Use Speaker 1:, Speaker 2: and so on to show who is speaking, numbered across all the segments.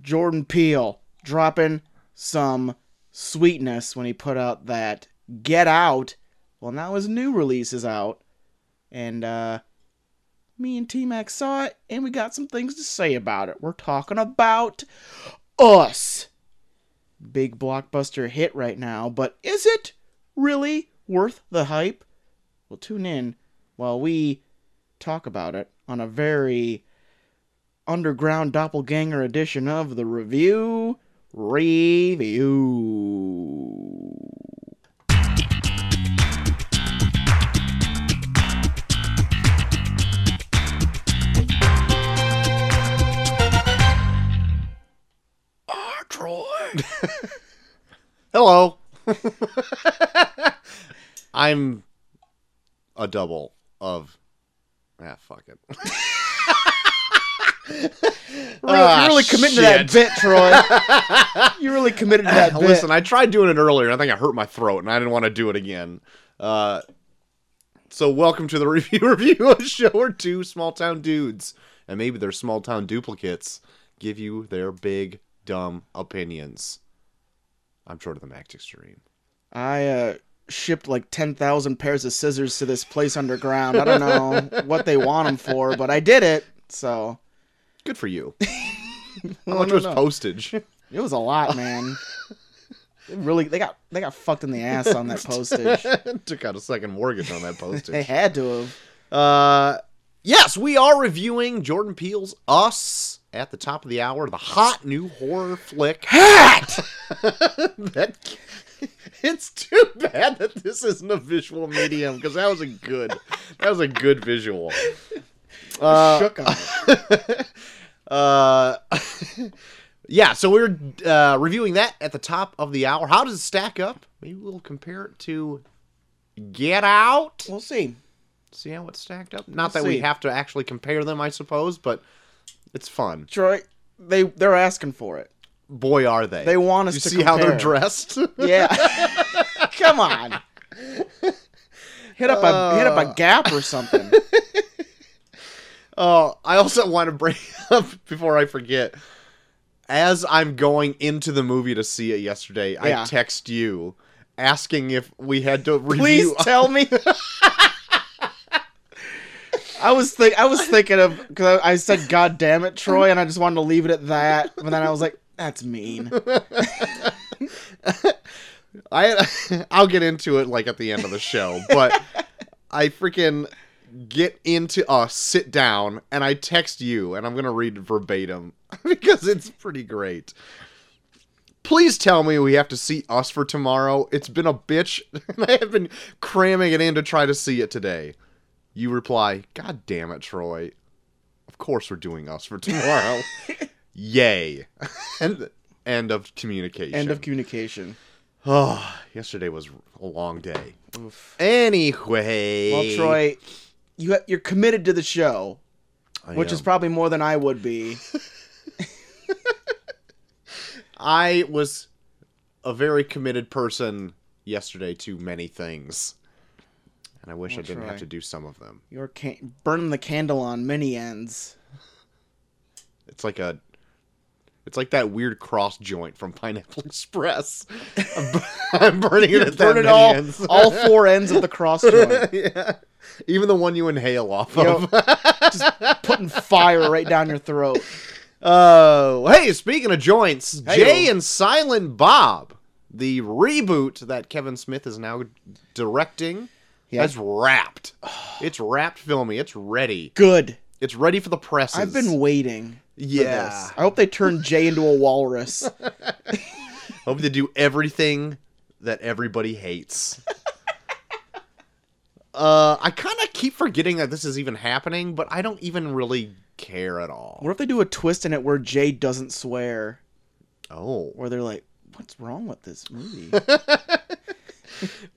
Speaker 1: Jordan Peele dropping some sweetness when he put out that Get Out. Well, now his new release is out, and uh, me and T Mac saw it, and we got some things to say about it. We're talking about us. Big blockbuster hit right now, but is it really worth the hype? Well, tune in while we talk about it on a very underground doppelganger edition of the review review.
Speaker 2: Hello. I'm a double of. Ah, fuck it.
Speaker 1: Really,
Speaker 2: Ah,
Speaker 1: you're really committing to that bit, Troy. you're really committed to that bit.
Speaker 2: Listen, I tried doing it earlier, and I think I hurt my throat, and I didn't want to do it again. Uh, so, welcome to the review review of a show where two small town dudes, and maybe their small town duplicates, give you their big dumb opinions. I'm short of the Mac Extreme.
Speaker 1: I uh, shipped like 10,000 pairs of scissors to this place underground. I don't know what they want them for, but I did it. So
Speaker 2: Good for you.
Speaker 1: I
Speaker 2: How much
Speaker 1: don't
Speaker 2: was
Speaker 1: know.
Speaker 2: postage?
Speaker 1: it was a lot, man. They really, they got they got fucked in the ass on that postage.
Speaker 2: Took out a second mortgage on that
Speaker 1: They
Speaker 2: postage.
Speaker 1: had to have.
Speaker 2: Uh, yes, we are reviewing Jordan Peele's Us at the top of the hour, the hot new horror flick. Hot. that it's too bad that this isn't a visual medium because that was a good, that was a good visual.
Speaker 1: shook on it.
Speaker 2: Uh, yeah, so we're uh, reviewing that at the top of the hour. How does it stack up? Maybe we'll compare it to Get Out.
Speaker 1: We'll see.
Speaker 2: See how it's stacked up. Not that
Speaker 1: see.
Speaker 2: we have to actually compare them, I suppose, but it's fun.
Speaker 1: Troy, they they're asking for it.
Speaker 2: Boy, are they!
Speaker 1: They want us
Speaker 2: You
Speaker 1: to
Speaker 2: see how they're
Speaker 1: compare.
Speaker 2: dressed.
Speaker 1: Yeah. Come on. Hit up a hit up a gap or something.
Speaker 2: Oh, I also want to bring up before I forget. As I'm going into the movie to see it yesterday,
Speaker 1: Yeah.
Speaker 2: I text you asking if we had to review.
Speaker 1: Please tell me. I was think I was thinking of because I, I said "God damn it, Troy," and I just wanted to leave it at that. But then I was like, "That's mean."
Speaker 2: I I'll get into it like at the end of the show, but I freaking get into us, sit down, and I text you, and I'm gonna read verbatim because it's pretty great. Please tell me we have to see us for tomorrow. It's been a bitch, and I have been cramming it in to try to see it today. You reply, God damn it, Troy. Of course we're doing us for tomorrow. Yay. and end of communication.
Speaker 1: End of communication.
Speaker 2: Oh, yesterday was a long day.
Speaker 1: Oof.
Speaker 2: Anyway,
Speaker 1: Well, Troy, you ha- you're committed to the show,
Speaker 2: I
Speaker 1: which is
Speaker 2: am.
Speaker 1: probably more than I would be.
Speaker 2: I was a very committed person yesterday to many things, and I wish I
Speaker 1: Well,
Speaker 2: didn't
Speaker 1: Troy.
Speaker 2: have to do some of them.
Speaker 1: You're can- burning the candle on many ends.
Speaker 2: It's like a, it's like that weird cross joint from Pineapple Express. I'm, bur- I'm burning it at that
Speaker 1: Burn it
Speaker 2: many
Speaker 1: all,
Speaker 2: ends.
Speaker 1: all four ends of the cross joint,
Speaker 2: yeah. Even the one you inhale off
Speaker 1: Yo,
Speaker 2: of.
Speaker 1: putting fire right down your throat.
Speaker 2: Oh, hey, speaking of joints,
Speaker 1: Hey-o.
Speaker 2: Jay and Silent Bob, the reboot that Kevin Smith is now directing,
Speaker 1: Yeah.
Speaker 2: that's wrapped. It's wrapped filming. It's ready.
Speaker 1: Good.
Speaker 2: It's ready for the press.
Speaker 1: I've been waiting. For
Speaker 2: yeah.
Speaker 1: this. I hope they turn Jay into a walrus.
Speaker 2: Hope they do everything that everybody hates. uh, I kind of keep forgetting that this is even happening, but I don't even really care at all.
Speaker 1: What if they do a twist in it where Jay doesn't swear?
Speaker 2: Oh.
Speaker 1: Where they're like, what's wrong with this movie?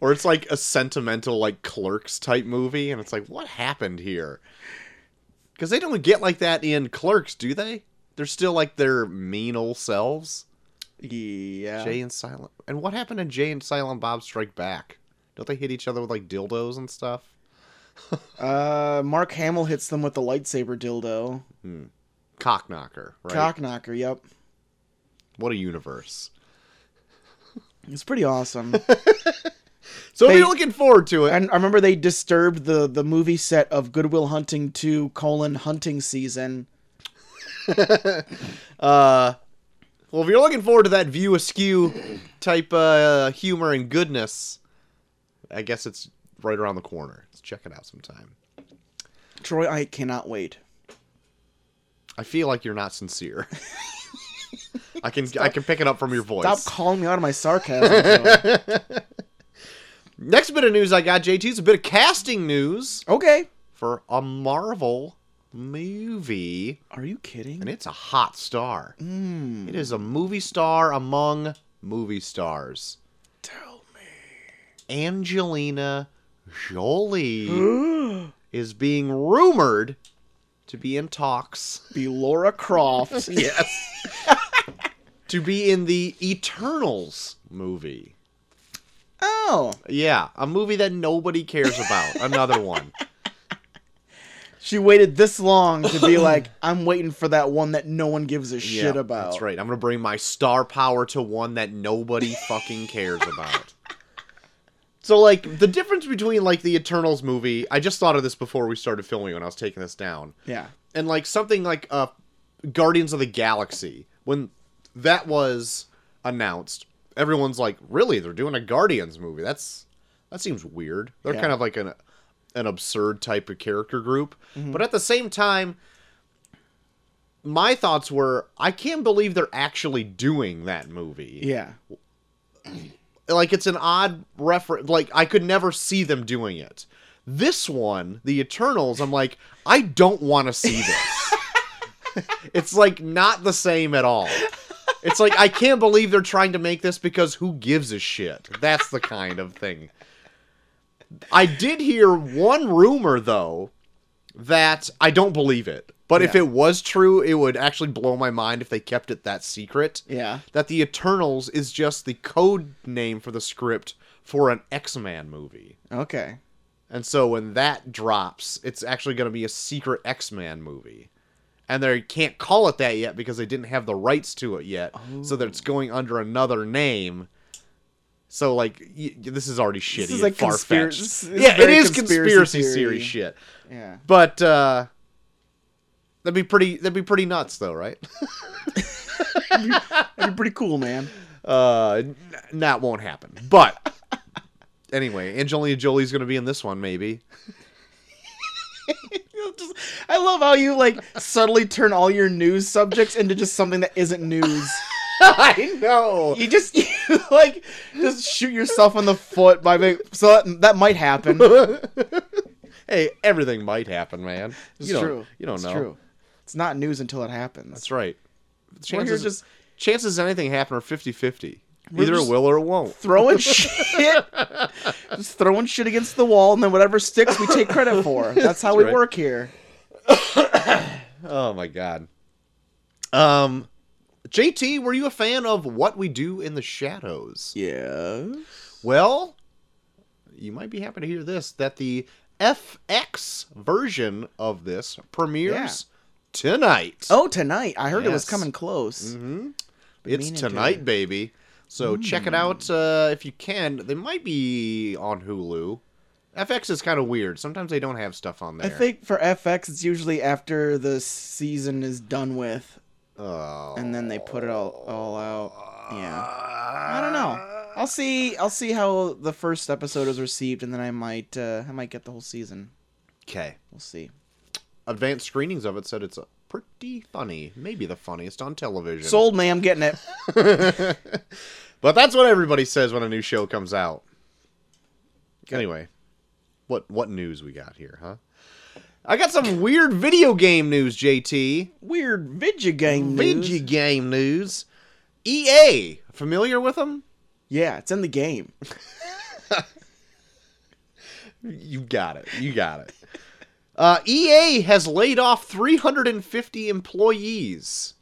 Speaker 2: Or it's like a sentimental, like Clerks type movie, and it's like, what happened here? Because they don't get like that in Clerks, do they? They're still like their mean old selves.
Speaker 1: yeah.
Speaker 2: Jay and Silent, and what happened to Jay and Silent Bob Strike Back? Don't they hit each other with like dildos and stuff?
Speaker 1: Uh, Mark Hamill hits them with the lightsaber dildo.
Speaker 2: Cock knocker, right?
Speaker 1: Cock knocker, yep.
Speaker 2: What a universe.
Speaker 1: It's pretty awesome.
Speaker 2: So if
Speaker 1: They-
Speaker 2: you're looking forward to it,
Speaker 1: and I remember they disturbed the the movie set of Goodwill Hunting 2 colon hunting season.
Speaker 2: uh, well, if you're looking forward to that view askew type uh, humor and goodness, I guess it's right around the corner. Let's check it out sometime.
Speaker 1: Troy, I cannot wait.
Speaker 2: I feel like you're not sincere. I can I can pick it up from your voice.
Speaker 1: Stop calling me out of my sarcasm. Troy.
Speaker 2: Next bit of news I got, JT, is a bit of casting news
Speaker 1: okay.
Speaker 2: for a Marvel movie,
Speaker 1: Are you kidding?
Speaker 2: and it's a hot star.
Speaker 1: Mm.
Speaker 2: It is a movie star among movie stars.
Speaker 1: Tell
Speaker 2: Angelina Jolie
Speaker 1: me.
Speaker 2: is being rumored to be in talks.
Speaker 1: Be Laura Croft.
Speaker 2: Yes. to be in the Eternals movie.
Speaker 1: Oh,
Speaker 2: Yeah, a movie that nobody cares about. Another one.
Speaker 1: she waited this long to be like, I'm waiting for that one that no one gives a shit
Speaker 2: Yeah,
Speaker 1: about.
Speaker 2: That's right. I'm going to bring my star power to one that nobody fucking cares about. So like the difference between like the Eternals movie, I just thought of this before we started filming when I was taking this down.
Speaker 1: Yeah.
Speaker 2: and like something like uh Guardians of the Galaxy when that was announced everyone's like really they're doing a Guardians movie that's that seems weird they're
Speaker 1: Yeah.
Speaker 2: kind of like an an absurd type of character group but at the same time my thoughts were I can't believe they're actually doing that movie
Speaker 1: Yeah.
Speaker 2: like it's an odd reference like i could never see them doing it this one the eternals i'm like i don't want to see this it's like not the same at all it's like i can't believe they're trying to make this because who gives a shit that's the kind of thing i did hear one rumor though that i don't believe it but if
Speaker 1: Yeah.
Speaker 2: it was true it would actually blow my mind if they kept it that secret
Speaker 1: Yeah.
Speaker 2: that the Eternals is just the code name for the script for an X-Man movie.
Speaker 1: Okay.
Speaker 2: And so when that drops, it's actually going to be a secret X-Man movie. And they can't call it that yet because they didn't have the rights to it yet. So that it's
Speaker 1: Oh.
Speaker 2: going under another name. So like y- this is already shitty.
Speaker 1: is
Speaker 2: and
Speaker 1: like conspira-
Speaker 2: far-fetched.
Speaker 1: this is
Speaker 2: Yeah, it
Speaker 1: very
Speaker 2: is
Speaker 1: conspiracy
Speaker 2: conspiracy
Speaker 1: theory.
Speaker 2: series shit.
Speaker 1: Yeah.
Speaker 2: But uh that'd be pretty that'd be pretty nuts though, right?
Speaker 1: That'd be pretty cool, man.
Speaker 2: Uh, n- that won't happen. But anyway, Angelina Jolie's gonna be in this one, maybe.
Speaker 1: You'll just- I love how you like subtly turn all your news subjects into just something that isn't news.
Speaker 2: I know.
Speaker 1: You just you, like just shoot yourself in the foot by being, so that, that might happen.
Speaker 2: hey, everything might happen, man.
Speaker 1: It's
Speaker 2: you don't,
Speaker 1: true.
Speaker 2: You don't
Speaker 1: it's
Speaker 2: know.
Speaker 1: True. It's not news until it happens.
Speaker 2: That's right.
Speaker 1: We're here
Speaker 2: Chances
Speaker 1: just
Speaker 2: chances anything happen are 50-50.
Speaker 1: We're
Speaker 2: Either it
Speaker 1: just-
Speaker 2: will or it won't.
Speaker 1: throwing shit, just throwing shit against the wall, and then whatever sticks, we take credit for. That's how we
Speaker 2: right.
Speaker 1: work here.
Speaker 2: Oh my god. Um, JT, were you a fan of What We Do in the Shadows?
Speaker 1: Yeah.
Speaker 2: Well, you might be happy to hear this that the FX version of this premieres tonight.
Speaker 1: Oh, tonight I heard it was
Speaker 2: Yes.
Speaker 1: coming close.
Speaker 2: hmm It's
Speaker 1: meaning to. Hmm.
Speaker 2: tonight, baby. So check it out uh, if you can. They might be on Hulu. FX is kind of weird. Sometimes they don't have stuff on
Speaker 1: I
Speaker 2: there.
Speaker 1: think for FX, it's usually after the season is done with.
Speaker 2: Oh.
Speaker 1: and then they put it all all out. Yeah,
Speaker 2: I
Speaker 1: I don't know. I'll see. I'll see how the first episode is received, and then I might uh, I might get the whole season.
Speaker 2: Okay.
Speaker 1: We'll see.
Speaker 2: Advanced screenings of it said it's uh, pretty funny. Maybe the funniest on television.
Speaker 1: Sold me. I'm getting it.
Speaker 2: But that's what everybody says when a new show comes out.
Speaker 1: Okay.
Speaker 2: Anyway, what what news we got here, huh? I got some weird video game news, JT.
Speaker 1: Weird video game news.
Speaker 2: Video game news. EA, familiar with them?
Speaker 1: Yeah, it's in the game.
Speaker 2: You got it. You got it. Uh, EA has laid off 350 employees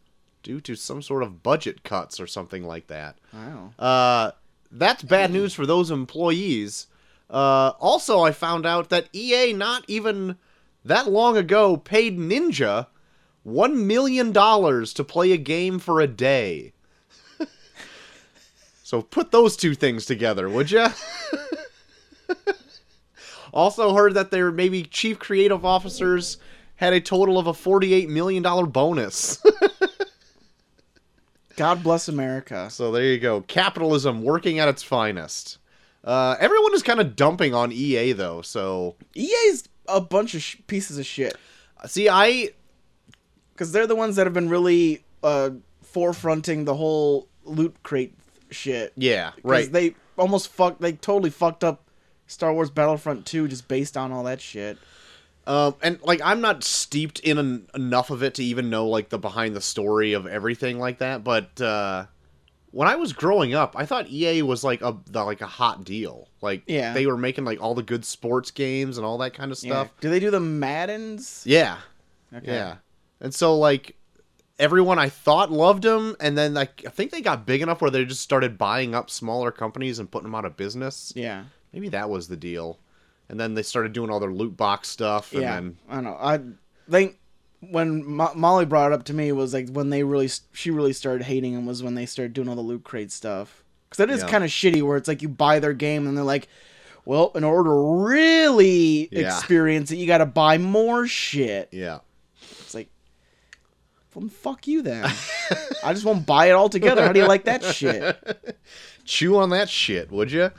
Speaker 2: due to some sort of budget cuts or something like that.
Speaker 1: Wow.
Speaker 2: Uh, that's bad news for those employees. Uh, also, I found out that EA not even that long ago paid Ninja one million dollars to play a game for a day. So put those two things together, would ya? also heard that their maybe chief creative officers had a total of a $48 million bonus.
Speaker 1: God bless America.
Speaker 2: so there you go. Capitalism working at its finest. Uh, everyone is kind of dumping on EA though, so
Speaker 1: EA's E a bunch of sh- pieces of shit
Speaker 2: see, I
Speaker 1: because they're the ones that have been really uh, forefronting the whole loot crate shit.
Speaker 2: yeah
Speaker 1: 'Cause
Speaker 2: right.
Speaker 1: They almost fucked. They totally fucked up Star Wars Battlefront 2 just based on all that shit.
Speaker 2: Um, and like I'm not steeped in en- enough of it to even know like the behind the story of everything like that. But uh, when I was growing up, I thought EA was like a the, like a hot deal. Like
Speaker 1: Yeah.
Speaker 2: they were making like all the good sports games and all that kind of
Speaker 1: Yeah.
Speaker 2: stuff.
Speaker 1: Do they do the Maddens?
Speaker 2: Yeah,
Speaker 1: Okay.
Speaker 2: yeah. And so like everyone I thought loved them, and then like I think they got big enough where they just started buying up smaller companies and putting them out of business.
Speaker 1: Yeah.
Speaker 2: Maybe that was the deal. And then they started doing all their loot box stuff. And
Speaker 1: yeah,
Speaker 2: then,
Speaker 1: I don't know. I think when Mo- Molly brought it up to me was like when they really she really started hating him was when they started doing all the loot crate stuff because that is
Speaker 2: Yeah.
Speaker 1: kind of shitty where it's like you buy their game and they're like, well, in order to really
Speaker 2: Yeah.
Speaker 1: experience it, you got to buy more shit.
Speaker 2: yeah.
Speaker 1: It's like, well, then fuck you then. I just won't buy it all together. How do you like that shit?
Speaker 2: chew on that shit, would you?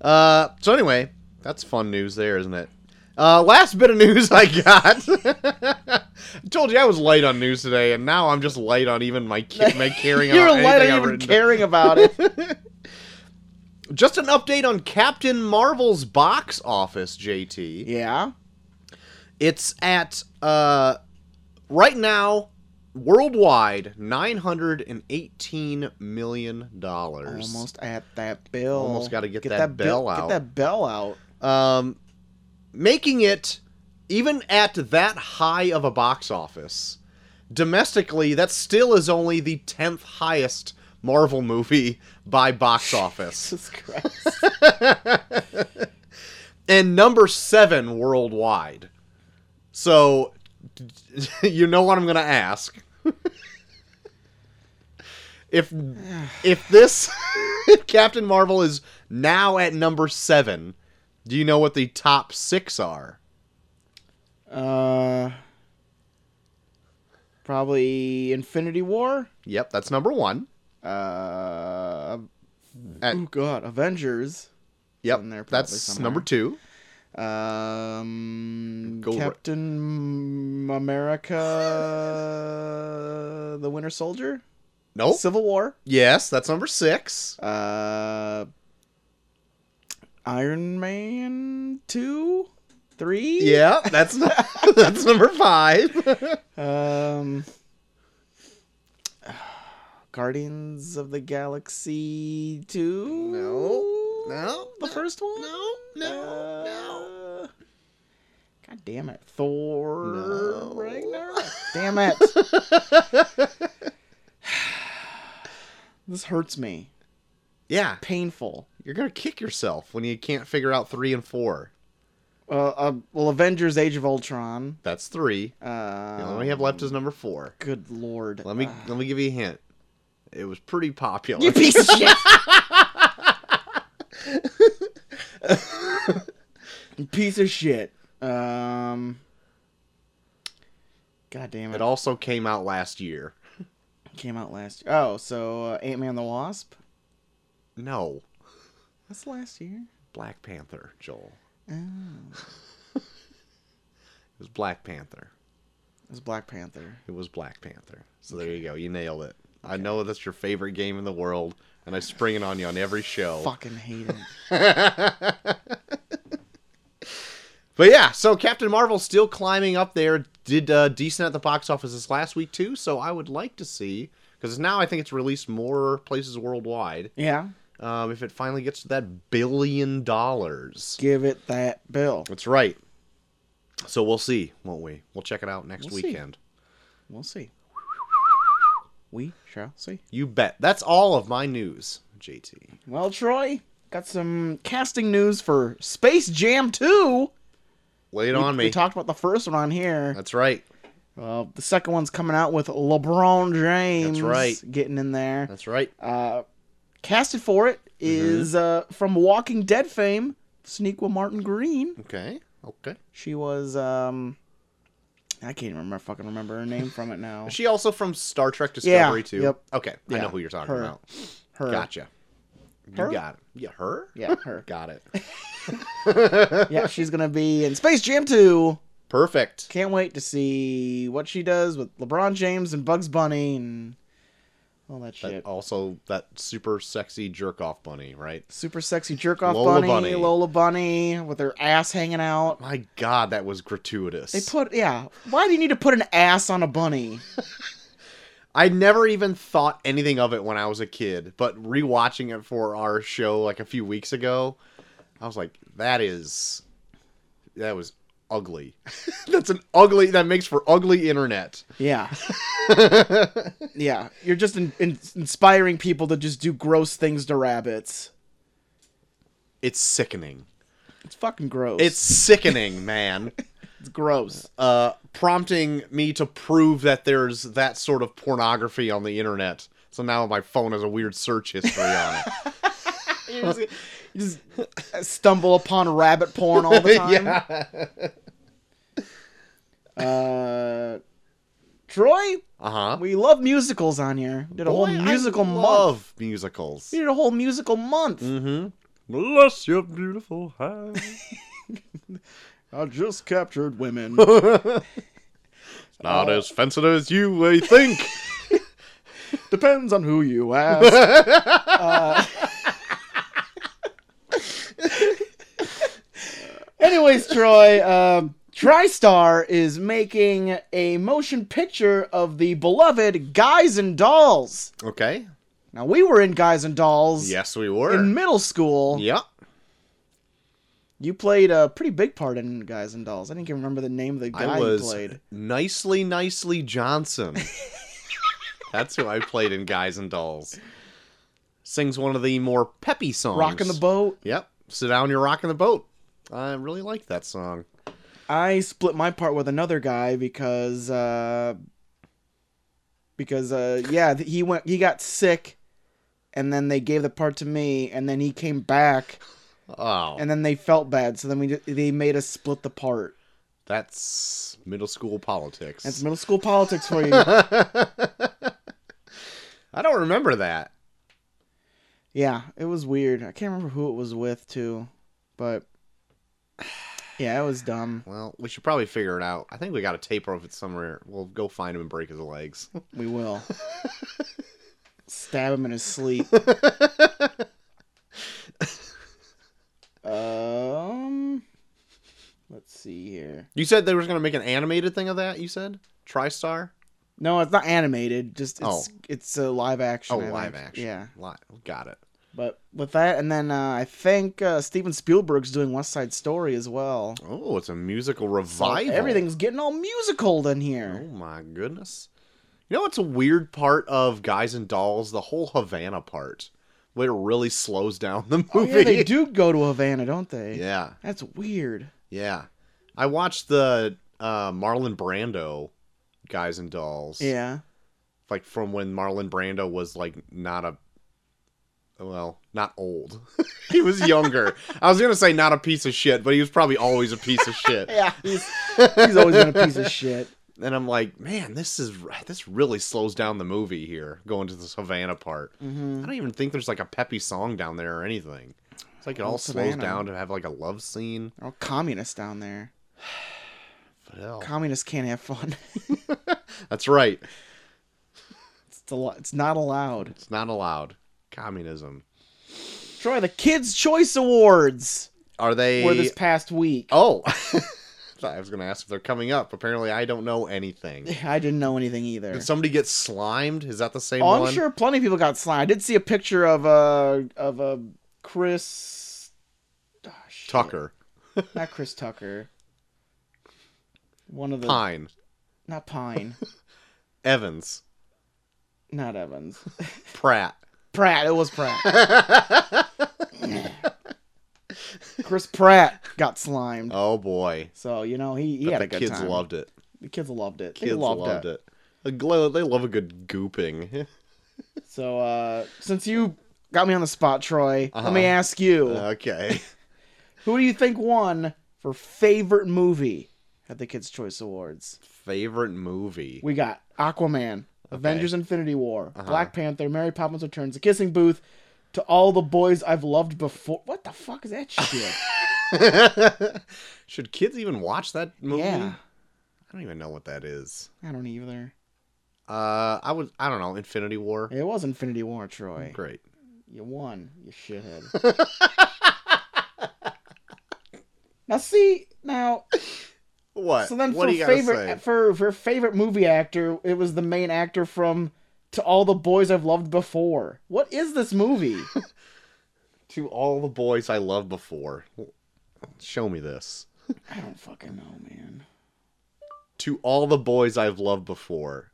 Speaker 2: Uh, so anyway, that's fun news there, isn't it? Uh, last bit of news I got. I told you I was light on news today, and now I'm just light on even my, ca- my caring
Speaker 1: You're
Speaker 2: about
Speaker 1: light
Speaker 2: anything
Speaker 1: on
Speaker 2: I've
Speaker 1: even
Speaker 2: written down.
Speaker 1: caring about it.
Speaker 2: Just an update on Captain Marvel's box office, JT.
Speaker 1: yeah.
Speaker 2: It's at uh, right now worldwide nine hundred and eighteen million dollars.
Speaker 1: Almost at that bell.
Speaker 2: Almost gotta get
Speaker 1: Get
Speaker 2: that
Speaker 1: that bill-
Speaker 2: bell out.
Speaker 1: Get that bell out.
Speaker 2: um, making it even at that high of a box office domestically that still is only the 10th highest marvel movie by box office
Speaker 1: Jesus Christ.
Speaker 2: and number 7 worldwide so you know what i'm going to ask if if this if captain marvel is now at number 7 do you know what the top 6 are
Speaker 1: Uh, probably Infinity War.
Speaker 2: Yep, that's number one.
Speaker 1: Uh,
Speaker 2: At-
Speaker 1: oh God, Avengers.
Speaker 2: Yep,
Speaker 1: in there
Speaker 2: that's
Speaker 1: probably
Speaker 2: number two.
Speaker 1: Um,
Speaker 2: Go right-
Speaker 1: Captain America, the Winter Soldier,
Speaker 2: Nope.
Speaker 1: Civil War.
Speaker 2: yes, that's number six.
Speaker 1: Uh, Iron Man two, three.
Speaker 2: Yeah, that's n- that's number five.
Speaker 1: Um, Guardians of the Galaxy 2?
Speaker 2: No, no,
Speaker 1: The
Speaker 2: no,
Speaker 1: first one?
Speaker 2: no, no, no.
Speaker 1: Uh, God damn it. Thor
Speaker 2: No.
Speaker 1: Ragnarok. Damn it. this hurts me.
Speaker 2: yeah,
Speaker 1: Painful.
Speaker 2: you're gonna kick yourself when you can't figure out three and four.
Speaker 1: Uh, uh, well, Avengers Age of Ultron.
Speaker 2: That's three.
Speaker 1: Uh,
Speaker 2: The only one we have left is number four.
Speaker 1: Good lord.
Speaker 2: Let me
Speaker 1: Uh,
Speaker 2: let me give you a hint. It was pretty popular.
Speaker 1: you piece of shit. You piece of shit. Um. God damn it!
Speaker 2: It also came out last year.
Speaker 1: came out last. year. Oh, so uh, Ant Man the Wasp.
Speaker 2: No,
Speaker 1: That's last year.
Speaker 2: Black Panther, Joel. It
Speaker 1: Oh,
Speaker 2: was Black Panther.
Speaker 1: it was Black Panther.
Speaker 2: It was Black Panther. So there you go. You nailed it. I know that's your favorite game in the world, and I spring it on you on every show.
Speaker 1: Fucking hate it.
Speaker 2: But yeah, so Captain Marvel still climbing up there. Did uh, decent at the box office this last week too. So I would like to see because now I think it's released more places worldwide.
Speaker 1: Yeah.
Speaker 2: Um, if it finally gets to that billion dollars,
Speaker 1: Give it that bill.
Speaker 2: that's right. So we'll see, won't we? We'll check it out next
Speaker 1: We'll see.
Speaker 2: weekend.
Speaker 1: We'll see. We shall see.
Speaker 2: You bet. That's all of my news, JT.
Speaker 1: Well, Troy, got some casting news for Space Jam 2.
Speaker 2: Lay it
Speaker 1: We-
Speaker 2: on me.
Speaker 1: We talked about the first one on here.
Speaker 2: that's right.
Speaker 1: Uh, the second one's coming out with LeBron James.
Speaker 2: right.
Speaker 1: Getting in there.
Speaker 2: That's right.
Speaker 1: Uh, Casted for it is,
Speaker 2: Mm-hmm.
Speaker 1: uh, from Walking Dead fame, Sneakwa Martin Green.
Speaker 2: Okay. Okay.
Speaker 1: She was um, I can't even remember, fucking remember her name from it now.
Speaker 2: Is she also from Star Trek Discovery
Speaker 1: Yeah,
Speaker 2: too?
Speaker 1: yep.
Speaker 2: Okay. I
Speaker 1: Yeah,
Speaker 2: know who you're talking
Speaker 1: her.
Speaker 2: about.
Speaker 1: Her.
Speaker 2: Gotcha.
Speaker 1: Her?
Speaker 2: You got it. Yeah, her?
Speaker 1: Yeah, her.
Speaker 2: Got it.
Speaker 1: yeah, she's gonna be in Space Jam 2.
Speaker 2: Perfect.
Speaker 1: Can't wait to see what she does with LeBron James and Bugs Bunny and all that
Speaker 2: That-
Speaker 1: shit.
Speaker 2: also that super sexy jerk off bunny, right?
Speaker 1: Super sexy jerk off
Speaker 2: Lola
Speaker 1: bunny,
Speaker 2: Bunny.
Speaker 1: Lola Bunny with her ass hanging out.
Speaker 2: My god, that was gratuitous.
Speaker 1: They put yeah. Why do you need to put an ass on a bunny?
Speaker 2: I never even thought anything of it when I was a kid, but rewatching it for our show like a few weeks ago, I was like, that is that was ugly. That's an ugly that makes for ugly internet.
Speaker 1: Yeah. yeah. You're just in, in, inspiring people to just do gross things to rabbits.
Speaker 2: It's sickening.
Speaker 1: It's fucking gross.
Speaker 2: It's sickening, man.
Speaker 1: it's gross.
Speaker 2: Uh prompting me to prove that there's that sort of pornography on the internet. So now my phone has a weird search history on it.
Speaker 1: you just, you just stumble upon rabbit porn all the time.
Speaker 2: yeah.
Speaker 1: Uh, Troy,
Speaker 2: Uh-huh.
Speaker 1: we love musicals on here. Did a whole
Speaker 2: Boy, I
Speaker 1: musical month.
Speaker 2: love musicals.
Speaker 1: We did a whole musical month.
Speaker 2: Mm-hmm. Bless your beautiful heart.
Speaker 1: I just captured women.
Speaker 2: Not as offensive as you may think.
Speaker 1: Depends on who you ask. uh, anyways, Troy, um, TriStar is making a motion picture of the beloved Guys and Dolls.
Speaker 2: okay.
Speaker 1: Now, we were in Guys and Dolls
Speaker 2: Yes, we were.
Speaker 1: in middle school.
Speaker 2: yep.
Speaker 1: You played a pretty big part in Guys and Dolls. I didn't even remember the name of the guy
Speaker 2: I was
Speaker 1: you played.
Speaker 2: nicely, nicely Johnson. That's who I played in Guys and Dolls. Sings one of the more peppy songs.
Speaker 1: Rocking the boat.
Speaker 2: Yep. Sit down, you're rocking the boat. I really like that song.
Speaker 1: I split my part with another guy because uh because uh yeah, th- he went he got sick and then they gave the part to me and then he came back
Speaker 2: Oh,
Speaker 1: and then they felt bad so then we ju- they made us split the part.
Speaker 2: that's middle school politics.
Speaker 1: That's middle school politics for you.
Speaker 2: I don't remember that.
Speaker 1: yeah, it was weird. I can't remember who it was with too, but yeah, it was dumb.
Speaker 2: Well, we should probably figure it out. I think we got a tape of it somewhere. We'll go find him and break his legs.
Speaker 1: We will stab him in his sleep. um, let's see here.
Speaker 2: you said they was gonna make an animated thing of that. You said TriStar.
Speaker 1: No, it's not animated. Just it's
Speaker 2: Oh.
Speaker 1: it's a live action.
Speaker 2: Oh,
Speaker 1: I think.
Speaker 2: live action.
Speaker 1: Yeah,
Speaker 2: Li- got it.
Speaker 1: but with that, and then uh, I think uh, Steven Spielberg's doing West Side Story as well.
Speaker 2: Oh, it's a musical
Speaker 1: So
Speaker 2: revival.
Speaker 1: everything's getting all musical in here.
Speaker 2: Oh my goodness. You know what's a weird part of Guys and Dolls? The whole Havana part, where it really slows down the movie.
Speaker 1: Oh, yeah, they do go to Havana, don't they?
Speaker 2: Yeah,
Speaker 1: That's weird.
Speaker 2: yeah. I watched the uh, Marlon Brando Guys and Dolls.
Speaker 1: Yeah.
Speaker 2: like from when Marlon Brando was like not a well, not old. he was younger. I was gonna say not a piece of shit, but he was probably always a piece of shit.
Speaker 1: Yeah. He's, he's always been a piece of shit.
Speaker 2: And I'm like, man, this is this really slows down the movie here, going to the Savannah part.
Speaker 1: Mm-hmm.
Speaker 2: I don't even think there's like a peppy song down there or anything. It's like it
Speaker 1: Oh,
Speaker 2: all slows
Speaker 1: Savannah.
Speaker 2: down to have like a love scene.
Speaker 1: They're all communists down there.
Speaker 2: What the hell?
Speaker 1: Communists can't have fun.
Speaker 2: That's right.
Speaker 1: it's, a lo- it's not allowed.
Speaker 2: It's not allowed. Communism.
Speaker 1: Troy, the Kids' Choice Awards
Speaker 2: Are they?
Speaker 1: were this past week.
Speaker 2: Oh, I was gonna ask if they're coming up. Apparently, I don't know anything.
Speaker 1: I didn't know anything either.
Speaker 2: Did somebody get slimed? Is that the same
Speaker 1: Oh,
Speaker 2: one?
Speaker 1: I'm sure plenty of people got slimed. I did see a picture of a of a Chris Ah, shit.
Speaker 2: Tucker
Speaker 1: not Chris Tucker. One of the
Speaker 2: Pine
Speaker 1: not Pine,
Speaker 2: Evans
Speaker 1: not Evans.
Speaker 2: Pratt.
Speaker 1: Pratt. It was Pratt. Chris Pratt got slimed.
Speaker 2: Oh boy,
Speaker 1: So you know he, he
Speaker 2: But
Speaker 1: had
Speaker 2: the
Speaker 1: a good
Speaker 2: kids
Speaker 1: time.
Speaker 2: loved it.
Speaker 1: the kids loved it.
Speaker 2: Kids
Speaker 1: they loved, it.
Speaker 2: it. A glo- They love a good gooping.
Speaker 1: So uh, since you Got me on the spot, Troy.
Speaker 2: Uh-huh.
Speaker 1: Let me ask you,
Speaker 2: Okay.
Speaker 1: who do you think won for favorite movie at the Kids Choice Awards?
Speaker 2: Favorite movie.
Speaker 1: We got Aquaman, Avengers Infinity War,
Speaker 2: Uh-huh.
Speaker 1: Black Panther, Mary Poppins Returns, The Kissing Booth, To All the Boys I've Loved Before. What the fuck is that shit?
Speaker 2: Should kids even watch that movie?
Speaker 1: Yeah.
Speaker 2: I don't even know what that is.
Speaker 1: I don't either.
Speaker 2: Uh, I would. I don't know. Infinity War.
Speaker 1: It was Infinity War, Troy.
Speaker 2: Great.
Speaker 1: You won, you shithead. now see, now
Speaker 2: What?
Speaker 1: so then
Speaker 2: what
Speaker 1: for
Speaker 2: do you gotta
Speaker 1: favorite
Speaker 2: say?
Speaker 1: for for favorite movie actor, it was the main actor from To All the Boys I've Loved Before. What is this movie?
Speaker 2: to all the boys I loved before. Show me this.
Speaker 1: I don't fucking know, man.
Speaker 2: To all the boys I've loved before.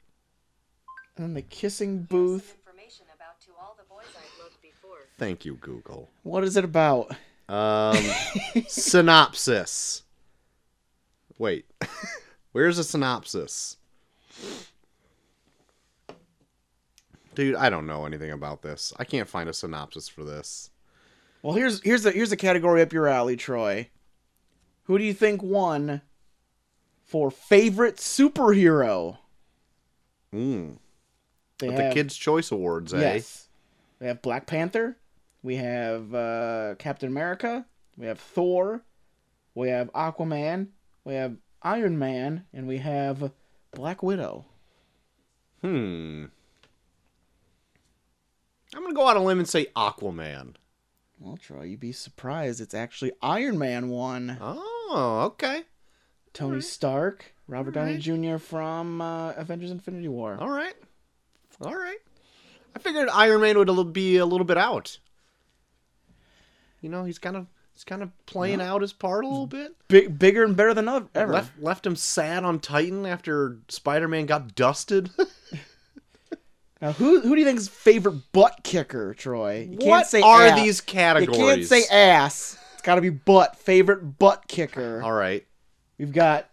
Speaker 1: And then the kissing booth.
Speaker 3: information about to all the boys I've loved before.
Speaker 2: Thank you, Google.
Speaker 1: What is it about?
Speaker 2: Um, synopsis. Wait, where's a synopsis? Dude, I don't know anything about this. I can't find a synopsis for this.
Speaker 1: Well, here's here's the here's a category up your alley, Troy. Who do you think won for favorite superhero?
Speaker 2: Mm.
Speaker 1: They
Speaker 2: But the Kids' Choice Awards, eh?
Speaker 1: Yes. We have Black Panther. We have uh, Captain America. We have Thor. We have Aquaman. We have Iron Man, and we have Black Widow.
Speaker 2: Hmm. I'm gonna go out on a limb and say Aquaman.
Speaker 1: Well, Troy, you'd be surprised. It's actually Iron Man one.
Speaker 2: Oh, okay.
Speaker 1: Tony Stark, Robert Downey
Speaker 2: Alright.
Speaker 1: Jr. from uh, Avengers: Infinity War.
Speaker 2: All right. All right. I figured Iron Man would a little- be a little bit out. You know, he's kind of he's kind of playing out his part a little bit.
Speaker 1: Big, bigger and better than ev- ever.
Speaker 2: Left left him sad on Titan after Spider-Man got dusted.
Speaker 1: Now, who who do you think's favorite butt kicker, Troy? You
Speaker 2: what are
Speaker 1: ass.
Speaker 2: these
Speaker 1: You
Speaker 2: categories?
Speaker 1: can't say ass. It's got to be butt. Favorite butt kicker.
Speaker 2: All right.
Speaker 1: We've got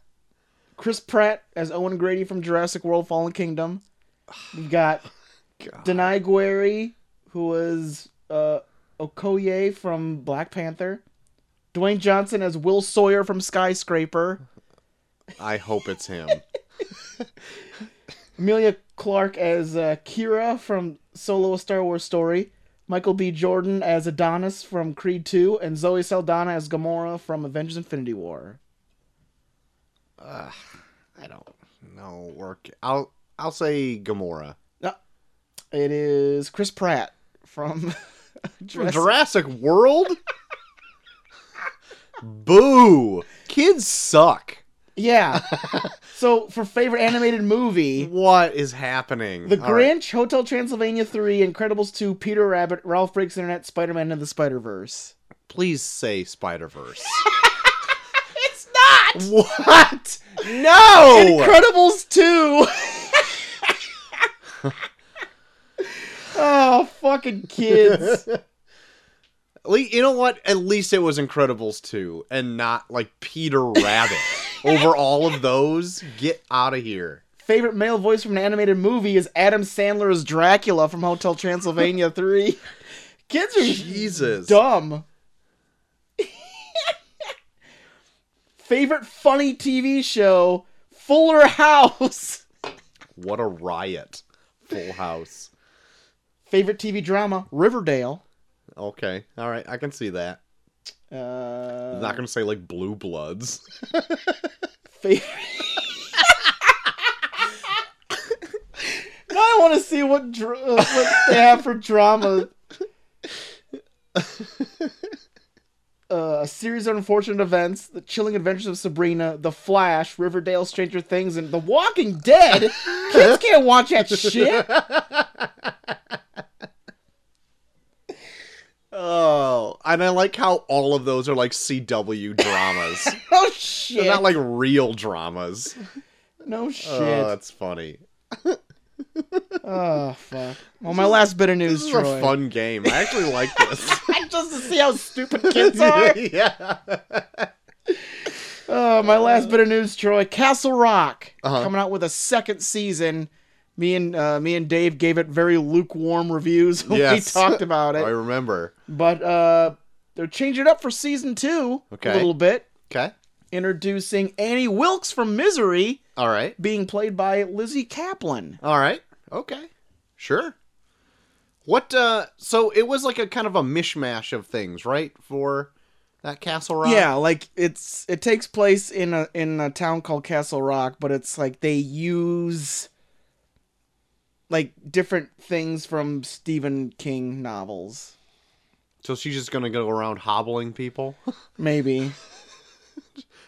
Speaker 1: Chris Pratt as Owen Grady from Jurassic World: Fallen Kingdom. We've got
Speaker 2: God.
Speaker 1: Denai Guerry, who was uh, Okoye from Black Panther. Dwayne Johnson as Will Sawyer from Skyscraper.
Speaker 2: I hope it's him.
Speaker 1: Amelia Clark as uh, Kira from Solo: A Star Wars Story. Michael B. Jordan as Adonis from Creed 2, and Zoe Saldana as Gamora from Avengers: Infinity War.
Speaker 2: I don't know. Work. I'll I'll say Gamora.
Speaker 1: It is Chris Pratt from
Speaker 2: Jurassic,
Speaker 1: Jurassic
Speaker 2: World? Boo! Kids suck.
Speaker 1: Yeah. so for favorite animated movie,
Speaker 2: What is happening?
Speaker 1: The
Speaker 2: All right.
Speaker 1: Grinch, Hotel Transylvania 3, Incredibles 2, Peter Rabbit, Ralph Breaks the Internet, Spider-Man and the Spider-Verse.
Speaker 2: Please say Spider Verse.
Speaker 1: It's not.
Speaker 2: what? No!
Speaker 1: Incredibles 2. oh, fucking kids.
Speaker 2: Le- you know what? At least it was Incredibles 2 and not like Peter Rabbit. Over all of those, get out of here.
Speaker 1: Favorite male voice from an animated movie is Adam Sandler as Dracula from Hotel Transylvania 3. Kids are
Speaker 2: Jesus.
Speaker 1: dumb. Favorite funny TV show, Fuller House.
Speaker 2: What a riot. Full house.
Speaker 1: Favorite TV drama, Riverdale.
Speaker 2: Okay. All right. I can see that.
Speaker 1: Uh,
Speaker 2: I'm not going to say like Blue Bloods.
Speaker 1: fa- now I want to see what dra- uh, what they have for drama. Uh, a series of unfortunate events, the chilling adventures of Sabrina, The Flash, Riverdale, Stranger Things, and The Walking Dead. Kids can't watch that shit.
Speaker 2: Oh, and I like how all of those are like CW dramas.
Speaker 1: No shit.
Speaker 2: They're not like real dramas.
Speaker 1: no shit.
Speaker 2: Oh, that's funny.
Speaker 1: oh fuck. Well, my last bit of
Speaker 2: This
Speaker 1: news,
Speaker 2: is
Speaker 1: Troy.
Speaker 2: a fun game. I actually like this.
Speaker 1: Just to see how stupid kids are.
Speaker 2: yeah.
Speaker 1: Oh, my last bit of news, Troy. Castle Rock
Speaker 2: Uh-huh.
Speaker 1: coming out with a second season. Me and uh, me and Dave gave it very lukewarm reviews when
Speaker 2: Yes.
Speaker 1: we talked about
Speaker 2: I
Speaker 1: it.
Speaker 2: remember.
Speaker 1: But uh, they're changing it up for season two
Speaker 2: Okay.
Speaker 1: a little bit,
Speaker 2: Okay.
Speaker 1: introducing Annie Wilkes from Misery,
Speaker 2: All right.
Speaker 1: being played by Lizzie Kaplan.
Speaker 2: All right. Okay. Sure. What uh so it was like a kind of a mishmash of things, right? For that Castle Rock?
Speaker 1: Yeah, like it's it takes place in a in a town called Castle Rock, but it's like they use like different things from Stephen King novels.
Speaker 2: So she's just gonna go around hobbling people?
Speaker 1: Maybe.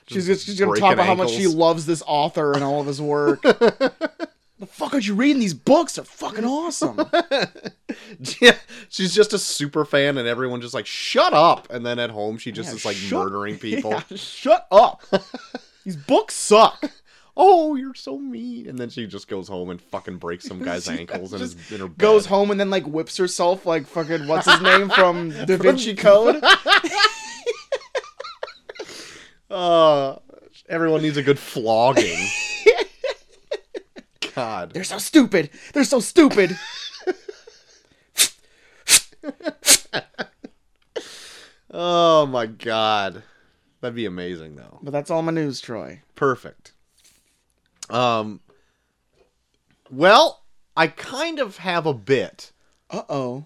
Speaker 1: she's just she's gonna
Speaker 2: breaking
Speaker 1: talk about how much she
Speaker 2: ankles.
Speaker 1: loves this author and all of his work. the fuck are you reading these books? They're fucking awesome.
Speaker 2: yeah. She's just a super fan and everyone just like, shut up and then at home she just
Speaker 1: Yeah,
Speaker 2: is like
Speaker 1: shut-
Speaker 2: murdering people.
Speaker 1: Yeah, shut up. these books suck.
Speaker 2: Oh, you're so mean. And then she just goes home and fucking breaks some guy's ankles and is in her bed.
Speaker 1: Goes home and then like whips herself like fucking what's his name from Da Vinci Code.
Speaker 2: Uh everyone needs a good flogging. God.
Speaker 1: They're so stupid. They're so stupid.
Speaker 2: Oh my god. That'd be amazing though.
Speaker 1: But that's all my news, Troy.
Speaker 2: Perfect. Um Well, I kind of have a bit.
Speaker 1: Uh oh.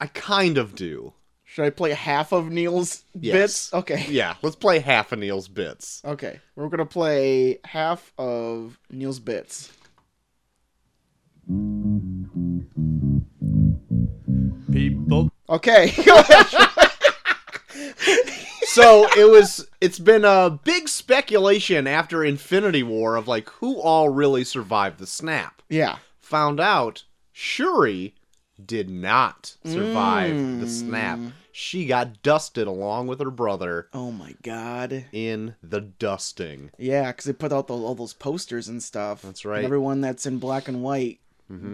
Speaker 2: I kind of do.
Speaker 1: Should I play half of Neil's
Speaker 2: Yes.
Speaker 1: bits? Okay.
Speaker 2: Yeah, let's play half of Neil's bits.
Speaker 1: Okay. We're gonna play half of Neil's bits.
Speaker 4: People
Speaker 1: Okay.
Speaker 2: So, it was it's been a big speculation after Infinity War of like who all really survived the snap.
Speaker 1: yeah.
Speaker 2: Found out Shuri did not survive the snap. She got dusted along with her brother
Speaker 1: Oh my god.
Speaker 2: in the dusting.
Speaker 1: Yeah, because they put out the, all those posters and stuff.
Speaker 2: That's right.
Speaker 1: And everyone that's Mm-hmm. in black and white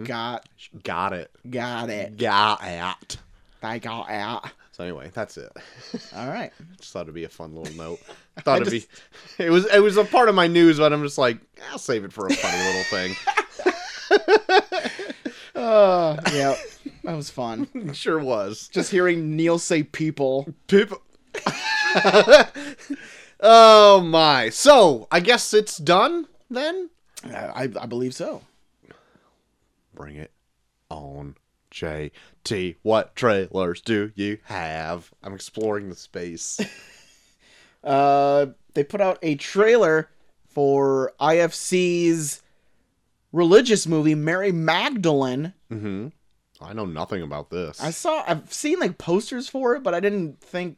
Speaker 1: got
Speaker 2: Got it.
Speaker 1: got it.
Speaker 2: Got it.
Speaker 1: They got out.
Speaker 2: So anyway, that's it.
Speaker 1: All right.
Speaker 2: just thought it'd be a fun little note. Thought it'd
Speaker 1: just-
Speaker 2: be. It was. It was a part of my news, but I'm just like, I'll save it for a funny little thing.
Speaker 1: Uh, yeah, that was fun.
Speaker 2: sure was.
Speaker 1: Just hearing Neil say people.
Speaker 2: People. oh my. So I guess it's done then.
Speaker 1: I, I believe so.
Speaker 2: Bring it on, JT. What trailers do you have? I'm exploring the space.
Speaker 1: Uh, they put out a trailer for IFC's religious movie Mary Magdalene.
Speaker 2: mm-hmm. I know nothing about this.
Speaker 1: I saw I've seen like posters for it, but I didn't think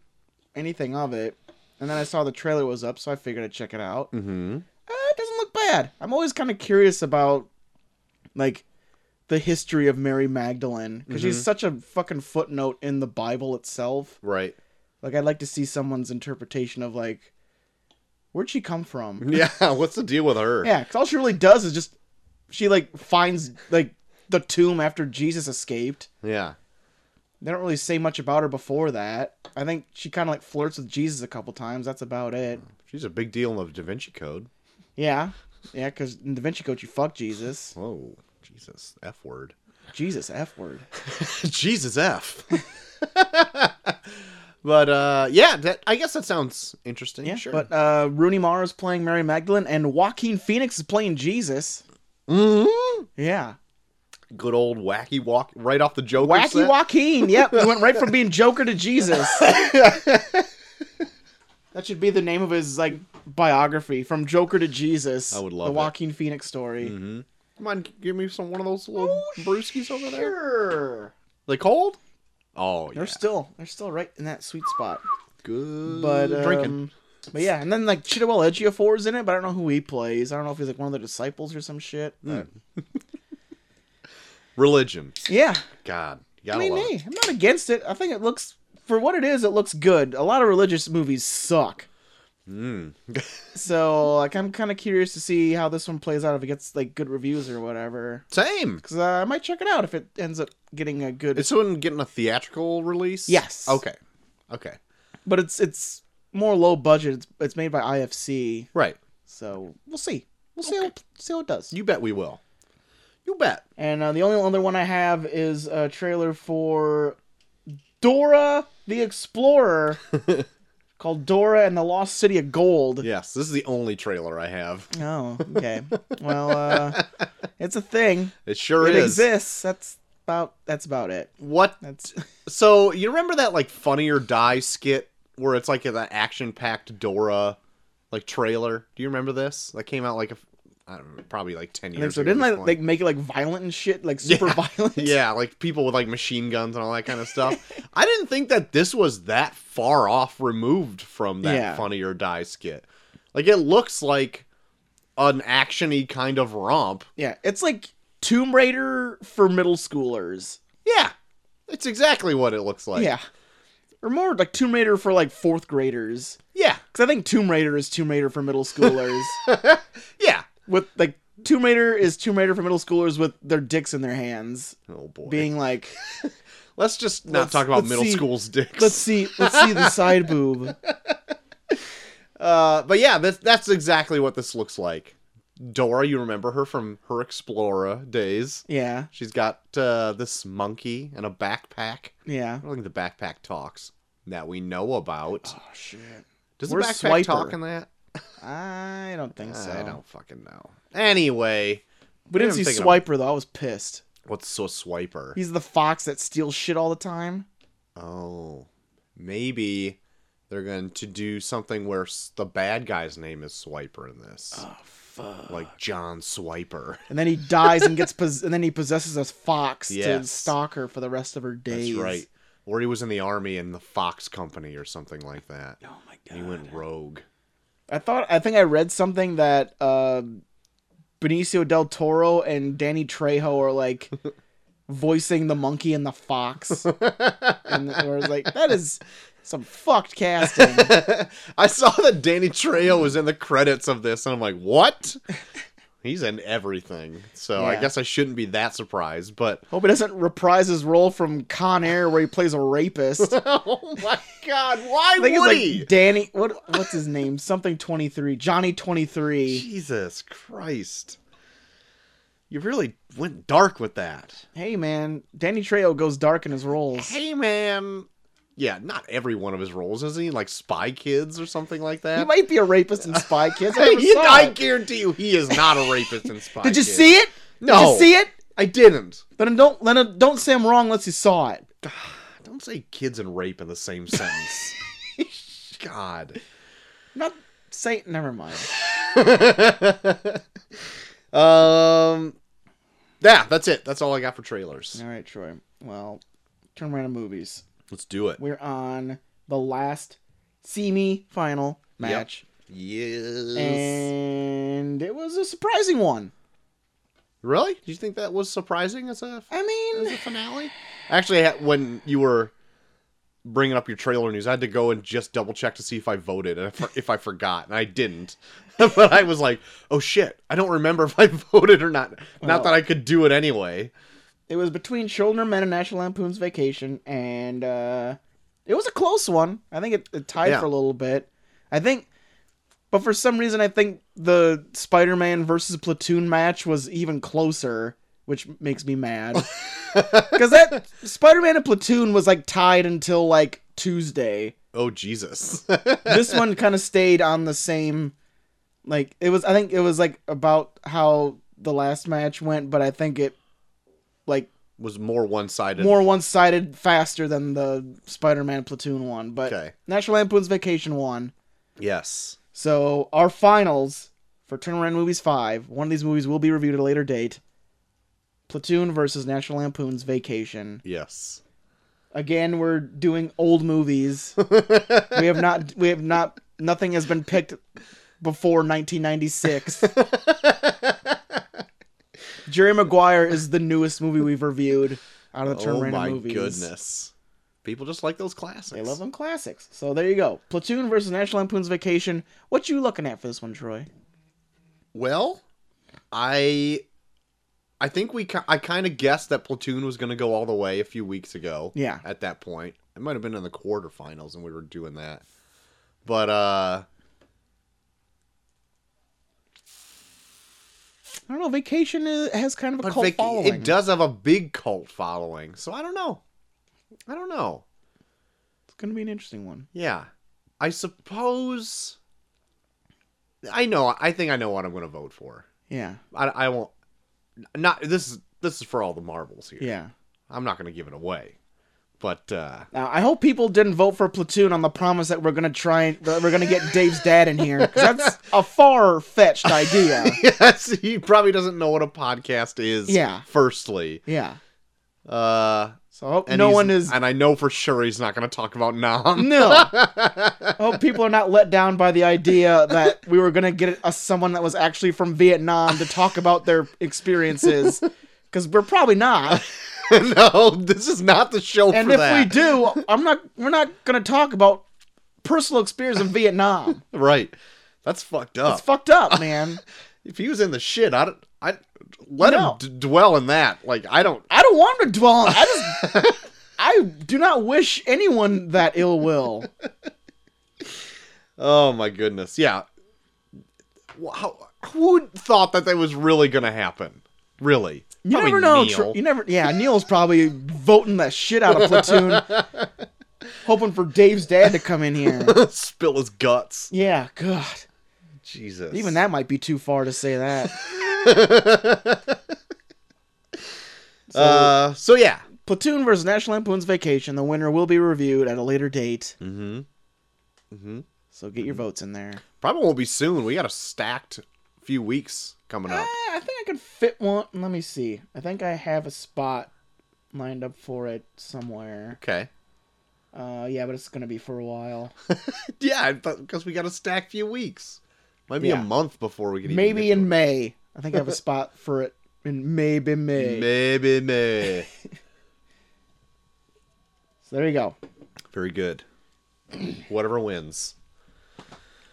Speaker 1: anything of it. And then I saw the trailer was up, so I figured I'd check it out.
Speaker 2: mm-hmm.
Speaker 1: Uh, it doesn't look bad. I'm always kind of curious about like the history of Mary Magdalene because she's such a fucking footnote in the Bible itself.
Speaker 2: Right.
Speaker 1: Like I'd like to see someone's interpretation of like where'd she come from?
Speaker 2: Yeah. What's the deal with her?
Speaker 1: Yeah, because all she really does is just she like finds like the tomb after Jesus escaped.
Speaker 2: Yeah.
Speaker 1: They don't really say much about her before that. I think she kind of like flirts with Jesus a couple times. That's about it.
Speaker 2: She's a big deal in the Da Vinci Code.
Speaker 1: Yeah, yeah, because in Da Vinci Code you fuck Jesus.
Speaker 2: Whoa, Jesus, F word.
Speaker 1: Jesus f word.
Speaker 2: Jesus F. but uh, yeah, that I guess that sounds interesting.
Speaker 1: Yeah,
Speaker 2: sure.
Speaker 1: but uh, Rooney Mara is playing Mary Magdalene, and Joaquin Phoenix is playing Jesus.
Speaker 2: Mhm.
Speaker 1: Yeah,
Speaker 2: good old wacky walk right off the Joker.
Speaker 1: wacky
Speaker 2: set.
Speaker 1: Joaquin. Yep, he went right from being Joker to Jesus. that should be the name of his like biography, from Joker to Jesus.
Speaker 2: I would love
Speaker 1: the
Speaker 2: it. Mm-hmm.
Speaker 1: Joaquin Phoenix story.
Speaker 2: Come on, give me some one of those little brewskis over there.
Speaker 1: Oh, Sure,
Speaker 2: They cold? Oh yeah,
Speaker 1: they're still they're still right in that sweet spot.
Speaker 2: good.
Speaker 1: but um,
Speaker 2: Mm, drinking.
Speaker 1: But yeah, and then like Chidowell Ejiofor is in it, but I don't know who he plays. I don't know if he's like one of the disciples or some shit.
Speaker 2: Hmm.
Speaker 1: but-
Speaker 2: Religion.
Speaker 1: Yeah,
Speaker 2: God, you
Speaker 1: I
Speaker 2: gotta
Speaker 1: mean,
Speaker 2: love it.
Speaker 1: hey, I'm not against it. I think it looks for what it is. It looks good. A lot of religious movies suck,
Speaker 2: Mm.
Speaker 1: so like I'm kind of curious to see how this one plays out if it gets like good reviews or whatever.
Speaker 2: Same.
Speaker 1: Because uh, I might check it out if it ends up getting a good.
Speaker 2: It's someone getting a theatrical release.
Speaker 1: Yes.
Speaker 2: Okay. Okay.
Speaker 1: but it's it's more low budget. It's, it's made by IFC,
Speaker 2: Right.
Speaker 1: so we'll see.
Speaker 2: We'll see. How,
Speaker 1: See how it does.
Speaker 2: you bet we will. You bet.
Speaker 1: And uh, the only other one I have is a trailer for Dora the Explorer called Dora and the Lost City of Gold.
Speaker 2: Yes, this is the only trailer I have.
Speaker 1: Oh, okay. well, uh, it's a thing.
Speaker 2: It sure
Speaker 1: it
Speaker 2: is.
Speaker 1: exists. That's about that's about it.
Speaker 2: What?
Speaker 1: That's
Speaker 2: So you remember that like Funny or Die skit where it's like that action-packed Dora like trailer? Do you remember this? That came out like a, I don't know, probably like ten
Speaker 1: and then,
Speaker 2: years.
Speaker 1: so
Speaker 2: ago
Speaker 1: didn't
Speaker 2: at
Speaker 1: I
Speaker 2: this point.
Speaker 1: like make it like violent and shit, like super
Speaker 2: Yeah.
Speaker 1: violent?
Speaker 2: Yeah, like people with like machine guns and all that kind of stuff. I didn't think that this was that far off removed from that
Speaker 1: Yeah.
Speaker 2: Funny or Die skit. Like it looks like an actiony kind of romp.
Speaker 1: Yeah. It's like Tomb Raider for middle schoolers.
Speaker 2: Yeah, it's exactly what it looks like.
Speaker 1: yeah. Or more like Tomb Raider for like fourth graders.
Speaker 2: yeah,
Speaker 1: Because I think Tomb Raider is Tomb Raider for middle schoolers.
Speaker 2: yeah.
Speaker 1: with like Tomb Raider is Tomb Raider for middle schoolers with their dicks in their hands,
Speaker 2: Oh boy.
Speaker 1: being like,
Speaker 2: let's just not
Speaker 1: Let's-
Speaker 2: talk about
Speaker 1: let's
Speaker 2: middle
Speaker 1: see.
Speaker 2: school's dicks.
Speaker 1: "Let's see, let's see the side boob."
Speaker 2: Uh, but yeah, that's that's exactly what this looks like. Dora, you remember her from her Explorer days.
Speaker 1: Yeah,
Speaker 2: She's got uh, this monkey and a backpack.
Speaker 1: yeah.
Speaker 2: I don't think the backpack talks that we know about.
Speaker 1: Oh shit!
Speaker 2: Does the
Speaker 1: where's
Speaker 2: backpack
Speaker 1: Swiper?
Speaker 2: talk in that?
Speaker 1: I don't think so.
Speaker 2: I don't fucking know. Anyway,
Speaker 1: We didn't see
Speaker 2: I'm thinking of-
Speaker 1: Swiper though. I was pissed.
Speaker 2: what's so swiper?
Speaker 1: He's the fox that steals shit all the time.
Speaker 2: Oh, maybe they're going to do something where s- the bad guy's name is Swiper in this,
Speaker 1: Oh fuck!
Speaker 2: like John Swiper.
Speaker 1: And then he dies and gets pos- and then he possesses a fox to
Speaker 2: Yes.
Speaker 1: stalk her for the rest of her days.
Speaker 2: That's right. Or he was in the army in the Fox Company or something like that.
Speaker 1: Oh my god!
Speaker 2: And he went rogue.
Speaker 1: I thought I think I read something that uh, Benicio del Toro and Danny Trejo are like voicing the monkey and the fox, and I was like, that is some fucked casting.
Speaker 2: I saw that Danny Trejo was in the credits of this, and I'm like, what? He's in everything. So I
Speaker 1: Yeah.
Speaker 2: guess I shouldn't be that surprised, but
Speaker 1: Hope he doesn't reprise his role from Con Air where he plays a rapist. I
Speaker 2: oh my god, why
Speaker 1: think
Speaker 2: would
Speaker 1: it's
Speaker 2: he?
Speaker 1: like Danny. What what's his name? Something twenty three. Johnny twenty three.
Speaker 2: Jesus Christ. You really went dark with that.
Speaker 1: Hey man, Danny Trejo goes dark in his roles.
Speaker 2: Hey man. Yeah, not every one of his roles, is he? Like Spy Kids or something like that?
Speaker 1: He might be a rapist in Spy Kids. I never
Speaker 2: He-
Speaker 1: saw
Speaker 2: I
Speaker 1: it.
Speaker 2: guarantee you, he is not a rapist in Spy.
Speaker 1: Did you
Speaker 2: Kids.
Speaker 1: see it? Did
Speaker 2: No.
Speaker 1: you see it?
Speaker 2: I didn't.
Speaker 1: Then don't then don't say I'm wrong unless you saw it.
Speaker 2: Don't say kids and rape in the same sentence. God.
Speaker 1: Not say never mind.
Speaker 2: um. Yeah, that's it. That's all I got for trailers.
Speaker 1: All right, Troy. Well, turn around to movies.
Speaker 2: Let's do it.
Speaker 1: We're on the last semi-final match,
Speaker 2: Yes.
Speaker 1: and it was a surprising one.
Speaker 2: Really? Did you think that was surprising as a
Speaker 1: I
Speaker 2: as
Speaker 1: mean,
Speaker 2: a finale? Actually, I had- when you were bringing up your trailer news, I had to go and just double check to see if I voted and if, if I forgot, and I didn't. but I was like, "Oh shit, I don't remember if I voted or not."
Speaker 1: Well-
Speaker 2: not that I could do it anyway.
Speaker 1: it was between Children of Men and National Lampoon's Vacation, and uh, it was a close one. I think it, it tied
Speaker 2: Yeah.
Speaker 1: for a little bit. I think, but for some reason, I think the Spider-Man versus Platoon match was even closer, which makes me mad. Because that Spider-Man and Platoon was like tied until like Tuesday.
Speaker 2: Oh Jesus.
Speaker 1: This one kind of stayed on the same. Like it was, I think it was like about how the last match went, but I think it like
Speaker 2: was more one-sided.
Speaker 1: more one-sided faster than the Spider-Man Platoon one, but
Speaker 2: Okay.
Speaker 1: National Lampoon's Vacation won.
Speaker 2: Yes.
Speaker 1: So our finals for Turnaround Movies Five. One of these movies will be reviewed at a later date. Platoon versus National Lampoon's Vacation.
Speaker 2: Yes.
Speaker 1: Again, we're doing old movies. we have not. We have not. Nothing has been picked before 1996. Jerry Maguire is the newest movie we've reviewed out of the
Speaker 2: Oh
Speaker 1: Turnaround
Speaker 2: my
Speaker 1: movies.
Speaker 2: goodness. People just like those classics.
Speaker 1: They love them classics. So there you go. Platoon versus National Lampoon's Vacation. What you looking at for this one, Troy?
Speaker 2: Well, I I think we ki- I kind of guessed that Platoon was going to go all the way a few weeks ago.
Speaker 1: Yeah.
Speaker 2: At that point, it might have been in the quarterfinals and we were doing that. But uh
Speaker 1: I don't know. Vacation is, has kind of a
Speaker 2: But
Speaker 1: cult
Speaker 2: Vic,
Speaker 1: following.
Speaker 2: it does have a big cult following, so I don't know. I don't know.
Speaker 1: It's going to be an interesting one.
Speaker 2: Yeah. I suppose. I know. I think I know what I'm going to vote for.
Speaker 1: Yeah.
Speaker 2: I, I won't. Not this is this is for all the marbles here.
Speaker 1: Yeah.
Speaker 2: I'm not going to give it away, but uh,
Speaker 1: Now, I hope people didn't vote for Platoon on the promise that we're going to try and that we're going to get Dave's dad in here. 'cause that's a far fetched idea.
Speaker 2: yes, he probably doesn't know what a podcast is.
Speaker 1: Yeah.
Speaker 2: Firstly,
Speaker 1: Yeah.
Speaker 2: uh,
Speaker 1: So I hope
Speaker 2: and
Speaker 1: no
Speaker 2: he's-
Speaker 1: one is.
Speaker 2: and I know for sure he's not going to talk about Nam.
Speaker 1: No. I hope Oh, people are not let down by the idea that we were going to get a, someone that was actually from Vietnam to talk about their experiences. Because we're probably not.
Speaker 2: no, this is not the show
Speaker 1: And
Speaker 2: for
Speaker 1: if
Speaker 2: that.
Speaker 1: we do, I'm not. We're not going to talk about personal experience in Vietnam.
Speaker 2: right? That's fucked up.
Speaker 1: It's fucked up, man.
Speaker 2: if he was in the shit, I don't. I let
Speaker 1: No.
Speaker 2: him d- dwell in that. Like I don't.
Speaker 1: I don't want him to dwell on. I just. I do not wish anyone that ill will.
Speaker 2: Oh my goodness. Yeah. Wow. Who thought that that was really gonna happen? Really?
Speaker 1: You
Speaker 2: Probably
Speaker 1: never know.
Speaker 2: Neil.
Speaker 1: Tr- you never. Yeah, Neil's probably voting the shit out of platoon, hoping for Dave's dad to come in here.
Speaker 2: Spill his guts.
Speaker 1: Yeah, God.
Speaker 2: Jesus.
Speaker 1: Even that might be too far to say that.
Speaker 2: uh. So yeah.
Speaker 1: Platoon versus National Lampoon's Vacation. The winner will be reviewed at a later date.
Speaker 2: Mm-hmm. Mm-hmm.
Speaker 1: So get your votes in there.
Speaker 2: Probably won't be soon. We got a stacked few weeks coming
Speaker 1: Uh,
Speaker 2: up.
Speaker 1: I think I can fit one. Let me see. I think I have a spot lined up for it somewhere.
Speaker 2: Okay.
Speaker 1: Uh, yeah, but it's gonna be for a while.
Speaker 2: Yeah, because we got a stacked few weeks. Might be
Speaker 1: Yeah.
Speaker 2: a month before we can. even
Speaker 1: Maybe
Speaker 2: get to
Speaker 1: in
Speaker 2: it.
Speaker 1: May. I think I have a spot for it in maybe May.
Speaker 2: Maybe May.
Speaker 1: So there you go.
Speaker 2: Very good. Whatever wins.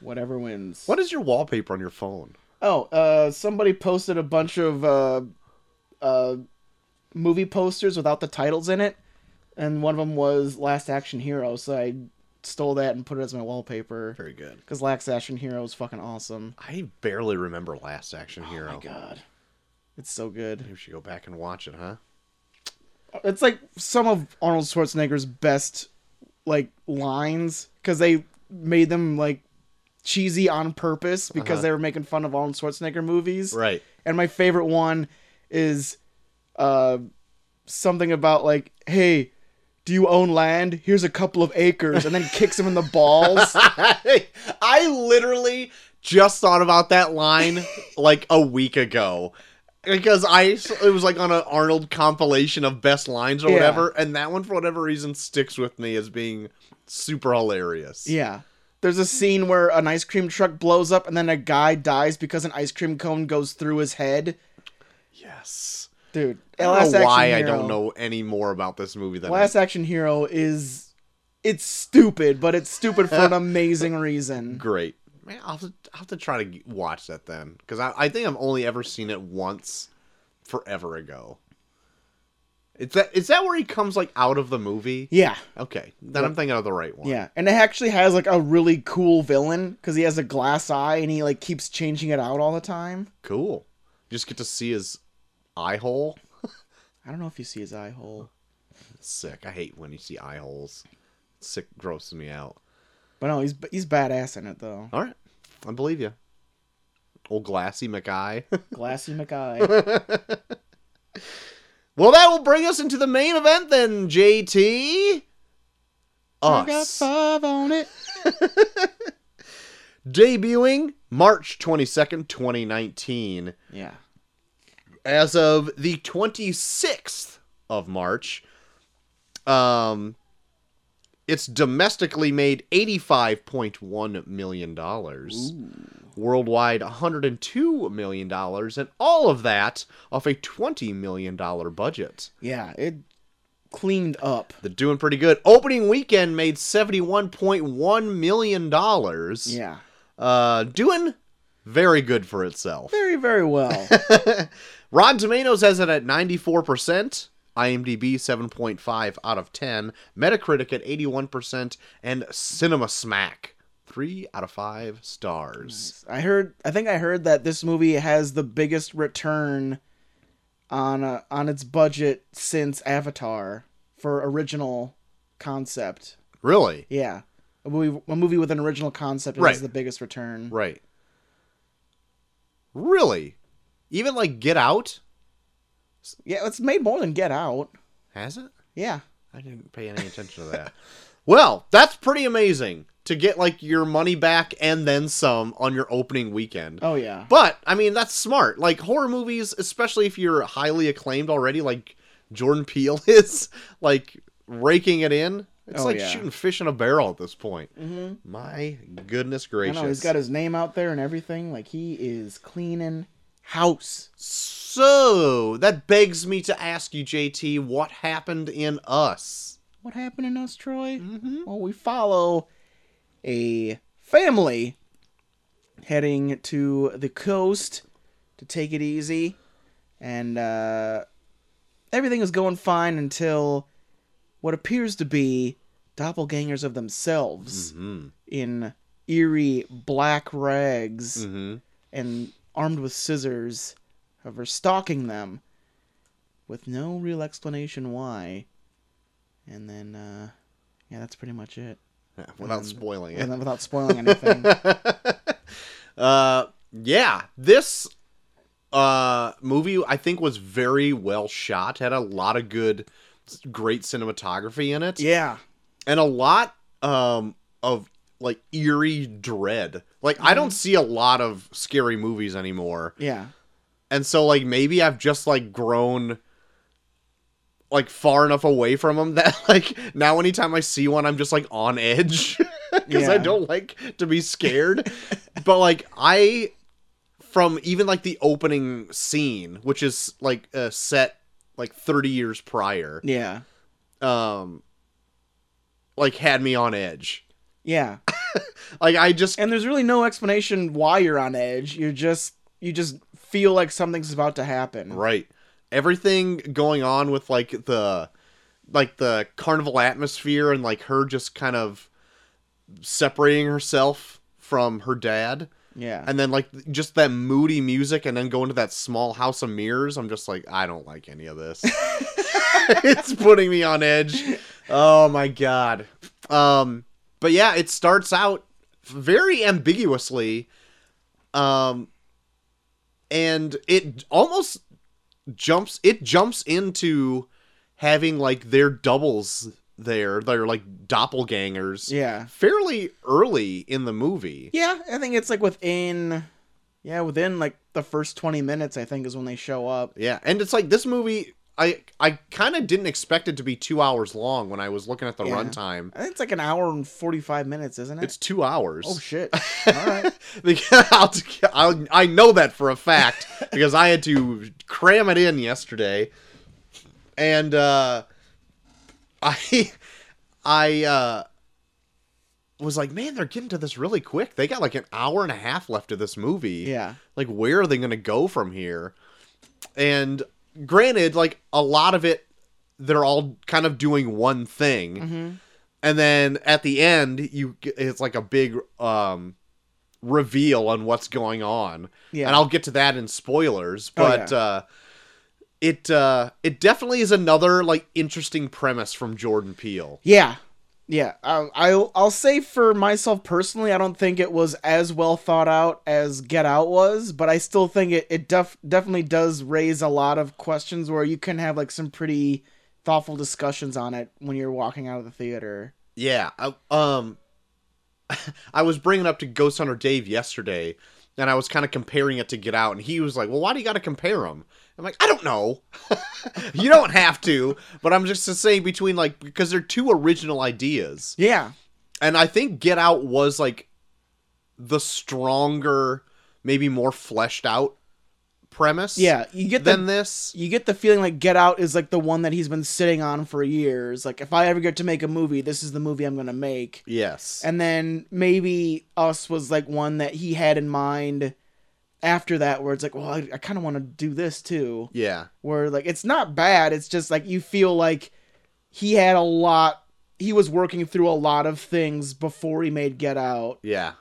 Speaker 1: Whatever wins.
Speaker 2: What is your wallpaper on your phone?
Speaker 1: Oh, uh, somebody posted a bunch of uh, uh, movie posters without the titles in it, and one of them was Last Action Hero. So I stole that and put it as my wallpaper
Speaker 2: Very good.
Speaker 1: because Last Action Hero is fucking awesome.
Speaker 2: I barely remember Last Action Hero.
Speaker 1: Oh my god, it's so good.
Speaker 2: Maybe we should go back and watch it, huh?
Speaker 1: It's like some of Arnold Schwarzenegger's best like lines because they made them like cheesy on purpose because
Speaker 2: Uh-huh.
Speaker 1: they were making fun of Arnold Schwarzenegger movies.
Speaker 2: Right.
Speaker 1: And my favorite one is uh, something about like, hey, do you own land? Here's a couple of acres, and then kicks him in the balls.
Speaker 2: I literally just thought about that line like a week ago because I it was like on an Arnold compilation of best lines or
Speaker 1: Yeah.
Speaker 2: whatever, and that one for whatever reason sticks with me as being super hilarious.
Speaker 1: yeah. There's a scene where an ice cream truck blows up, and then a guy dies because an ice cream cone goes through his head.
Speaker 2: Yes.
Speaker 1: Dude,
Speaker 2: I don't
Speaker 1: Last
Speaker 2: know
Speaker 1: Action
Speaker 2: why I
Speaker 1: Hero-
Speaker 2: don't know any more about this movie than
Speaker 1: Last Action Hero is it's stupid, but it's stupid for an amazing reason.
Speaker 2: great. Man, I'll have to, I'll have to try to g- watch that then because I, I think I've only ever seen it once, forever ago. Is that is that where he comes like out of the movie?
Speaker 1: Yeah.
Speaker 2: Okay, then I'm thinking of the right one.
Speaker 1: Yeah, and it actually has like a really cool villain because he has a glass eye and he like keeps changing it out all the time.
Speaker 2: cool. You just get to see his eye hole.
Speaker 1: I don't know if you see his eye hole,
Speaker 2: Sick. I hate when you see eye holes. Sick grosses me out.
Speaker 1: but no, he's he's badass in it though.
Speaker 2: All right, I believe you. Old glassy McEye.
Speaker 1: Glassy McEye.
Speaker 2: well, that will bring us into the main event then, JT.
Speaker 1: I got
Speaker 2: Us.
Speaker 1: five on it.
Speaker 2: debuting March 22nd, 2019.
Speaker 1: Yeah,
Speaker 2: As of the 26th of March, um, it's domestically made $85.1 million, worldwide $102 million, and all of that off a $20 million budget.
Speaker 1: yeah, it cleaned up.
Speaker 2: They're doing pretty good. Opening weekend made $71.1 million.
Speaker 1: Yeah,
Speaker 2: Uh, doing very good for itself.
Speaker 1: very very well.
Speaker 2: Rotten Tomatoes has it at 94%, IMDb 7.5 out of 10, Metacritic at 81%, and Cinema Smack three out of five stars.
Speaker 1: I heard. I think I heard that this movie has the biggest return on uh, on its budget since Avatar for original concept.
Speaker 2: Really?
Speaker 1: Yeah, a movie, a movie with an original concept
Speaker 2: Right.
Speaker 1: is the biggest return.
Speaker 2: Right. Really? Even like Get Out?
Speaker 1: Yeah, it's made more than Get Out.
Speaker 2: Has it?
Speaker 1: Yeah,
Speaker 2: I didn't pay any attention to that. well, that's pretty amazing to get like your money back and then some on your opening weekend.
Speaker 1: Oh yeah.
Speaker 2: But I mean, that's smart. Like horror movies, especially if you're highly acclaimed already, like Jordan Peele is, like raking it in. It's
Speaker 1: Oh,
Speaker 2: like
Speaker 1: yeah.
Speaker 2: shooting fish in a barrel at this point.
Speaker 1: mm-hmm.
Speaker 2: My goodness
Speaker 1: I
Speaker 2: gracious!
Speaker 1: know he's got his name out there and everything. Like he is cleaning house.
Speaker 2: so that begs me to ask you, JT, what happened in Us?
Speaker 1: What happened in us, Troy?
Speaker 2: Mm-hmm.
Speaker 1: Well, we follow a family heading to the coast to take it easy, and uh, everything is going fine until what appears to be doppelgangers of themselves
Speaker 2: Mm-hmm.
Speaker 1: in eerie black rags
Speaker 2: Mm-hmm.
Speaker 1: and armed with scissors, however, stalking them with no real explanation why. And then, uh, yeah, that's pretty much it.
Speaker 2: Without spoiling it.
Speaker 1: And then Mm-hmm. without spoiling anything.
Speaker 2: uh, yeah, this uh, movie I think was very well shot. Had a lot of good, great cinematography in it,
Speaker 1: yeah.
Speaker 2: and a lot um, of like eerie dread. Like I don't see a lot of scary movies anymore,
Speaker 1: Yeah.
Speaker 2: and so like maybe I've just like grown like far enough away from them that like now anytime I see one I'm just like on edge. because I
Speaker 1: Yeah.
Speaker 2: don't like to be scared. but like I, from even like the opening scene, which is like uh, set like thirty years prior,
Speaker 1: Yeah.
Speaker 2: um, like had me on edge.
Speaker 1: Yeah.
Speaker 2: Like I just
Speaker 1: And there's really no explanation why you're on edge. You're just, you just feel like something's about to happen.
Speaker 2: right everything going on with like the like the carnival atmosphere and like her just kind of separating herself from her dad
Speaker 1: Yeah.
Speaker 2: and then like just that moody music and then go into that small house of mirrors i'm just like i don't like any of this it's putting me on edge oh my god um but yeah it starts out very ambiguously um and it almost jumps it jumps into having like their doubles there they're like doppelgangers
Speaker 1: yeah.
Speaker 2: fairly early in the movie
Speaker 1: Yeah. I think it's like within, yeah, within like the first 20 minutes, I think is when they show up.
Speaker 2: Yeah, and it's like this movie. I I kind of didn't expect it to be two hours long when I was looking at the
Speaker 1: Yeah.
Speaker 2: runtime.
Speaker 1: I think it's like an hour and 45 minutes, isn't it?
Speaker 2: It's two hours.
Speaker 1: Oh shit! All right.
Speaker 2: Because I'll, I'll, I know that for a fact because I had to cram it in yesterday, and uh, I I uh, was like, man, they're getting to this really quick. They got like an hour and a half left of this movie.
Speaker 1: Yeah.
Speaker 2: like where are they going to go from here and granted like a lot of it they're all kind of doing one thing
Speaker 1: Mhm.
Speaker 2: and then at the end you g- it's like a big um reveal on what's going on
Speaker 1: Yeah.
Speaker 2: and i'll get to that in spoilers
Speaker 1: Oh,
Speaker 2: but
Speaker 1: yeah.
Speaker 2: uh it uh it definitely is another like interesting premise from jordan peele
Speaker 1: yeah. Yeah. I, I'll I'll say for myself personally, I don't think it was as well thought out as Get Out was, but I still think it it def- definitely does raise a lot of questions where you can have like some pretty thoughtful discussions on it when you're walking out of the theater.
Speaker 2: Yeah. I, um, I was bringing up to Ghost Hunter Dave yesterday, and I was kind of comparing it to Get Out, and he was like, "Well, why do you got to compare them?" I'm like, "I don't know. you don't have to." But I'm just saying between like because they're two original ideas,
Speaker 1: Yeah.
Speaker 2: and I think Get Out was like the stronger, maybe more fleshed out premise.
Speaker 1: Yeah. You get the
Speaker 2: Than this.
Speaker 1: you get the feeling like Get Out is like the one that he's been sitting on for years. Like if I ever get to make a movie, this is the movie I'm gonna make.
Speaker 2: Yes.
Speaker 1: And then maybe Us was like one that he had in mind after that, where it's like, well, I, I kind of want to do this too.
Speaker 2: yeah.
Speaker 1: Where like it's not bad, it's just like you feel like he had a lot he was working through a lot of things before he made Get Out.
Speaker 2: Yeah.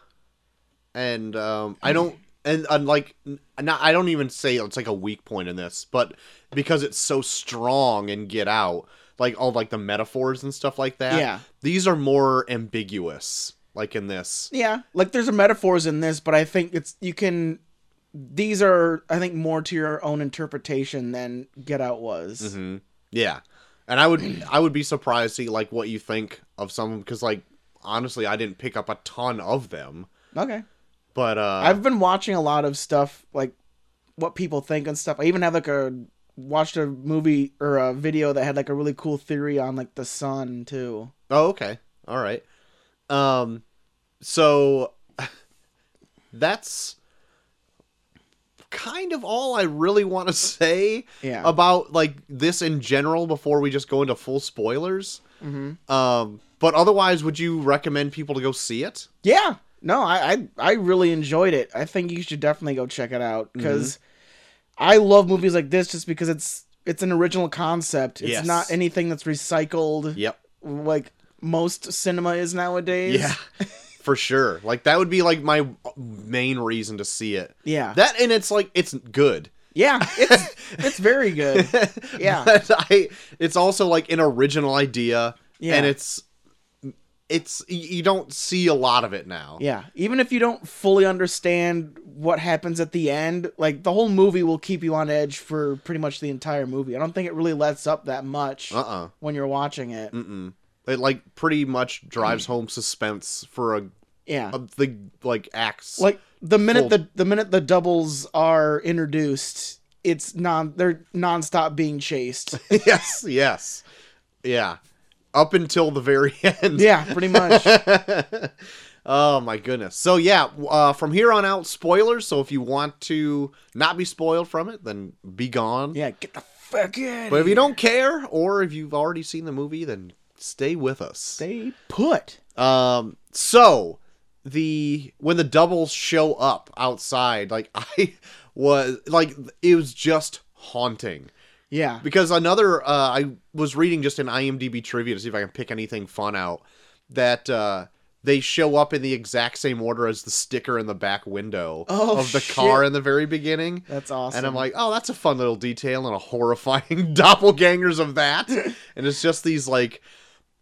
Speaker 2: And um
Speaker 1: Mm.
Speaker 2: I don't and unlike n- not I don't even say it's like a weak point in this, but because it's so strong in Get Out, like all like the metaphors and stuff like that.
Speaker 1: Yeah.
Speaker 2: These are more ambiguous like in this.
Speaker 1: Yeah, like there's metaphors in this, but I think it's you can. These are, I think, more to your own interpretation than Get Out was.
Speaker 2: Mhm. Yeah. And I would I would be surprised to see like what you think of some of them cuz like honestly I didn't pick up a ton of them,
Speaker 1: Okay,
Speaker 2: but uh
Speaker 1: I've been watching a lot of stuff like what people think and stuff. I even have like a watched a movie or a video that had like a really cool theory on like the sun too.
Speaker 2: Oh, okay. All right. Um, so that's kind of all I really want to say
Speaker 1: Yeah.
Speaker 2: about like this in general before we just go into full spoilers. Mm-hmm. Um, but otherwise, would you recommend people to go see it?
Speaker 1: Yeah. No, I, I I really enjoyed it. I think you should definitely go check it out
Speaker 2: Mm-hmm.
Speaker 1: because I love movies like this just because it's it's an original concept. It's
Speaker 2: Yes.
Speaker 1: not anything that's recycled
Speaker 2: Yep.
Speaker 1: like most cinema is nowadays.
Speaker 2: Yeah. For sure. Like that would be like my main reason to see it.
Speaker 1: Yeah.
Speaker 2: That and it's like it's good.
Speaker 1: yeah. It's it's very good. Yeah.
Speaker 2: But I, it's also like an original idea,
Speaker 1: Yeah.
Speaker 2: and it's it's y- you don't see a lot of it now.
Speaker 1: Yeah. Even if you don't fully understand what happens at the end, like the whole movie will keep you on edge for pretty much the entire movie. I don't think it really lets up that much
Speaker 2: Uh-uh. Mm.
Speaker 1: when you're watching it.
Speaker 2: Mm-mm. It like pretty much
Speaker 1: Mm.
Speaker 2: drives home suspense for a,
Speaker 1: Yeah.
Speaker 2: a the like acts.
Speaker 1: like the minute
Speaker 2: full-
Speaker 1: the the minute the doubles are introduced it's non they're nonstop being chased
Speaker 2: yes, yes, yeah. Up until the very end.
Speaker 1: yeah pretty much
Speaker 2: oh my goodness. So yeah, uh, from here on out, spoilers. So if you want to not be spoiled from it, then be gone.
Speaker 1: yeah get the fuck in
Speaker 2: But if you don't care, or if you've already seen the movie, then stay with us.
Speaker 1: stay put
Speaker 2: Um, so the when the doubles show up outside, like I was like it was just haunting
Speaker 1: yeah
Speaker 2: because another uh, I was reading just an IMDb trivia to see if I can pick anything fun out that uh, they show up in the exact same order as the sticker in the back window
Speaker 1: Oh,
Speaker 2: of the
Speaker 1: shit.
Speaker 2: car in the very beginning.
Speaker 1: that's awesome
Speaker 2: And I'm like, oh, that's a fun little detail and a horrifying doppelgangers of that. and it's just these like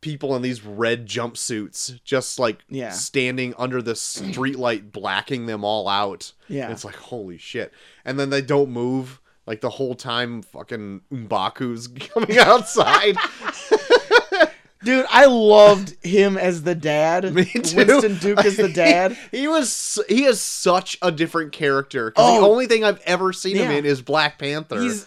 Speaker 2: people in these red jumpsuits just like
Speaker 1: Yeah.
Speaker 2: standing under the streetlight blacking them all out.
Speaker 1: Yeah.
Speaker 2: And it's like, holy shit. And then they don't move like the whole time fucking Mbaku's coming outside.
Speaker 1: dude i loved him as the dad
Speaker 2: Me too.
Speaker 1: winston duke as the dad
Speaker 2: he was he is such a different character. 'cause the
Speaker 1: Oh.
Speaker 2: only thing I've ever seen him
Speaker 1: Yeah.
Speaker 2: in is Black Panther.
Speaker 1: he's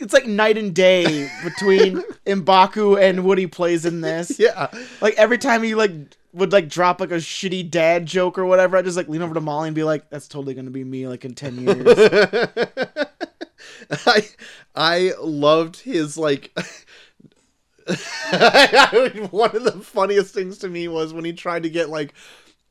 Speaker 1: it's like night and day between Mbaku and what he plays in this.
Speaker 2: yeah.
Speaker 1: Like every time he like would like drop like a shitty dad joke or whatever, I just like lean over to Molly and be like, "That's totally gonna be me like in ten years."
Speaker 2: I I loved his like one of the funniest things to me was when he tried to get like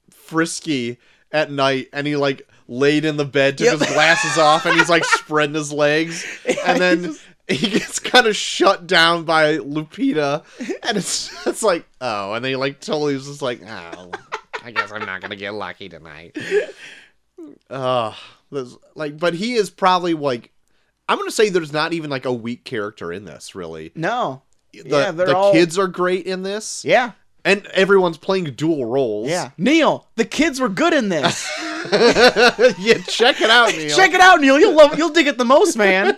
Speaker 2: frisky at night and he like laid in the bed took
Speaker 1: Yep.
Speaker 2: his glasses off and he's like spreading his legs and then he, gets kind of shut down by Lupita and it's it's like oh and they like totally was just like oh I guess I'm not gonna get lucky tonight. Uh, there's- like, but he is probably like, I'm gonna say there's not even like a weak character in this, really.
Speaker 1: No.
Speaker 2: The,
Speaker 1: Yeah, they're
Speaker 2: the
Speaker 1: all-
Speaker 2: kids are great in this,
Speaker 1: Yeah.
Speaker 2: and everyone's playing dual roles.
Speaker 1: Yeah. Neil, the kids were good in this.
Speaker 2: yeah, check it out, Neil.
Speaker 1: Check it out, Neil. You'll love. You'll dig it the most, man.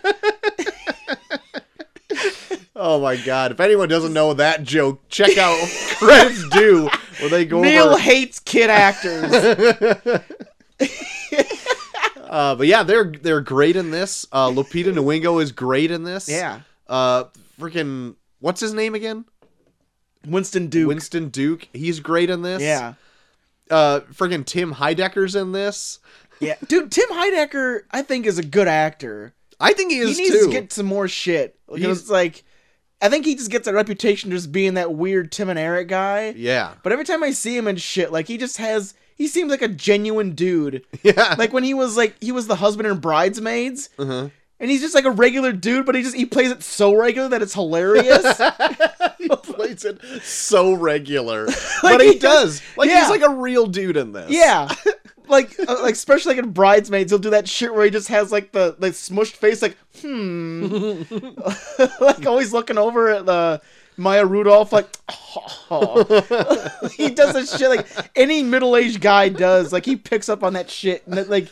Speaker 2: Oh my god! If anyone doesn't know that joke, check out credits due where they go
Speaker 1: Neil
Speaker 2: over.
Speaker 1: hates kid actors.
Speaker 2: Uh, but yeah, they're they're great in this. Uh, Lupita Nyong'o is great in this.
Speaker 1: yeah.
Speaker 2: Uh, freaking what's his name again?
Speaker 1: Winston Duke.
Speaker 2: Winston Duke. He's great in this.
Speaker 1: Yeah.
Speaker 2: uh friggin' Tim Heidecker's in this.
Speaker 1: Yeah. Dude, Tim Heidecker, I think, is a good actor.
Speaker 2: I think he is
Speaker 1: he needs
Speaker 2: too.
Speaker 1: to get some more shit. Because
Speaker 2: He's-
Speaker 1: it's like, I think he just gets a reputation just being that weird Tim and Eric guy.
Speaker 2: Yeah.
Speaker 1: But every time I see him and shit, like he just has, he seems like a genuine dude.
Speaker 2: Yeah.
Speaker 1: like when he was like, he was the husband in Bridesmaids,
Speaker 2: Uh-huh.
Speaker 1: and he's just like a regular dude, but he just he plays it so regular that it's hilarious.
Speaker 2: plays it so regular, but he
Speaker 1: he
Speaker 2: does. Like
Speaker 1: yeah.
Speaker 2: he's like a real dude in this.
Speaker 1: Yeah. Like, uh, like especially like in bridesmaids, he'll do that shit where he just has like the like smushed face, like hmm, like always looking over at the Maya Rudolph, like he does this shit like any middle aged guy does. Like he picks up on that shit, and that, like,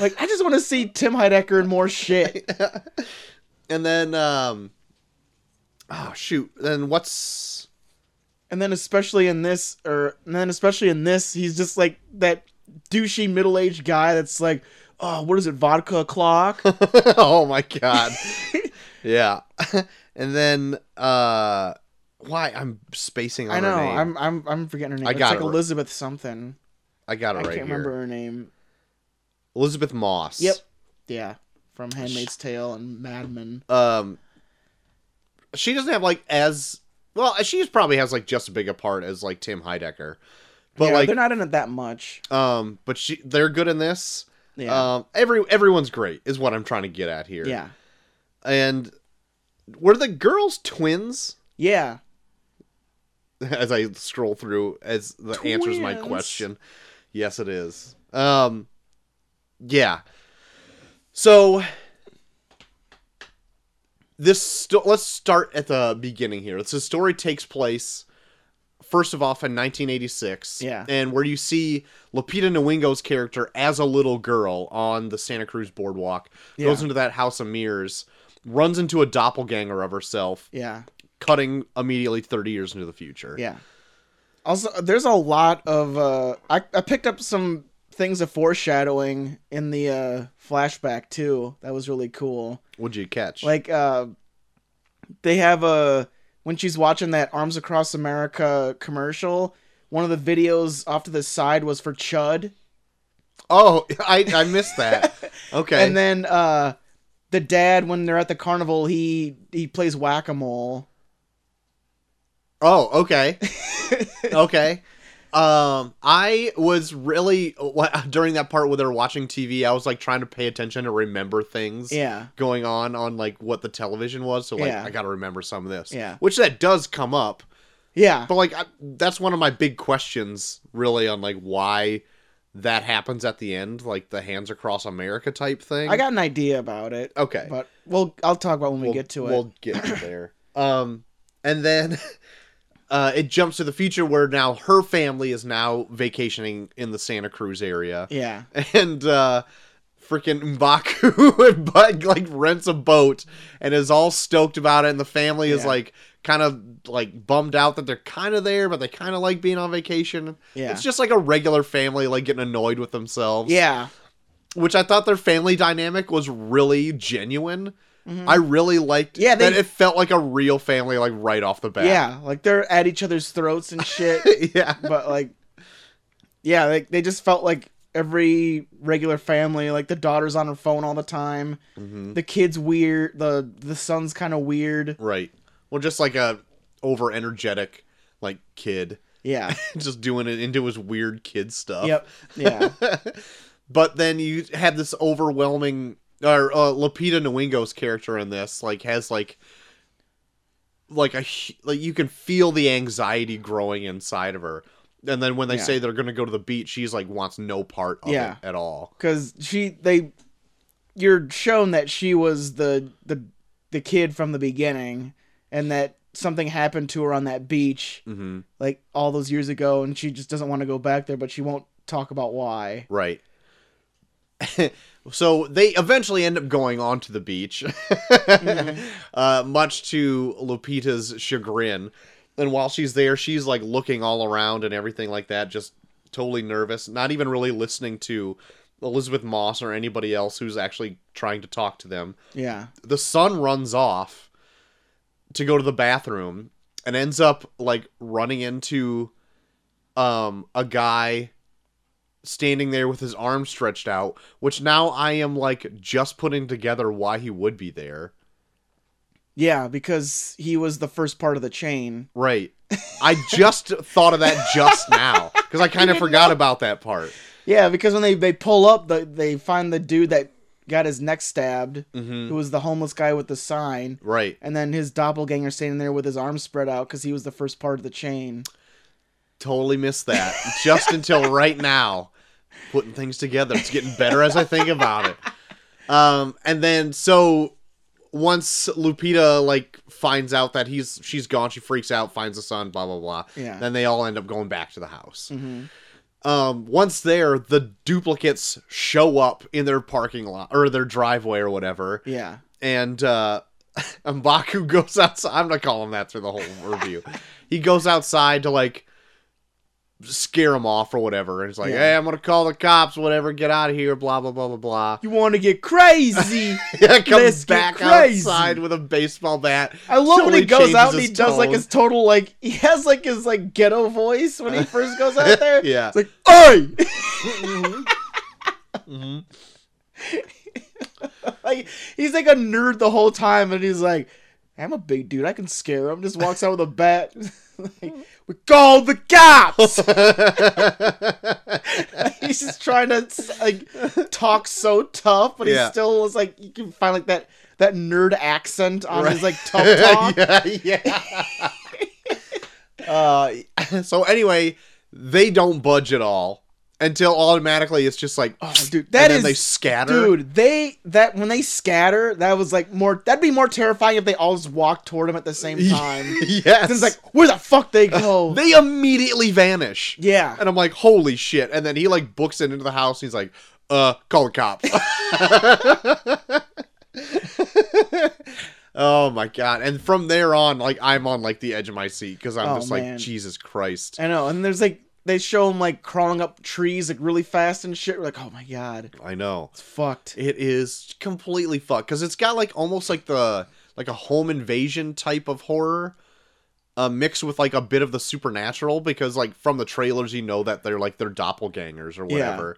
Speaker 1: like I just want to see Tim Heidecker and more shit.
Speaker 2: and then um, oh shoot, then what's
Speaker 1: And then especially in this, or and then especially in this, he's just like that douchey middle aged guy that's like, oh, what is it, vodka o'clock?
Speaker 2: oh my god, yeah, and then uh, why I'm spacing on
Speaker 1: I know.
Speaker 2: her name.
Speaker 1: I'm I'm I'm forgetting her name.
Speaker 2: I
Speaker 1: it's
Speaker 2: got
Speaker 1: like
Speaker 2: it right-
Speaker 1: Elizabeth something.
Speaker 2: I got
Speaker 1: I
Speaker 2: it right
Speaker 1: can't
Speaker 2: here.
Speaker 1: remember her name.
Speaker 2: Elizabeth Moss.
Speaker 1: Yep. Yeah. From Handmaid's Tale and Mad Men.
Speaker 2: um she doesn't have like as well she probably has like just as big a part as like tim heidecker but
Speaker 1: Yeah,
Speaker 2: like
Speaker 1: they're not in it that much.
Speaker 2: um but she they're good in this
Speaker 1: Yeah.
Speaker 2: um every everyone's great is what i'm trying to get at here
Speaker 1: yeah.
Speaker 2: and were the girls twins
Speaker 1: Yeah.
Speaker 2: as i scroll through as the answers my
Speaker 1: Twins.
Speaker 2: question yes it is um yeah so this sto- let's start at the beginning here. This story takes place first of off in 1986,
Speaker 1: Yeah.
Speaker 2: and where you see Lupita Nyong'o's character as a little girl on the Santa Cruz boardwalk goes
Speaker 1: Yeah.
Speaker 2: into that house of mirrors, runs into a doppelganger of herself,
Speaker 1: Yeah.
Speaker 2: cutting immediately 30 years into the future.
Speaker 1: Yeah. Also, there's a lot of uh, I I picked up some things of foreshadowing in the uh, flashback too. That was really cool.
Speaker 2: What'd you catch?
Speaker 1: Like uh, they have a when she's watching that Arms Across America commercial. One of the videos off to the side was for Chud.
Speaker 2: oh, I I missed that. Okay.
Speaker 1: And then uh the dad when they're at the carnival he he plays whack-a-mole.
Speaker 2: Oh, okay. okay. Um, I was really wha- during that part where they're watching TV. I was like trying to pay attention to remember things
Speaker 1: Yeah.
Speaker 2: going on on like what the television was. So like
Speaker 1: Yeah.
Speaker 2: I got to remember some of this.
Speaker 1: Yeah.
Speaker 2: which that does come up.
Speaker 1: Yeah.
Speaker 2: But like I, that's one of my big questions, really, on like why that happens at the end, like the hands across America type thing.
Speaker 1: I got an idea about it.
Speaker 2: okay
Speaker 1: But we'll I'll talk about when we
Speaker 2: we'll,
Speaker 1: get to it.
Speaker 2: We'll get to there. Um, and then uh, it jumps to the future where now her family is now vacationing in the Santa Cruz area,
Speaker 1: yeah.
Speaker 2: and uh, freaking Mbaku but like rents a boat and is all stoked about it, and the family is
Speaker 1: Yeah.
Speaker 2: like kind of like bummed out that they're kind of there, but they kind of like being on vacation.
Speaker 1: Yeah.
Speaker 2: It's just like a regular family like getting annoyed with themselves
Speaker 1: yeah.
Speaker 2: which I thought their family dynamic was really genuine. I really liked
Speaker 1: Mm-hmm. Yeah, they-
Speaker 2: that it felt like a real family, like right off the bat.
Speaker 1: Yeah. Like they're at each other's throats and shit.
Speaker 2: yeah.
Speaker 1: but like Yeah, like they just felt like every regular family, like the daughter's on her phone all the time.
Speaker 2: Mm-hmm.
Speaker 1: The kid's weird, the the son's kinda weird.
Speaker 2: Right. Well, just like a over energetic like kid,
Speaker 1: Yeah.
Speaker 2: just doing it into his weird kid stuff.
Speaker 1: yep. Yeah.
Speaker 2: But then you have this overwhelming, or uh, Lupita Nyong'o's character in this like has like like a hu- like you can feel the anxiety growing inside of her. And then when they
Speaker 1: Yeah.
Speaker 2: say they're gonna go to the beach, she's like wants no part of
Speaker 1: Yeah.
Speaker 2: it at all.
Speaker 1: because she they you're shown that she was the the the kid from the beginning and that something happened to her on that beach
Speaker 2: Mm-hmm.
Speaker 1: like all those years ago and she just doesn't want to go back there but she won't talk about why
Speaker 2: Right. so they eventually end up going onto the beach, uh, much to Lupita's chagrin. And while she's there, she's like looking all around and everything like that, just totally nervous, not even really listening to Elizabeth Moss or anybody else who's actually trying to talk to them.
Speaker 1: yeah
Speaker 2: The son runs off to go to the bathroom and ends up like running into um a guy standing there with his arms stretched out, which now I am like just putting together why he would be there.
Speaker 1: yeah because he was the first part of the chain
Speaker 2: Right. I just thought of that just now because I kind of forgot about that part.
Speaker 1: yeah because when they they pull up the, they find the dude that got his neck stabbed,
Speaker 2: Mm-hmm.
Speaker 1: who was the homeless guy with the sign,
Speaker 2: Right.
Speaker 1: and then his doppelganger standing there with his arms spread out because he was the first part of the chain.
Speaker 2: Totally missed that. Just until right now. Putting things together. It's getting better as I think about it. Um, and then so once Lupita like finds out that he's she's gone, she freaks out, finds the son, blah blah blah.
Speaker 1: Yeah.
Speaker 2: Then they all end up going back to the house.
Speaker 1: Mm-hmm.
Speaker 2: Um, once there, the duplicates show up in their parking lot or their driveway or whatever.
Speaker 1: Yeah.
Speaker 2: and uh Mbaku goes outside. I'm gonna call him that through the whole review. he goes outside to like scare him off or whatever, and he's like,
Speaker 1: Yeah.
Speaker 2: "Hey, I'm gonna call the cops. Whatever, get out of here." Blah blah blah blah blah.
Speaker 1: You want to get crazy?
Speaker 2: Yeah, comes
Speaker 1: Let's get
Speaker 2: back
Speaker 1: crazy.
Speaker 2: outside with a baseball bat.
Speaker 1: I love when
Speaker 2: Totally
Speaker 1: he goes out
Speaker 2: changes
Speaker 1: and he
Speaker 2: his
Speaker 1: does like
Speaker 2: tone.
Speaker 1: his total like he has like his like ghetto voice when he first goes out there.
Speaker 2: Yeah. Mm-hmm.
Speaker 1: It's like, "Oi!"
Speaker 2: Mhm. Mm-hmm.
Speaker 1: like he's like a nerd the whole time and he's like, "I'm a big dude. I can scare him." Just walks out with a bat. like, we call the cops. he's just trying to like talk so tough, but
Speaker 2: Yeah.
Speaker 1: he still is like you can find like that that nerd accent on his like tough talk.
Speaker 2: yeah, yeah. uh, so anyway, they don't budge at all until automatically it's just like,
Speaker 1: Oh, dude, that
Speaker 2: and then
Speaker 1: is-
Speaker 2: they scatter.
Speaker 1: Dude, they that when they scatter, that was like more. That'd be more terrifying if they all just walked toward him at the same time.
Speaker 2: yes,
Speaker 1: Then it's like, where the fuck they go?
Speaker 2: they immediately vanish,
Speaker 1: yeah,
Speaker 2: and I'm like, holy shit! And then he like books it into the house. And he's like, uh, call the cops. oh my god! And from there on, like, I'm on like the edge of my seat because I'm
Speaker 1: Oh,
Speaker 2: just
Speaker 1: man.
Speaker 2: like, Jesus Christ.
Speaker 1: I know. And there's like they show him like crawling up trees like really fast and shit. We're like, oh my god,
Speaker 2: I know.
Speaker 1: it's fucked.
Speaker 2: It is completely fucked because it's got like almost like the like a home invasion type of horror, uh, mixed with like a bit of the supernatural because like from the trailers you know that they're like they're doppelgangers or
Speaker 1: Yeah.
Speaker 2: whatever,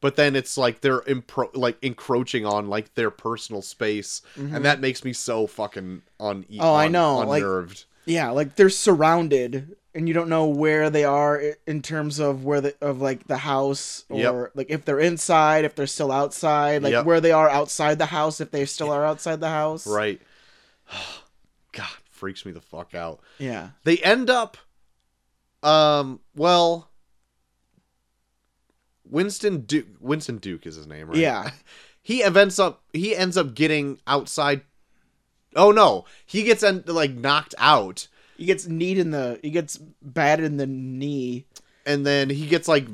Speaker 2: but then it's like they're impro- like encroaching on like their personal space,
Speaker 1: Mhm.
Speaker 2: and that makes me so fucking un
Speaker 1: Oh, I
Speaker 2: un-
Speaker 1: know, like-
Speaker 2: unnerved.
Speaker 1: Yeah, like they're surrounded and you don't know where they are i- in terms of where the of like the house or
Speaker 2: Yep.
Speaker 1: like if they're inside, if they're still outside, like
Speaker 2: Yep.
Speaker 1: where they are outside the house, if they still are outside the house.
Speaker 2: right? God freaks me the fuck out.
Speaker 1: Yeah.
Speaker 2: they end up um well Winston Duke Winston Duke is his name, right?
Speaker 1: Yeah.
Speaker 2: He events up he ends up getting outside Oh no, he gets en- like knocked out
Speaker 1: He gets kneed in the he gets batted in the knee.
Speaker 2: and then he gets like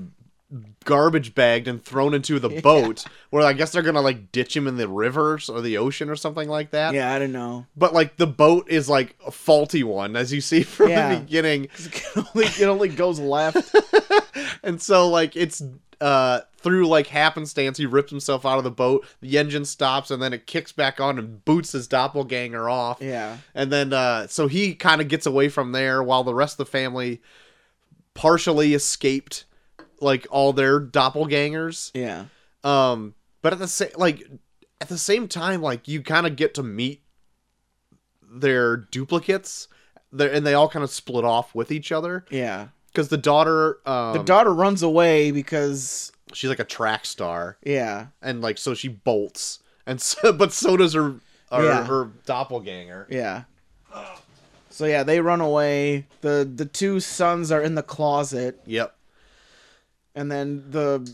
Speaker 2: garbage bagged and thrown into the boat where I guess they're going to like ditch him in the rivers or the ocean or something like that.
Speaker 1: Yeah, I don't know.
Speaker 2: But like the boat is like a faulty one as you see from
Speaker 1: Yeah.
Speaker 2: the beginning.
Speaker 1: 'Cause It can only, it only goes left.
Speaker 2: and so like it's uh through like happenstance he rips himself out of the boat the engine stops and then it kicks back on and boots his doppelganger off
Speaker 1: Yeah.
Speaker 2: and then uh so he kind of gets away from there while the rest of the family partially escaped like all their doppelgangers
Speaker 1: Yeah.
Speaker 2: um but at the same like at the same time like you kind of get to meet their duplicates they and they all kind of split off with each other
Speaker 1: Yeah.
Speaker 2: because the daughter um,
Speaker 1: the daughter runs away because
Speaker 2: she's like a track star
Speaker 1: yeah.
Speaker 2: and like so she bolts and so but so does her her,
Speaker 1: Yeah.
Speaker 2: her doppelganger
Speaker 1: Yeah. So yeah, they run away. The the two sons are in the closet
Speaker 2: yep
Speaker 1: and then the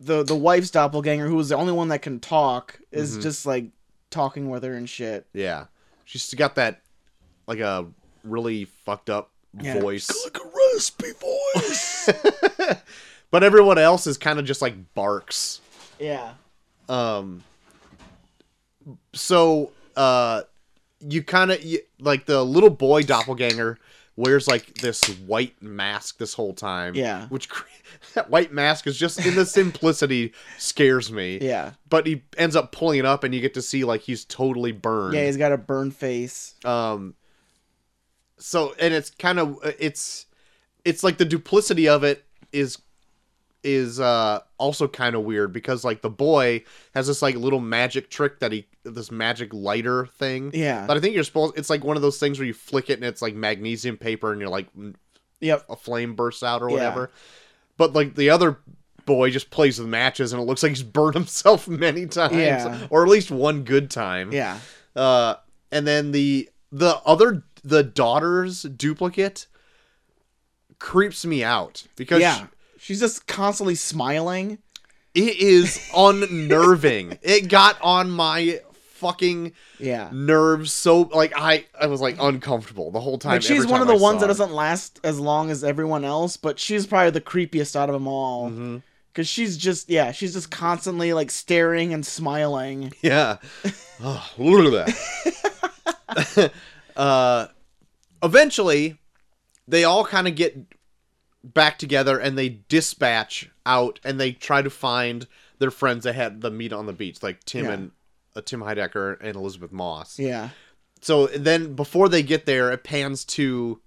Speaker 1: the the wife's doppelganger who is the only one that can talk is
Speaker 2: Mhm.
Speaker 1: just like talking with her and shit.
Speaker 2: yeah she's got that like a really fucked up
Speaker 1: Yeah.
Speaker 2: voice
Speaker 1: Like a raspy voice.
Speaker 2: but everyone else is kind of just like barks
Speaker 1: yeah.
Speaker 2: um so uh you kind of like the little boy doppelganger wears like this white mask this whole time
Speaker 1: Yeah.
Speaker 2: which cr- that white mask is just in the simplicity scares me
Speaker 1: Yeah.
Speaker 2: but he ends up pulling it up and you get to see like he's totally burned
Speaker 1: Yeah, he's got a burn face.
Speaker 2: um so and it's kind of it's it's like the duplicity of it is is uh also kind of weird because like the boy has this like little magic trick that he this magic lighter thing
Speaker 1: Yeah.
Speaker 2: but i think you're supposed it's like one of those things where you flick it and it's like magnesium paper and you're like
Speaker 1: Yep.
Speaker 2: a flame bursts out or
Speaker 1: Yeah.
Speaker 2: whatever but like the other boy just plays with matches and it looks like he's burned himself many times
Speaker 1: Yeah.
Speaker 2: or at least one good time
Speaker 1: Yeah.
Speaker 2: uh, and then the the other the daughter's duplicate creeps me out because
Speaker 1: Yeah. She's just constantly smiling.
Speaker 2: it is unnerving it got on my fucking
Speaker 1: Yeah.
Speaker 2: nerves so like i i was like uncomfortable the whole time
Speaker 1: Like she's
Speaker 2: every
Speaker 1: one of
Speaker 2: time
Speaker 1: the
Speaker 2: I
Speaker 1: ones that
Speaker 2: saw it.
Speaker 1: doesn't last as long as everyone else, but she's probably the creepiest out of them all.
Speaker 2: Mhm.
Speaker 1: Cause she's just yeah, she's just constantly like staring and smiling.
Speaker 2: Yeah. Oh, look at that. uh, eventually, they all kind of get back together and they dispatch out and they try to find their friends they had the meet on the beach, like Tim
Speaker 1: Yeah.
Speaker 2: and uh, Tim Heidecker and Elizabeth Moss.
Speaker 1: Yeah.
Speaker 2: So then, before they get there, it pans to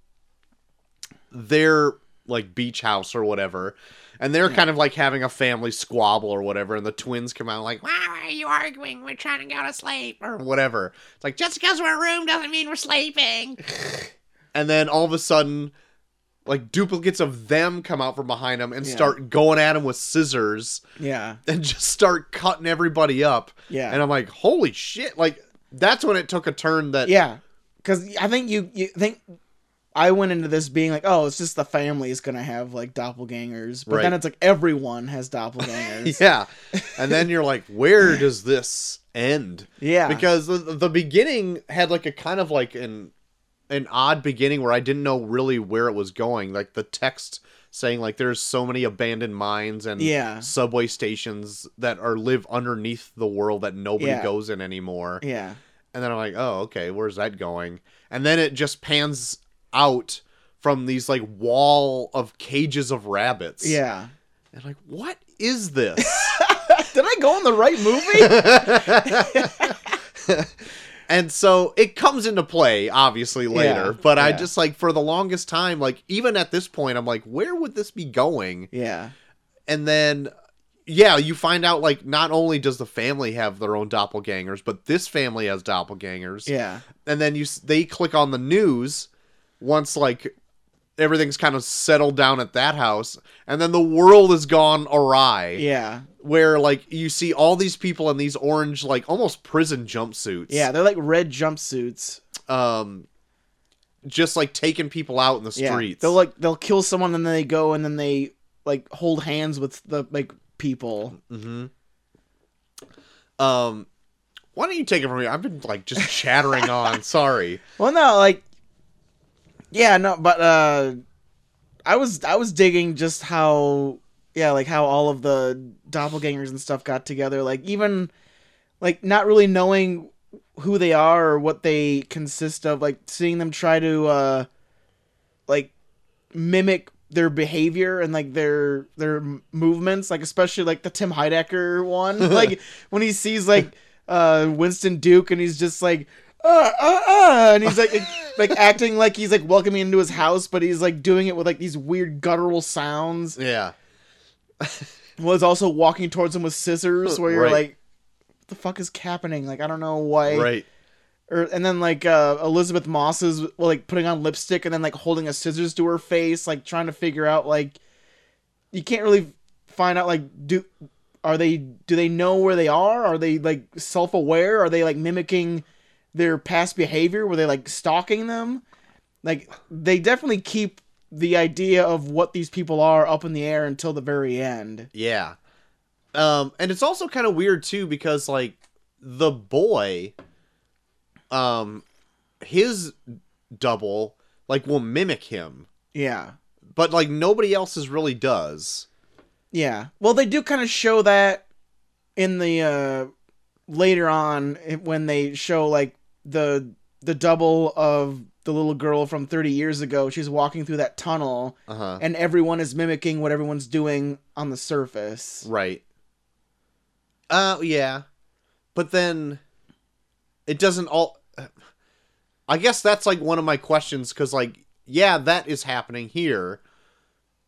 Speaker 2: their like beach house or whatever. And
Speaker 1: Hmm.
Speaker 2: they're kind of like having a family squabble or whatever, and the twins come out like,
Speaker 5: Why are you arguing? We're trying to go to sleep.
Speaker 2: or whatever. It's like just because we're a room doesn't mean we're
Speaker 5: Sleeping.
Speaker 2: And then all of a sudden, like duplicates of them come out from behind them and
Speaker 1: Yeah.
Speaker 2: start going at him with scissors
Speaker 1: Yeah.
Speaker 2: and just start cutting everybody up.
Speaker 1: Yeah.
Speaker 2: And I'm like, holy shit! Like that's when it took a turn that
Speaker 1: Yeah, because I think you you think I went into this being like, oh, it's just the family is gonna have like doppelgangers, but then
Speaker 2: Right.
Speaker 1: it's like everyone has doppelgangers.
Speaker 2: yeah. And then you're like, where does this end?
Speaker 1: yeah,
Speaker 2: Because the, the beginning had like a kind of like an an odd beginning where I didn't know really where it was going. Like the text saying like there's so many abandoned mines and
Speaker 1: Yeah.
Speaker 2: subway stations that are live underneath the world that nobody
Speaker 1: Yeah.
Speaker 2: goes in anymore.
Speaker 1: yeah,
Speaker 2: And then I'm like, oh okay, where's that going? And then it just pans out from these like wall of cages of rabbits.
Speaker 1: yeah.
Speaker 2: And like, what is this?
Speaker 1: Did I go in the right movie?
Speaker 2: and so it comes into play obviously later
Speaker 1: Yeah,
Speaker 2: but i
Speaker 1: yeah.
Speaker 2: just like for the longest time like even at this point i'm like where would this be going
Speaker 1: yeah,
Speaker 2: and then yeah you find out like not only does the family have their own doppelgangers but this family has doppelgangers
Speaker 1: yeah,
Speaker 2: and then you s- they click on the news once like everything's kind of settled down at that house and then the world has gone awry
Speaker 1: yeah,
Speaker 2: where like you see all these people in these orange like almost prison jumpsuits
Speaker 1: yeah. They're like red jumpsuits.
Speaker 2: um just like taking people out in the
Speaker 1: Yeah,
Speaker 2: streets.
Speaker 1: they'll like they'll kill someone and then they go and then they like hold hands with the like people.
Speaker 2: Mm-hmm. um why don't you take it from me? I've been like just chattering on. Sorry.
Speaker 1: Well, no, like, yeah, no, but uh, I was I was digging just how yeah, like how all of the doppelgangers and stuff got together. Like even like not really knowing who they are or what they consist of. Like seeing them try to uh, like mimic their behavior and like their their m- movements like especially like the tim heidecker one like when he sees like uh winston duke and he's just like uh uh uh and he's like like acting like he's like welcoming into his house but he's like doing it with like these weird guttural sounds
Speaker 2: Yeah.
Speaker 1: was also walking towards him with scissors where you're
Speaker 2: Right.
Speaker 1: like what the fuck is happening like i don't know why
Speaker 2: Right.
Speaker 1: or and then like uh, Elizabeth Moss is well, like putting on lipstick and then like holding a scissors to her face, like trying to figure out like you can't really find out like do are they do they know where they are? Are they like self aware? Are they like mimicking their past behavior? Were they like stalking them? Like they definitely keep the idea of what these people are up in the air until the very end.
Speaker 2: Yeah. Um and it's also kind of weird too because like the boy um his double like will mimic him,
Speaker 1: Yeah.
Speaker 2: but like nobody else's really does.
Speaker 1: Yeah. Well, they do kind of show that in the uh later on eh, when they show like the the double of the little girl from 30 years ago. She's walking through that tunnel
Speaker 2: Uh-huh.
Speaker 1: and everyone is mimicking what everyone's doing on the surface.
Speaker 2: Right. Uh yeah. But then it doesn't all I guess that's like one of my questions cuz like yeah, that is happening here.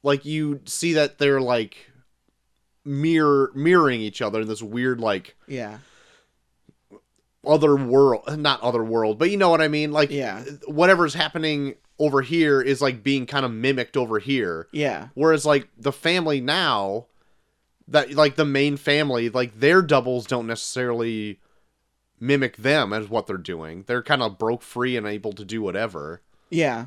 Speaker 2: Like you see that they're like mirror mirroring each other in this weird like
Speaker 1: Yeah.
Speaker 2: other world not other world, but you know what I mean? Like
Speaker 1: Yeah.
Speaker 2: whatever's happening over here is like being kind of mimicked over here.
Speaker 1: Yeah.
Speaker 2: Whereas like the family now that like the main family like their doubles don't necessarily mimic them as what they're doing they're kind of broke free and able to do whatever
Speaker 1: Yeah.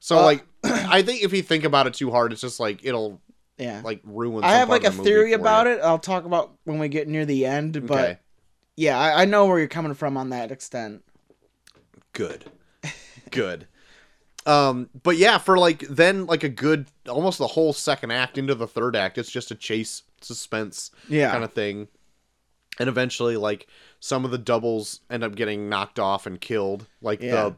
Speaker 2: so
Speaker 1: Uh,
Speaker 2: like i think if you think about it too hard it's just like it'll
Speaker 1: Yeah.
Speaker 2: like ruin
Speaker 1: I
Speaker 2: some
Speaker 1: have
Speaker 2: part
Speaker 1: like a
Speaker 2: of the movie
Speaker 1: theory
Speaker 2: for
Speaker 1: about
Speaker 2: you.
Speaker 1: it. I'll talk about when we get near the end, but
Speaker 2: Okay.
Speaker 1: yeah, I, I know where you're coming from on that extent.
Speaker 2: good good um but yeah for like then like a good almost the whole second act into the third act it's just a chase suspense
Speaker 1: Yeah.
Speaker 2: kind of thing and eventually like some of the doubles end up getting knocked off and killed like
Speaker 1: Yeah.
Speaker 2: the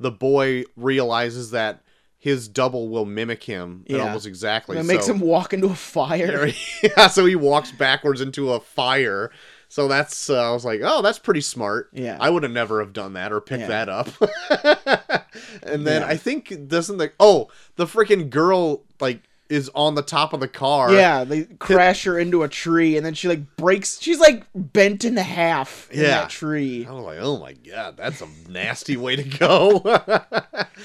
Speaker 2: the boy realizes that his double will mimic him and
Speaker 1: Yeah.
Speaker 2: almost exactly
Speaker 1: That makes
Speaker 2: so-
Speaker 1: him walk into a fire.
Speaker 2: yeah so he walks backwards into a fire so that's uh, i was like oh that's pretty smart
Speaker 1: Yeah.
Speaker 2: i would have never have done that or picked
Speaker 1: Yeah.
Speaker 2: that up and then
Speaker 1: Yeah.
Speaker 2: i think doesn't the oh the freaking girl like is on the top of the car
Speaker 1: Yeah, they crash her into a tree, and then she like breaks. She's like bent in half in
Speaker 2: Yeah.
Speaker 1: that tree.
Speaker 2: I was like, oh my god, that's a nasty way to go.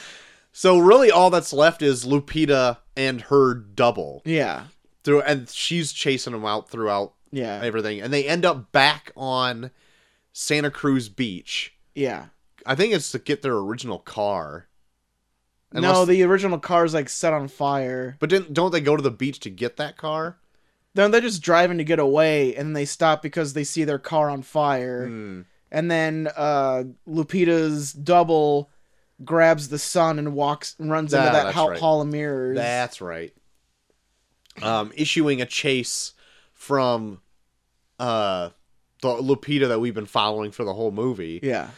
Speaker 2: so really all that's left is Lupita and her double.
Speaker 1: Yeah,
Speaker 2: Through and she's chasing them out throughout
Speaker 1: yeah,
Speaker 2: everything. And they end up back on Santa Cruz Beach.
Speaker 1: yeah.
Speaker 2: I think it's to get their original car.
Speaker 1: no,
Speaker 2: Unless-
Speaker 1: the original car's like set on fire.
Speaker 2: But didn't don't they go to the beach to get that car?
Speaker 1: No, they're just driving to get away, and they stop because they see their car on fire.
Speaker 2: Hmm.
Speaker 1: And then uh, Lupita's double grabs the sun and walks, runs
Speaker 2: Ah,
Speaker 1: into that
Speaker 2: that's
Speaker 1: hall,
Speaker 2: right.
Speaker 1: hall of mirrors.
Speaker 2: That's right. Um, issuing a chase from uh, the Lupita that we've been following for the whole movie
Speaker 1: yeah,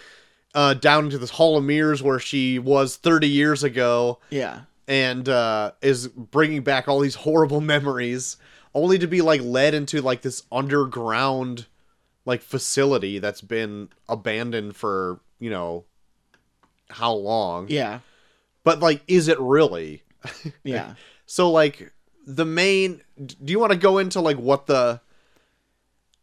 Speaker 2: uh, down into this Hall of Mirrors where she was 30 years ago
Speaker 1: yeah,
Speaker 2: and uh, is bringing back all these horrible memories only to be like led into like this underground like facility that's been abandoned for, you know, how long.
Speaker 1: yeah,
Speaker 2: But like, is it really?
Speaker 1: yeah.
Speaker 2: So like the main d- do you want to go into like what the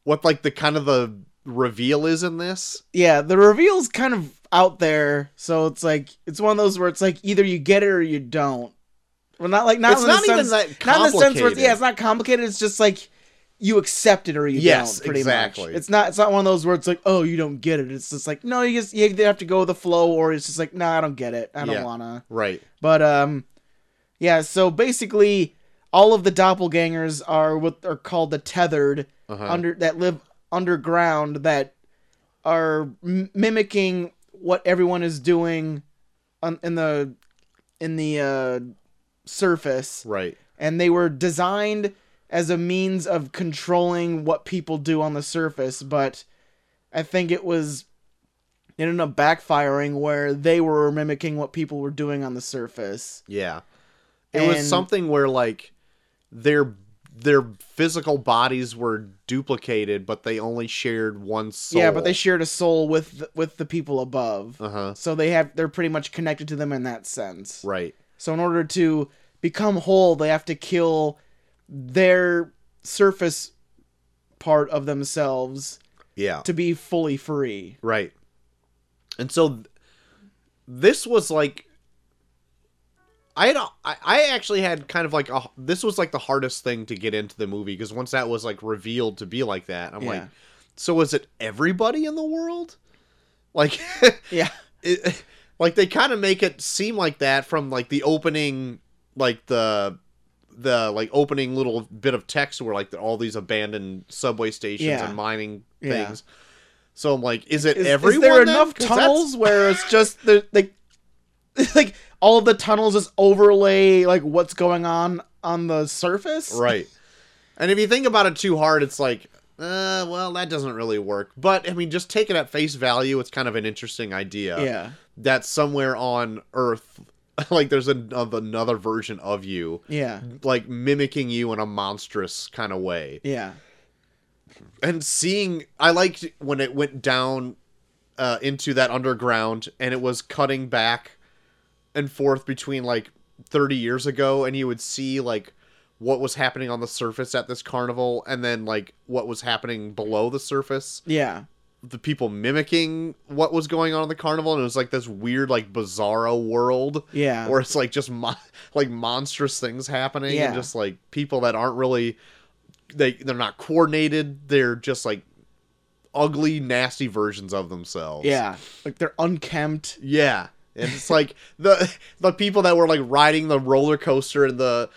Speaker 2: what like the kind of the reveal is in this?
Speaker 1: yeah, the reveal's kind of out there, so it's like it's one of those where it's like either you get it or you don't. Well, not like not
Speaker 2: It's
Speaker 1: in the
Speaker 2: not even
Speaker 1: sense,
Speaker 2: that
Speaker 1: not in the sense where it's,
Speaker 2: complicated.
Speaker 1: yeah, it's not complicated. It's just like you accept it or you
Speaker 2: Yes,
Speaker 1: don't. Pretty
Speaker 2: exactly.
Speaker 1: much. It's not it's not one of those where it's like oh you don't get it. It's just like no you just you either have to go with the flow or it's just like no I don't get it. I don't
Speaker 2: Yeah.
Speaker 1: wanna.
Speaker 2: Right.
Speaker 1: But um, yeah. So basically, all of the doppelgangers are what are called the tethered
Speaker 2: Uh-huh.
Speaker 1: under that live underground that are m- mimicking what everyone is doing on, in the in the uh, surface,
Speaker 2: Right.
Speaker 1: and they were designed as a means of controlling what people do on the surface, but I think it was it ended up backfiring where they were mimicking what people were doing on the surface.
Speaker 2: Yeah. It was
Speaker 1: And-
Speaker 2: something where like their their physical bodies were duplicated but they only shared one soul.
Speaker 1: Yeah, but they shared a soul with th- with the people above.
Speaker 2: Uh-huh.
Speaker 1: So they have they're pretty much connected to them in that sense.
Speaker 2: Right.
Speaker 1: So in order to become whole, they have to kill their surface part of themselves
Speaker 2: Yeah.
Speaker 1: to be fully free.
Speaker 2: Right. And so th- this was like I had a, I, I actually had kind of like a this was like the hardest thing to get into the movie because once that was like revealed to be like that, I'm like,
Speaker 1: Yeah.
Speaker 2: so is it everybody in the world? Like
Speaker 1: Yeah.
Speaker 2: it, like they kind of make it seem like that from like the opening like the the like opening little bit of text where like all these abandoned subway stations
Speaker 1: Yeah.
Speaker 2: and mining
Speaker 1: Yeah.
Speaker 2: things so i'm like is it
Speaker 1: Is, is
Speaker 2: everyone
Speaker 1: there
Speaker 2: then?
Speaker 1: enough
Speaker 2: 'Cause that's-
Speaker 1: tunnels where it's just the like like all of the tunnels just overlay like what's going on on the surface?
Speaker 2: right and if you think about it too hard it's like uh, well that doesn't really work but i mean just take it at face value it's kind of an interesting idea
Speaker 1: Yeah.
Speaker 2: that somewhere on earth like there's an, of another version of you
Speaker 1: Yeah.
Speaker 2: like mimicking you in a monstrous kind of way
Speaker 1: Yeah.
Speaker 2: and seeing i liked when it went down uh, into that underground and it was cutting back and forth between like 30 years ago and you would see like what was happening on the surface at this carnival and then like what was happening below the surface
Speaker 1: Yeah.
Speaker 2: the people mimicking what was going on at the carnival and it was like this weird like bizarro world
Speaker 1: Yeah.
Speaker 2: where it's like just mon- like monstrous things happening
Speaker 1: Yeah.
Speaker 2: and just like people that aren't really they they're not coordinated. They're just like ugly, nasty versions of themselves.
Speaker 1: Yeah, like they're unkempt.
Speaker 2: Yeah. And it's like the the people that were like riding the roller coaster in the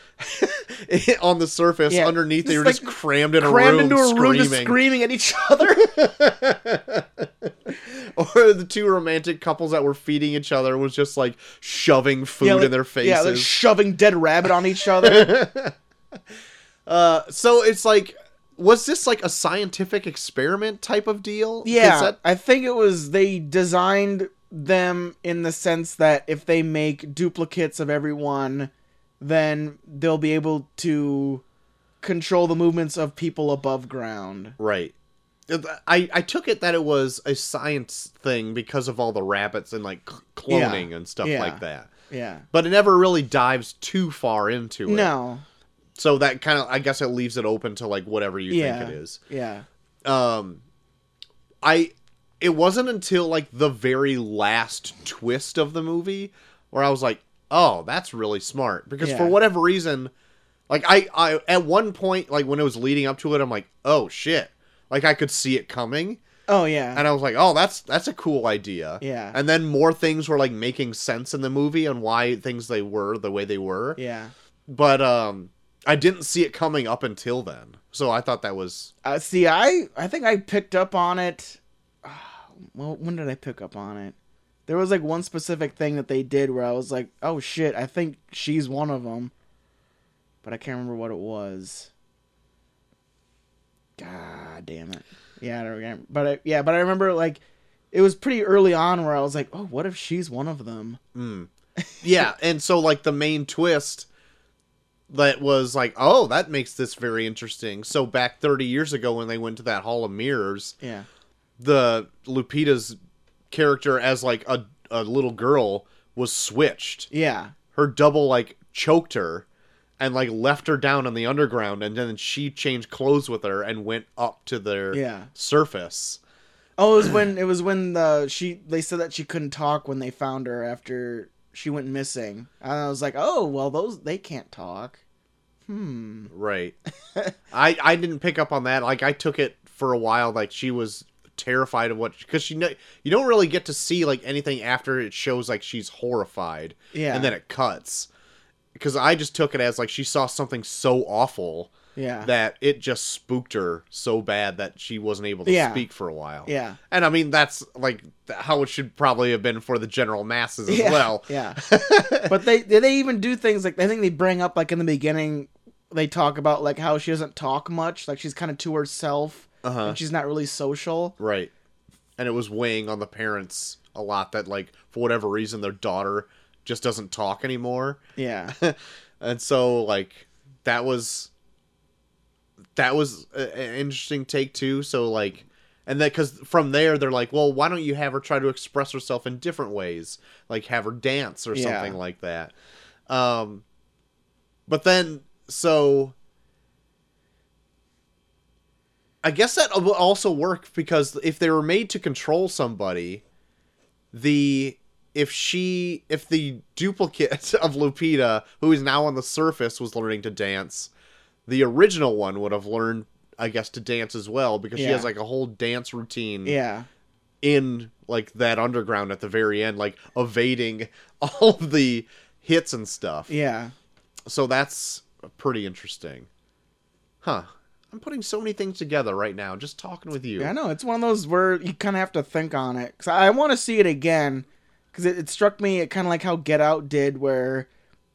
Speaker 2: on the surface
Speaker 1: Yeah.
Speaker 2: underneath they
Speaker 1: It's
Speaker 2: were
Speaker 1: like
Speaker 2: just crammed in a
Speaker 1: Crammed
Speaker 2: room
Speaker 1: into a room,
Speaker 2: screaming.
Speaker 1: just screaming at each other.
Speaker 2: or the two romantic couples that were feeding each other was just like shoving food
Speaker 1: like-
Speaker 2: in their faces.
Speaker 1: Yeah, like shoving dead rabbit on each other.
Speaker 2: uh, so it's like, was this like a scientific experiment type of deal? 'Cause
Speaker 1: yeah,
Speaker 2: that-
Speaker 1: I think it was they designed them in the sense that if they make duplicates of everyone, then they'll be able to control the movements of people above ground.
Speaker 2: right. I, I took it that it was a science thing because of all the rabbits and like cl-
Speaker 1: Yeah.
Speaker 2: cloning and stuff
Speaker 1: Yeah.
Speaker 2: like that.
Speaker 1: Yeah.
Speaker 2: But it never really dives too far into it.
Speaker 1: No.
Speaker 2: So that kind of, I guess it leaves it open to like whatever you
Speaker 1: yeah.
Speaker 2: think it is.
Speaker 1: Yeah.
Speaker 2: um i it wasn't until like the very last twist of the movie where i was like oh that's really smart because for
Speaker 1: Yeah.
Speaker 2: whatever reason like i i at one point like when it was leading up to it i'm like oh shit like i could see it coming
Speaker 1: Oh yeah.
Speaker 2: and i was like oh that's that's a cool idea
Speaker 1: Yeah.
Speaker 2: and then more things were like making sense in the movie and why things they were the way they were
Speaker 1: yeah.
Speaker 2: but um i didn't see it coming up until then so i thought that was
Speaker 1: Uh, see, I I think I picked up on it. Ah, Well, when did I pick up on it? There was like one specific thing that they did where I was like, "Oh shit, I think she's one of them," but I can't remember what it was. God damn it! Yeah, I don't remember. But I, yeah, but I remember like it was pretty early on where I was like, "Oh, what if she's one of them?"
Speaker 2: yeah and so like the main twist that was like oh that makes this very interesting so back 30 years ago when they went to that hall of mirrors
Speaker 1: Yeah,
Speaker 2: the lupita's character as like a, a little girl was switched
Speaker 1: yeah,
Speaker 2: her double like choked her and like left her down in the underground and then she changed clothes with her and went up to their
Speaker 1: Yeah.
Speaker 2: surface
Speaker 1: Oh, it was when it was when the she they said that she couldn't talk when they found her after she went missing. And I was like, oh well, those they can't talk.
Speaker 2: Right. I I didn't pick up on that. Like I took it for a while. Like she was terrified of what because she know you don't really get to see like anything after it shows like she's horrified.
Speaker 1: Yeah.
Speaker 2: And then it cuts. Because I just took it as like she saw something so awful
Speaker 1: Yeah,
Speaker 2: that it just spooked her so bad that she wasn't able to
Speaker 1: Yeah.
Speaker 2: speak for a while.
Speaker 1: yeah,
Speaker 2: And I mean that's like th- how it should probably have been for the general masses as
Speaker 1: yeah,
Speaker 2: well.
Speaker 1: yeah. but they they even do things like I think they bring up like in the beginning they talk about like how she doesn't talk much, like she's kind of to herself
Speaker 2: Uh-huh.
Speaker 1: and she's not really social.
Speaker 2: Right. And it was weighing on the parents a lot that like for whatever reason their daughter just doesn't talk anymore.
Speaker 1: Yeah,
Speaker 2: And so like that was that was a- an interesting take too. So like and that cuz from there they're like, "Well, why don't you have her try to express herself in different ways? Like have her dance or
Speaker 1: Yeah.
Speaker 2: something like that." Um but then so I guess that will also work because if they were made to control somebody, the if she if the duplicate of Lupita, who is now on the surface, was learning to dance, the original one would have learned, I guess, to dance as well because she
Speaker 1: Yeah.
Speaker 2: has like a whole dance routine
Speaker 1: yeah,
Speaker 2: in like that underground at the very end, like evading all of the hits and stuff.
Speaker 1: yeah.
Speaker 2: So that's pretty interesting. Huh. I'm putting so many things together right now, just talking with you.
Speaker 1: Yeah, I know. It's one of those where you kind of have to think on it. Cause I want to see it again. Cause it, it struck me, it kind of like how Get Out did, where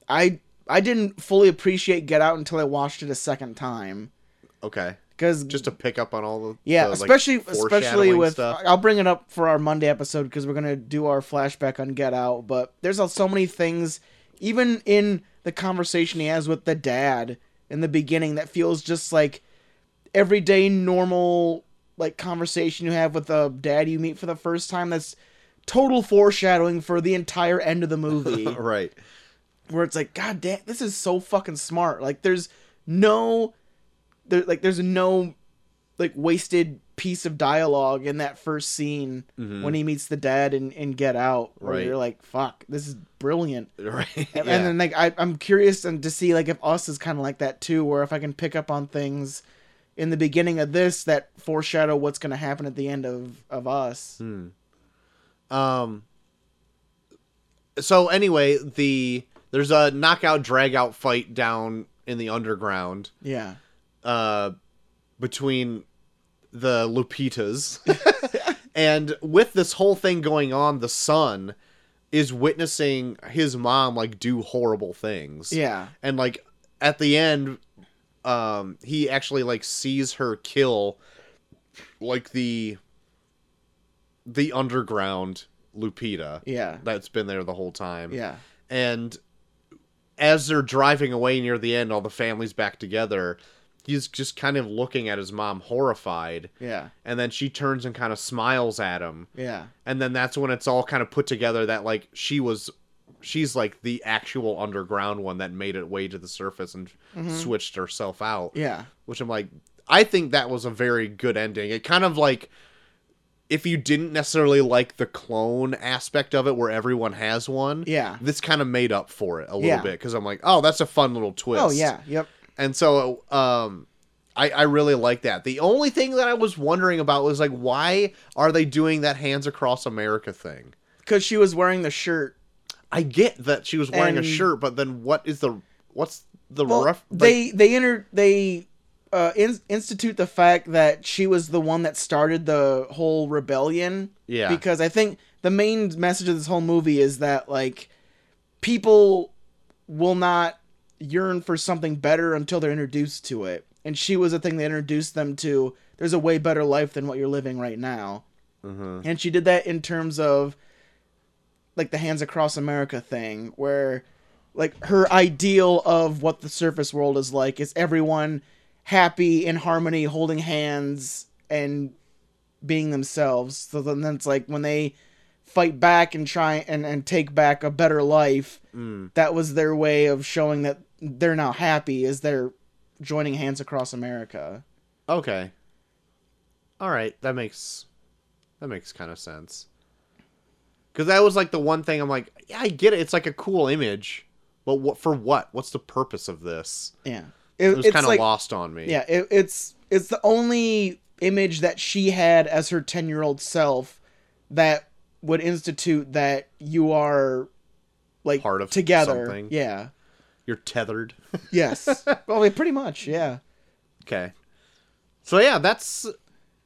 Speaker 1: I I didn't fully appreciate Get Out until I watched it a second time.
Speaker 2: Okay.
Speaker 1: Cause
Speaker 2: Just to pick up on all the
Speaker 1: yeah,
Speaker 2: the, like,
Speaker 1: especially especially
Speaker 2: foreshadowing
Speaker 1: with
Speaker 2: stuff.
Speaker 1: I'll bring it up for our Monday episode because we're gonna do our flashback on Get Out. But there's uh, so many things, even in the conversation he has with the dad in the beginning, that feels just like everyday normal like conversation you have with a dad you meet for the first time. That's total foreshadowing for the entire end of the movie
Speaker 2: right.
Speaker 1: where it's like, God damn, this is so fucking smart. Like, there's no, there, like, there's no, like, wasted piece of dialogue in that first scene when he meets the dad and, and Get Out. Where
Speaker 2: Mm-hmm. Right.
Speaker 1: You're like, fuck, this is brilliant.
Speaker 2: Right.
Speaker 1: And,
Speaker 2: yeah.
Speaker 1: and then, like, I, I'm curious and to see, like, if us is kind of like that too, where if I can pick up on things in the beginning of this that foreshadow what's going to happen at the end of of us.
Speaker 2: Hmm. Um. So anyway, the there's a knockout drag out fight down in the underground
Speaker 1: Yeah.
Speaker 2: uh between the Lupitas. and with this whole thing going on, the son is witnessing his mom like do horrible things.
Speaker 1: Yeah.
Speaker 2: and like at the end um he actually like sees her kill like the the underground lupita
Speaker 1: Yeah.
Speaker 2: that's been there the whole time
Speaker 1: Yeah.
Speaker 2: and as they're driving away near the end all the family's back together he's just kind of looking at his mom horrified
Speaker 1: Yeah.
Speaker 2: and then she turns and kind of smiles at him
Speaker 1: Yeah.
Speaker 2: and then that's when it's all kind of put together that like she was she's like the actual underground one that made it way to the surface and
Speaker 1: Mm-hmm.
Speaker 2: switched herself out
Speaker 1: Yeah.
Speaker 2: which i'm like i think that was a very good ending it kind of like if you didn't necessarily like the clone aspect of it where everyone has one
Speaker 1: Yeah.
Speaker 2: this kind of made up for it a little
Speaker 1: Yeah.
Speaker 2: bit because i'm like oh that's a fun little twist
Speaker 1: Oh yeah. Yep.
Speaker 2: and so um I, I really like that. The only thing that I was wondering about was like, why are they doing that Hands Across America thing?
Speaker 1: Because she was wearing the shirt.
Speaker 2: I get that she was wearing
Speaker 1: And-
Speaker 2: a shirt, but then what is the what's the
Speaker 1: Well,
Speaker 2: ref? like-
Speaker 1: they they enter they uh, in- institute the fact that she was the one that started the whole rebellion.
Speaker 2: Yeah.
Speaker 1: Because I think the main message of this whole movie is that like people will not yearn for something better until they're introduced to it, and she was the thing that introduced them to. There's a way better life than what you're living right now,
Speaker 2: Mhm.
Speaker 1: and she did that in terms of like the hands across America thing, where like her ideal of what the surface world is like is everyone happy in harmony holding hands and being themselves so then that's like when they fight back and try and, and take back a better life
Speaker 2: Mm.
Speaker 1: that was their way of showing that they're now happy is they're joining hands across america
Speaker 2: okay, all right, that makes that makes kind of sense. Because that was like the one thing I'm like, yeah, I get it. It's like a cool image, but what for? What? What's the purpose of this?
Speaker 1: yeah
Speaker 2: It was
Speaker 1: it's
Speaker 2: kind of
Speaker 1: like-
Speaker 2: lost on me.
Speaker 1: Yeah, it, it's it's the only image that she had as her ten year old self that would institute that you are like
Speaker 2: Part of
Speaker 1: together.
Speaker 2: something.
Speaker 1: Yeah.
Speaker 2: you're tethered.
Speaker 1: Yes. well, yeah, pretty much. Yeah.
Speaker 2: Okay. So yeah, that's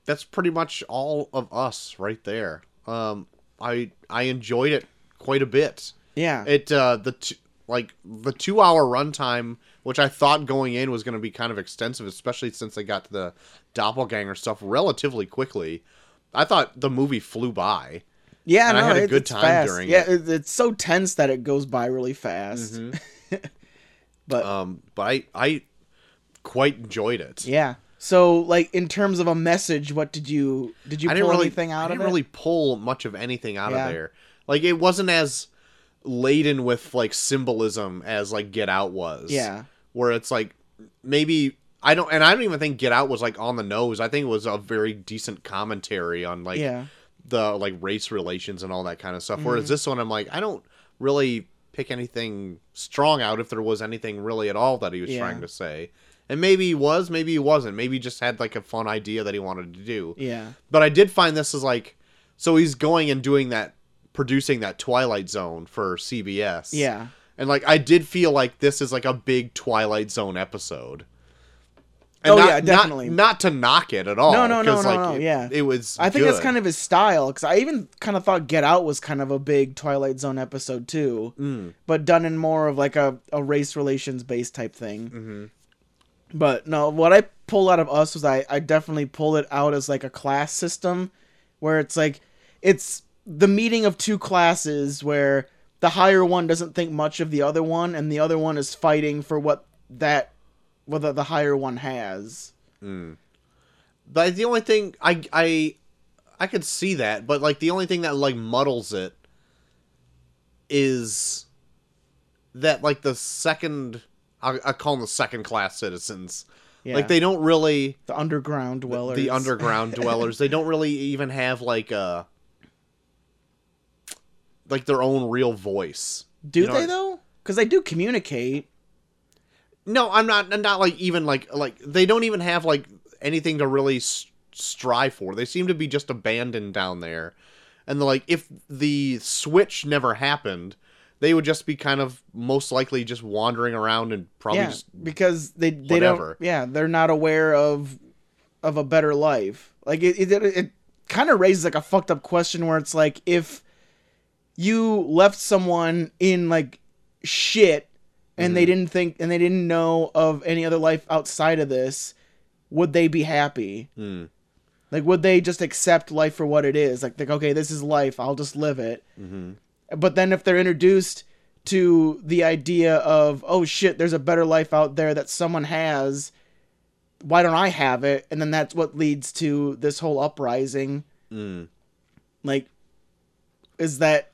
Speaker 2: that's pretty much all of us right there. Um, I I enjoyed it quite a bit.
Speaker 1: Yeah.
Speaker 2: It uh the t- like the two hour runtime, which I thought going in was going to be kind of extensive, especially since they got to the doppelganger stuff relatively quickly. I thought the movie flew by.
Speaker 1: yeah.
Speaker 2: and I
Speaker 1: no,
Speaker 2: had a
Speaker 1: it-
Speaker 2: good
Speaker 1: it's
Speaker 2: time
Speaker 1: fast.
Speaker 2: during
Speaker 1: Yeah, it. it's so tense that it goes by really fast.
Speaker 2: Mm-hmm.
Speaker 1: but
Speaker 2: Um, but I I quite enjoyed it.
Speaker 1: yeah. So like in terms of a message, what did you did you
Speaker 2: I
Speaker 1: pull
Speaker 2: didn't really
Speaker 1: anything out
Speaker 2: I
Speaker 1: of
Speaker 2: didn't
Speaker 1: it?
Speaker 2: really pull much of anything out
Speaker 1: Yeah.
Speaker 2: of there. Like it wasn't as laden with like symbolism as like Get Out was.
Speaker 1: Yeah.
Speaker 2: Where it's like maybe I don't and I don't even think Get Out was like on the nose. I think it was a very decent commentary on like
Speaker 1: yeah. Mm-hmm.
Speaker 2: the like race relations and all that kind of stuff. Whereas this one I'm like I don't really pick anything strong out if there was anything really at all that he was
Speaker 1: Yeah.
Speaker 2: trying to say. And maybe he was, maybe he wasn't. Maybe he just had like a fun idea that he wanted to do.
Speaker 1: Yeah.
Speaker 2: But I did find this is like, so he's going and doing that, producing that Twilight Zone for CBS.
Speaker 1: Yeah.
Speaker 2: And like, I did feel like this is like a big Twilight Zone episode.
Speaker 1: Oh, yeah, definitely.
Speaker 2: Not, not to knock it at all.
Speaker 1: No, no, no,
Speaker 2: 'cause,
Speaker 1: no,
Speaker 2: like,
Speaker 1: no,
Speaker 2: It,
Speaker 1: yeah.
Speaker 2: it was.
Speaker 1: I think that's
Speaker 2: good.
Speaker 1: kind of his style because I even kind of thought Get Out was kind of a big Twilight Zone episode too,
Speaker 2: Mm.
Speaker 1: but done in more of like a, a race relations based type thing. Mm-hmm. But no, what I pulled out of Us was I, I definitely pulled it out as like a class system where it's like it's the meeting of two classes where the higher one doesn't think much of the other one and the other one is fighting for what that what the, the higher one has.
Speaker 2: But the only thing I I I could see that, but like the only thing that like muddles it is that like the second I, I call them the second class citizens.
Speaker 1: Yeah.
Speaker 2: Like they don't really
Speaker 1: the underground dwellers.
Speaker 2: the underground dwellers. They don't really even have like a like their own real voice.
Speaker 1: Do
Speaker 2: You know
Speaker 1: they
Speaker 2: what-
Speaker 1: though? Because they do communicate.
Speaker 2: No, I'm not. I'm not like even like like they don't even have like anything to really s- strive for. They seem to be just abandoned down there. And like if the switch never happened, they would just be kind of most likely just wandering around and probably
Speaker 1: yeah,
Speaker 2: just
Speaker 1: because they they
Speaker 2: whatever.
Speaker 1: don't. Yeah, they're not aware of of a better life. Like it, it, it kind of raises like a fucked up question where it's like if you left someone in like shit and
Speaker 2: Mm-hmm.
Speaker 1: they didn't think and they didn't know of any other life outside of this, would they be happy?
Speaker 2: Mm.
Speaker 1: Like would they just accept life for what it is? Like, like okay, this is life. I'll just live it
Speaker 2: Mm-hmm.
Speaker 1: but then if they're introduced to the idea of oh shit there's a better life out there that someone has why don't i have it and then that's what leads to this whole uprising
Speaker 2: Mm.
Speaker 1: like is that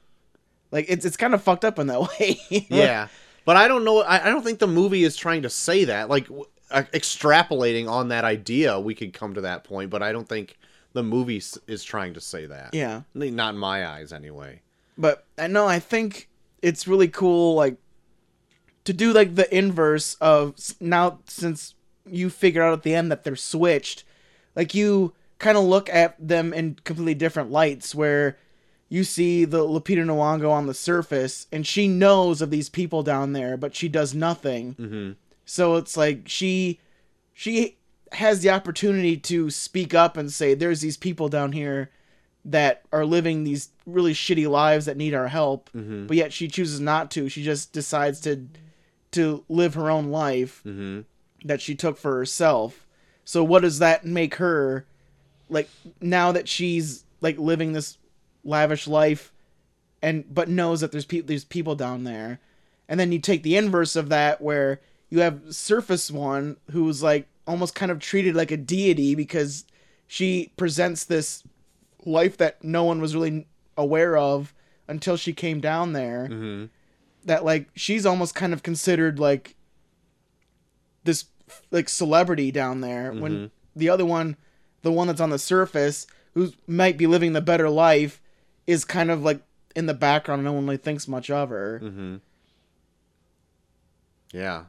Speaker 1: like it's it's kind of fucked up in that way
Speaker 2: yeah but i don't know I, I don't think the movie is trying to say that like w- uh, extrapolating on that idea we could come to that point but i don't think the movie s- is trying to say that
Speaker 1: yeah
Speaker 2: I mean, not in my eyes anyway
Speaker 1: but I know I think it's really cool like to do like the inverse of s- now since you figure out at the end that they're switched like you kind of look at them in completely different lights where you see the Lupita Nyong'o on the surface and she knows of these people down there but she does nothing
Speaker 2: mm-hmm.
Speaker 1: so it's like she she has the opportunity to speak up and say there's these people down here that are living these really shitty lives that need our help,
Speaker 2: Mhm.
Speaker 1: but yet she chooses not to. She just decides to to live her own life
Speaker 2: Mhm.
Speaker 1: that she took for herself. So what does that make her like now that she's like living this lavish life and but knows that there's people there's people down there. And then you take the inverse of that where you have surface one who's like almost kind of treated like a deity because she presents this life that no one was really aware of until she came down there
Speaker 2: Mhm.
Speaker 1: that like she's almost kind of considered like this like celebrity down there
Speaker 2: Mm-hmm.
Speaker 1: when the other one the one that's on the surface who might be living the better life is kind of like in the background no one really thinks much of her
Speaker 2: Mm-hmm. Yeah.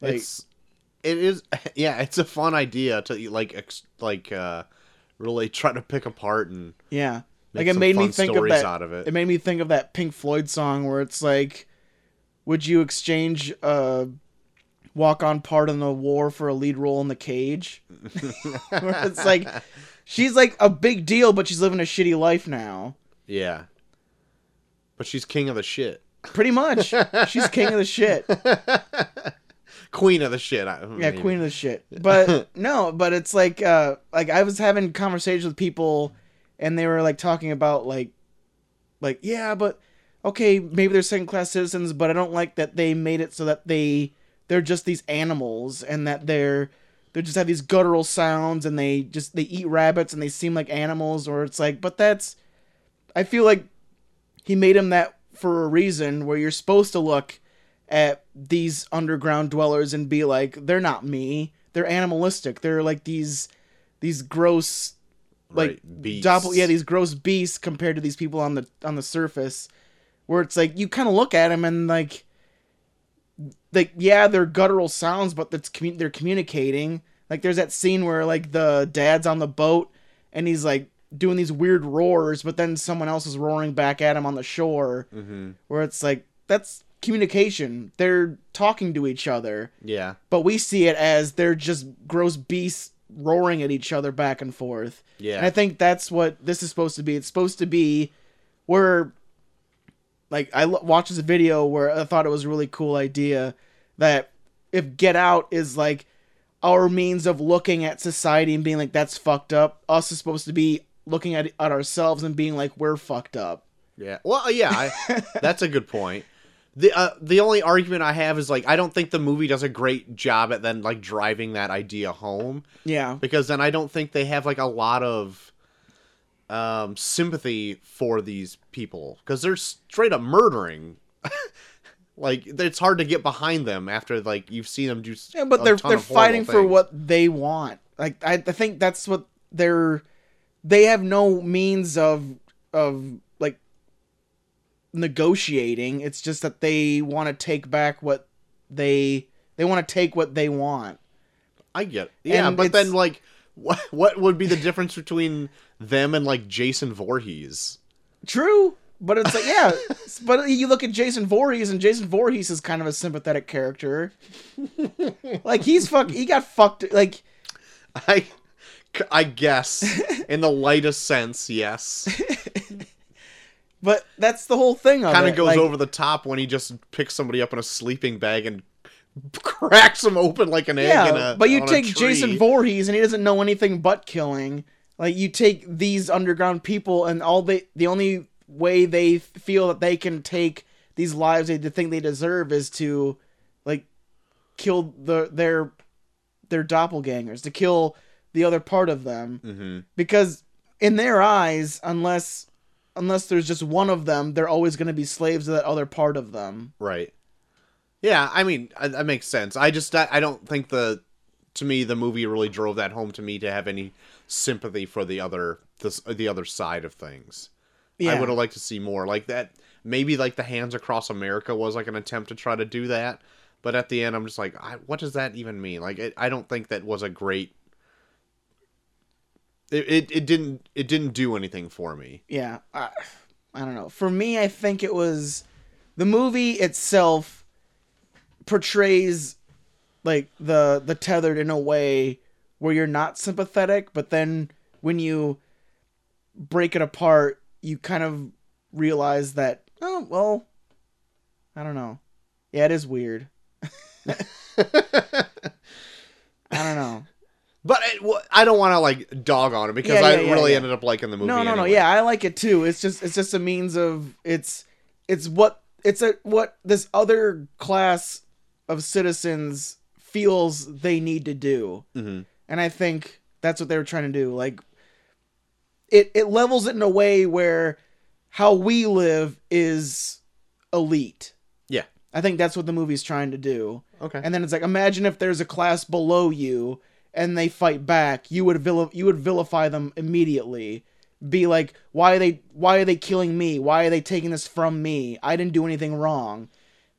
Speaker 1: Like-
Speaker 2: it's it is yeah, it's a fun idea to like ex, like uh really try to pick apart and
Speaker 1: yeah
Speaker 2: make
Speaker 1: like it
Speaker 2: some
Speaker 1: made me
Speaker 2: fun
Speaker 1: think of
Speaker 2: stories
Speaker 1: that
Speaker 2: out of it.
Speaker 1: it made me think of that Pink Floyd song where it's like, would you exchange a walk on part in the war for a lead role in the cage? where it's like, she's like a big deal, but she's living a shitty life now.
Speaker 2: yeah. But she's king of the shit.
Speaker 1: Pretty much. She's king of the shit.
Speaker 2: Queen of the shit. I,
Speaker 1: Yeah, queen of the shit. But no, but it's like uh like I was having conversations with people and they were like talking about like like yeah, but okay, maybe they're second class citizens, but I don't like that they made it so that they they're just these animals and that they're they just have these guttural sounds and they just they eat rabbits and they seem like animals or it's like but that's I feel like he made him that for a reason where you're supposed to look at these underground dwellers and be like they're not me they're animalistic they're like these these gross like
Speaker 2: Right, beasts.
Speaker 1: doppel yeah these gross beasts compared to these people on the on the surface where it's like you kind of look at them and like like yeah they're guttural sounds but that's commu- they're communicating like there's that scene where like the dad's on the boat and he's like doing these weird roars but then someone else is roaring back at him on the shore
Speaker 2: Mhm.
Speaker 1: where it's like that's communication they're talking to each other
Speaker 2: Yeah.
Speaker 1: but we see it as they're just gross beasts roaring at each other back and forth
Speaker 2: Yeah.
Speaker 1: and I think that's what this is supposed to be. It's supposed to be where, like, I l- watched this video where I thought it was a really cool idea that if Get Out is like our means of looking at society and being like, that's fucked up, us is supposed to be looking at, at ourselves and being like, we're fucked up.
Speaker 2: Yeah. Well, uh, yeah, I, that's a good point. The uh, the only argument I have is like I don't think the movie does a great job at then like driving that idea home
Speaker 1: Yeah.
Speaker 2: because then I don't think they have like a lot of um sympathy for these people cuz they're straight up murdering. like it's hard to get behind them after like you've seen them do s-
Speaker 1: Yeah, but
Speaker 2: a
Speaker 1: they're
Speaker 2: ton
Speaker 1: they're
Speaker 2: of horrible
Speaker 1: fighting for
Speaker 2: things.
Speaker 1: what they want. Like I, I think that's what they're they have no means of of like negotiating. It's just that they want to take back what they they want to take what they want.
Speaker 2: I get it. Yeah,
Speaker 1: And
Speaker 2: but
Speaker 1: it's-
Speaker 2: then like, what what would be the difference between them and like Jason Voorhees?
Speaker 1: True, but it's like yeah, s- but you look at Jason Voorhees and Jason Voorhees is kind of a sympathetic character. like he's fuck, he got fucked. Like
Speaker 2: I I guess in the lightest sense, yes.
Speaker 1: But that's the whole thing of
Speaker 2: Kind
Speaker 1: it,
Speaker 2: of goes
Speaker 1: like-
Speaker 2: over the top when he just picks somebody up in a sleeping bag and cracks them open like an egg. in
Speaker 1: Yeah,
Speaker 2: a,
Speaker 1: but you
Speaker 2: on a
Speaker 1: take
Speaker 2: tree.
Speaker 1: Jason Voorhees and he doesn't know anything but killing. Like you take these underground people and all they the only way they f- feel that they can take these lives they d- think they deserve is to like kill the their their doppelgangers, to kill the other part of them.
Speaker 2: Mhm.
Speaker 1: Because in their eyes, unless unless there's just one of them, they're always going to be slaves to that other part of them.
Speaker 2: Right. Yeah, I mean I, that makes sense. I just I, I don't think the to me the movie really drove that home to me to have any sympathy for the other this the other side of things. I would have liked to see more like that. Maybe like the Hands Across America was like an attempt to try to do that, but at the end I'm just like, I, what does that even mean? Like it, I don't think that was a great. It, it it didn't it didn't do anything for me.
Speaker 1: yeah I, I don't know for me i think it was the movie itself portrays like the the tethered in a way where you're not sympathetic but then when you break it apart you kind of realize that oh well i don't know yeah it is weird i don't know
Speaker 2: But it, wa- I don't want to like dog on it because
Speaker 1: Yeah,
Speaker 2: I
Speaker 1: yeah, yeah,
Speaker 2: really
Speaker 1: yeah.
Speaker 2: ended up liking the movie.
Speaker 1: No, no, no.
Speaker 2: anyway.
Speaker 1: Yeah, I like it too. It's just it's just a means of it's it's what it's a what this other class of citizens feels they need to do.
Speaker 2: Mhm.
Speaker 1: And I think that's what they were trying to do. Like it it levels it in a way where how we live is elite.
Speaker 2: Yeah.
Speaker 1: I think that's what the movie's trying to do.
Speaker 2: Okay.
Speaker 1: And then it's like, imagine if there's a class below you and they fight back, you would vil- you would vilify them immediately. Be like, why are they why are they killing me? Why are they taking this from me? I didn't do anything wrong.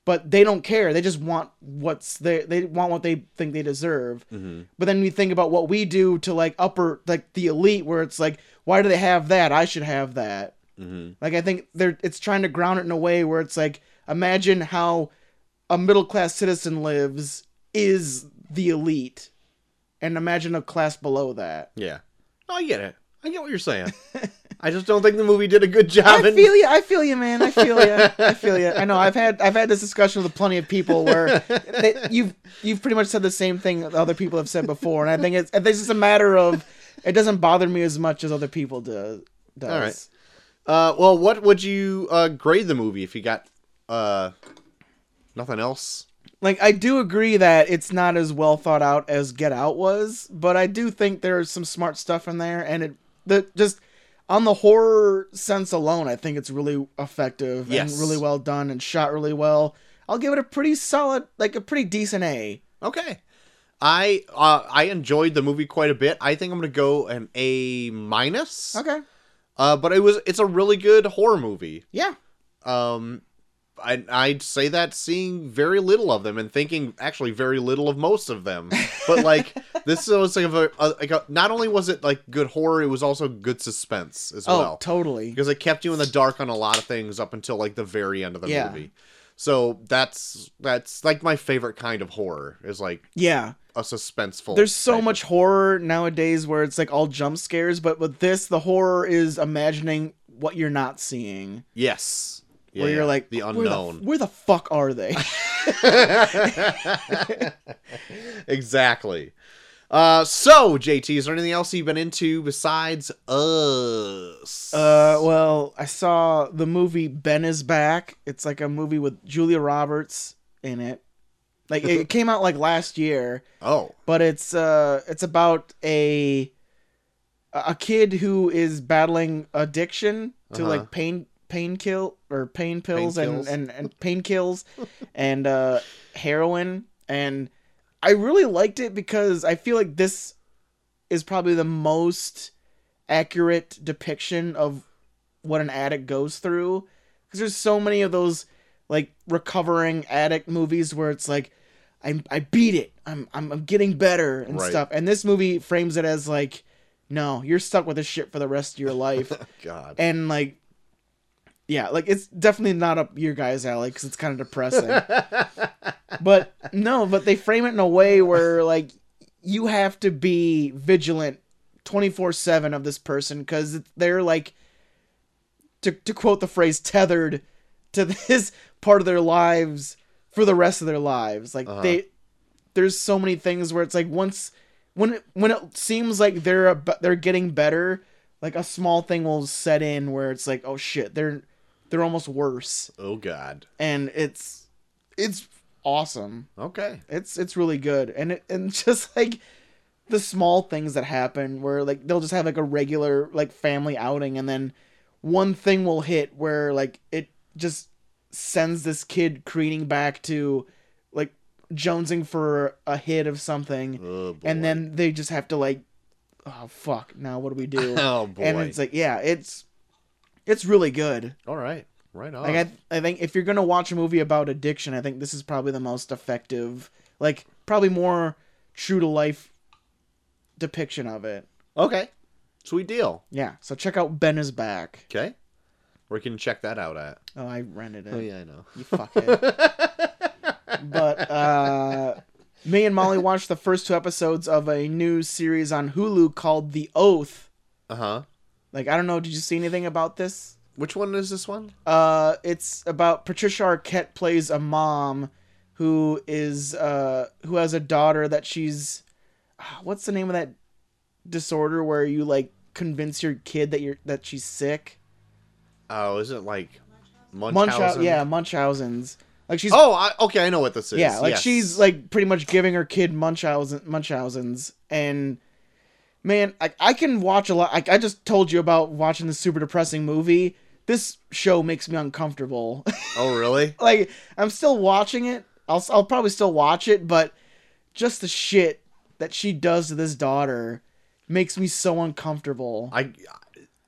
Speaker 1: But they don't care. They just want what's they they want what they think they deserve. But then you think about what we do to like upper like the elite, where it's like, why do they have that? I should have that. Like I think they're it's trying to ground it in a way where it's like imagine how a middle class citizen lives is the elite, and imagine a class below that.
Speaker 2: Yeah. No, I get it. I get what you're saying. I just don't think the movie did a good job.
Speaker 1: I
Speaker 2: in-
Speaker 1: feel you. I feel you, man. I feel you. I feel you. I know. I've had I've had this discussion with plenty of people where they, you've you've pretty much said the same thing that other people have said before, and I think it's it's just a matter of it doesn't bother me as much as other people do. Does.
Speaker 2: All right. Uh, well, what would you uh, grade the movie if you got uh, nothing else?
Speaker 1: like I do agree that it's not as well thought out as Get Out was, but I do think there's some smart stuff in there, and it the just on the horror sense alone, I think it's really effective
Speaker 2: Yes.
Speaker 1: and really well done and shot really well. I'll give it a pretty solid, like a pretty decent A.
Speaker 2: Okay. I uh, I enjoyed the movie quite a bit. I think I'm gonna go an A minus.
Speaker 1: Okay,
Speaker 2: Uh, but it was it's a really good horror movie.
Speaker 1: yeah,
Speaker 2: Um, I I'd say that seeing very little of them and thinking actually very little of most of them, but like this was like a, a, like a not only was it like good horror, it was also good suspense as
Speaker 1: oh
Speaker 2: well
Speaker 1: totally,
Speaker 2: because it kept you in the dark on a lot of things up until like the very end of the
Speaker 1: Yeah.
Speaker 2: movie. So that's that's like my favorite kind of horror is like
Speaker 1: yeah.
Speaker 2: a suspenseful.
Speaker 1: There's so
Speaker 2: type
Speaker 1: much
Speaker 2: of-
Speaker 1: horror nowadays where it's like all jump scares, but with this, the horror is imagining what you're not seeing.
Speaker 2: yes,
Speaker 1: where
Speaker 2: Yeah,
Speaker 1: you're
Speaker 2: yeah.
Speaker 1: like
Speaker 2: the
Speaker 1: "Where f-
Speaker 2: unknown.
Speaker 1: Where the fuck are they?
Speaker 2: exactly. Uh, so JT, is there anything else you've been into besides us?
Speaker 1: Uh, well, I saw the movie Ben is Back. It's like a movie with Julia Roberts in it. Like it came out like last year,
Speaker 2: oh,
Speaker 1: but it's uh it's about a a kid who is battling addiction to
Speaker 2: Uh-huh.
Speaker 1: like pain pain kill or pain pills
Speaker 2: Pain
Speaker 1: and,
Speaker 2: kills.
Speaker 1: and and pain kills and uh heroin and I really liked it because I feel like this is probably the most accurate depiction of what an addict goes through because there's so many of those like recovering addict movies where it's like I'm I beat it. I'm I'm, I'm getting better and
Speaker 2: Right.
Speaker 1: stuff. And this movie frames it as like, no, you're stuck with this shit for the rest of your life.
Speaker 2: God.
Speaker 1: and like, yeah, like it's definitely not up your guys' alley because it's kind of depressing. but no, but they frame it in a way where like you have to be vigilant 24/7 of this person cuz they're like to to quote the phrase tethered to this part of their lives for the rest of their lives. Like they there's so many things where it's like once when it, when it seems like they're ab- they're getting better, like a small thing will set in where it's like oh shit, they're they're almost worse
Speaker 2: Oh God.
Speaker 1: and it's it's awesome.
Speaker 2: Okay.
Speaker 1: It's it's really good, and it, and just like the small things that happen, where like they'll just have like a regular like family outing, and then one thing will hit where like it just sends this kid creating back to like jonesing for a hit of something,
Speaker 2: Oh boy.
Speaker 1: and then they just have to like, oh fuck, now what do we do?
Speaker 2: Oh boy.
Speaker 1: And it's like yeah, it's it's really good.
Speaker 2: All right. Right on.
Speaker 1: Like I, I think if you're gonna watch a movie about addiction, I think this is probably the most effective, like probably more true to life depiction of it.
Speaker 2: okay. Sweet deal.
Speaker 1: Yeah. So check out Ben is back.
Speaker 2: Okay. Where can you check that out at?
Speaker 1: Oh, I rented it.
Speaker 2: I know.
Speaker 1: You fuckhead. but uh, me and Molly watched the first two episodes of a new series on Hulu called The Oath.
Speaker 2: Uh
Speaker 1: Uh-huh.
Speaker 2: huh.
Speaker 1: Like I don't know, did you see anything about this?
Speaker 2: Which one is this one?
Speaker 1: Uh, it's about Patricia Arquette plays a mom who is uh who has a daughter that she's ah, what's the name of that disorder where you like convince your kid that you're that she's sick?
Speaker 2: Oh, is it like Munchausen?
Speaker 1: Munchausen, yeah, Munchausen's. Like she's
Speaker 2: Oh, I, okay. I know what this is.
Speaker 1: yeah, like
Speaker 2: Yes.
Speaker 1: she's like pretty much giving her kid Munchausen Munchausen's and man, I I can watch a lot. Like I just told you about watching this super depressing movie. This show makes me uncomfortable.
Speaker 2: Oh, really?
Speaker 1: like I'm still watching it. I'll I'll probably still watch it, but just the shit that she does to this daughter makes me so uncomfortable.
Speaker 2: I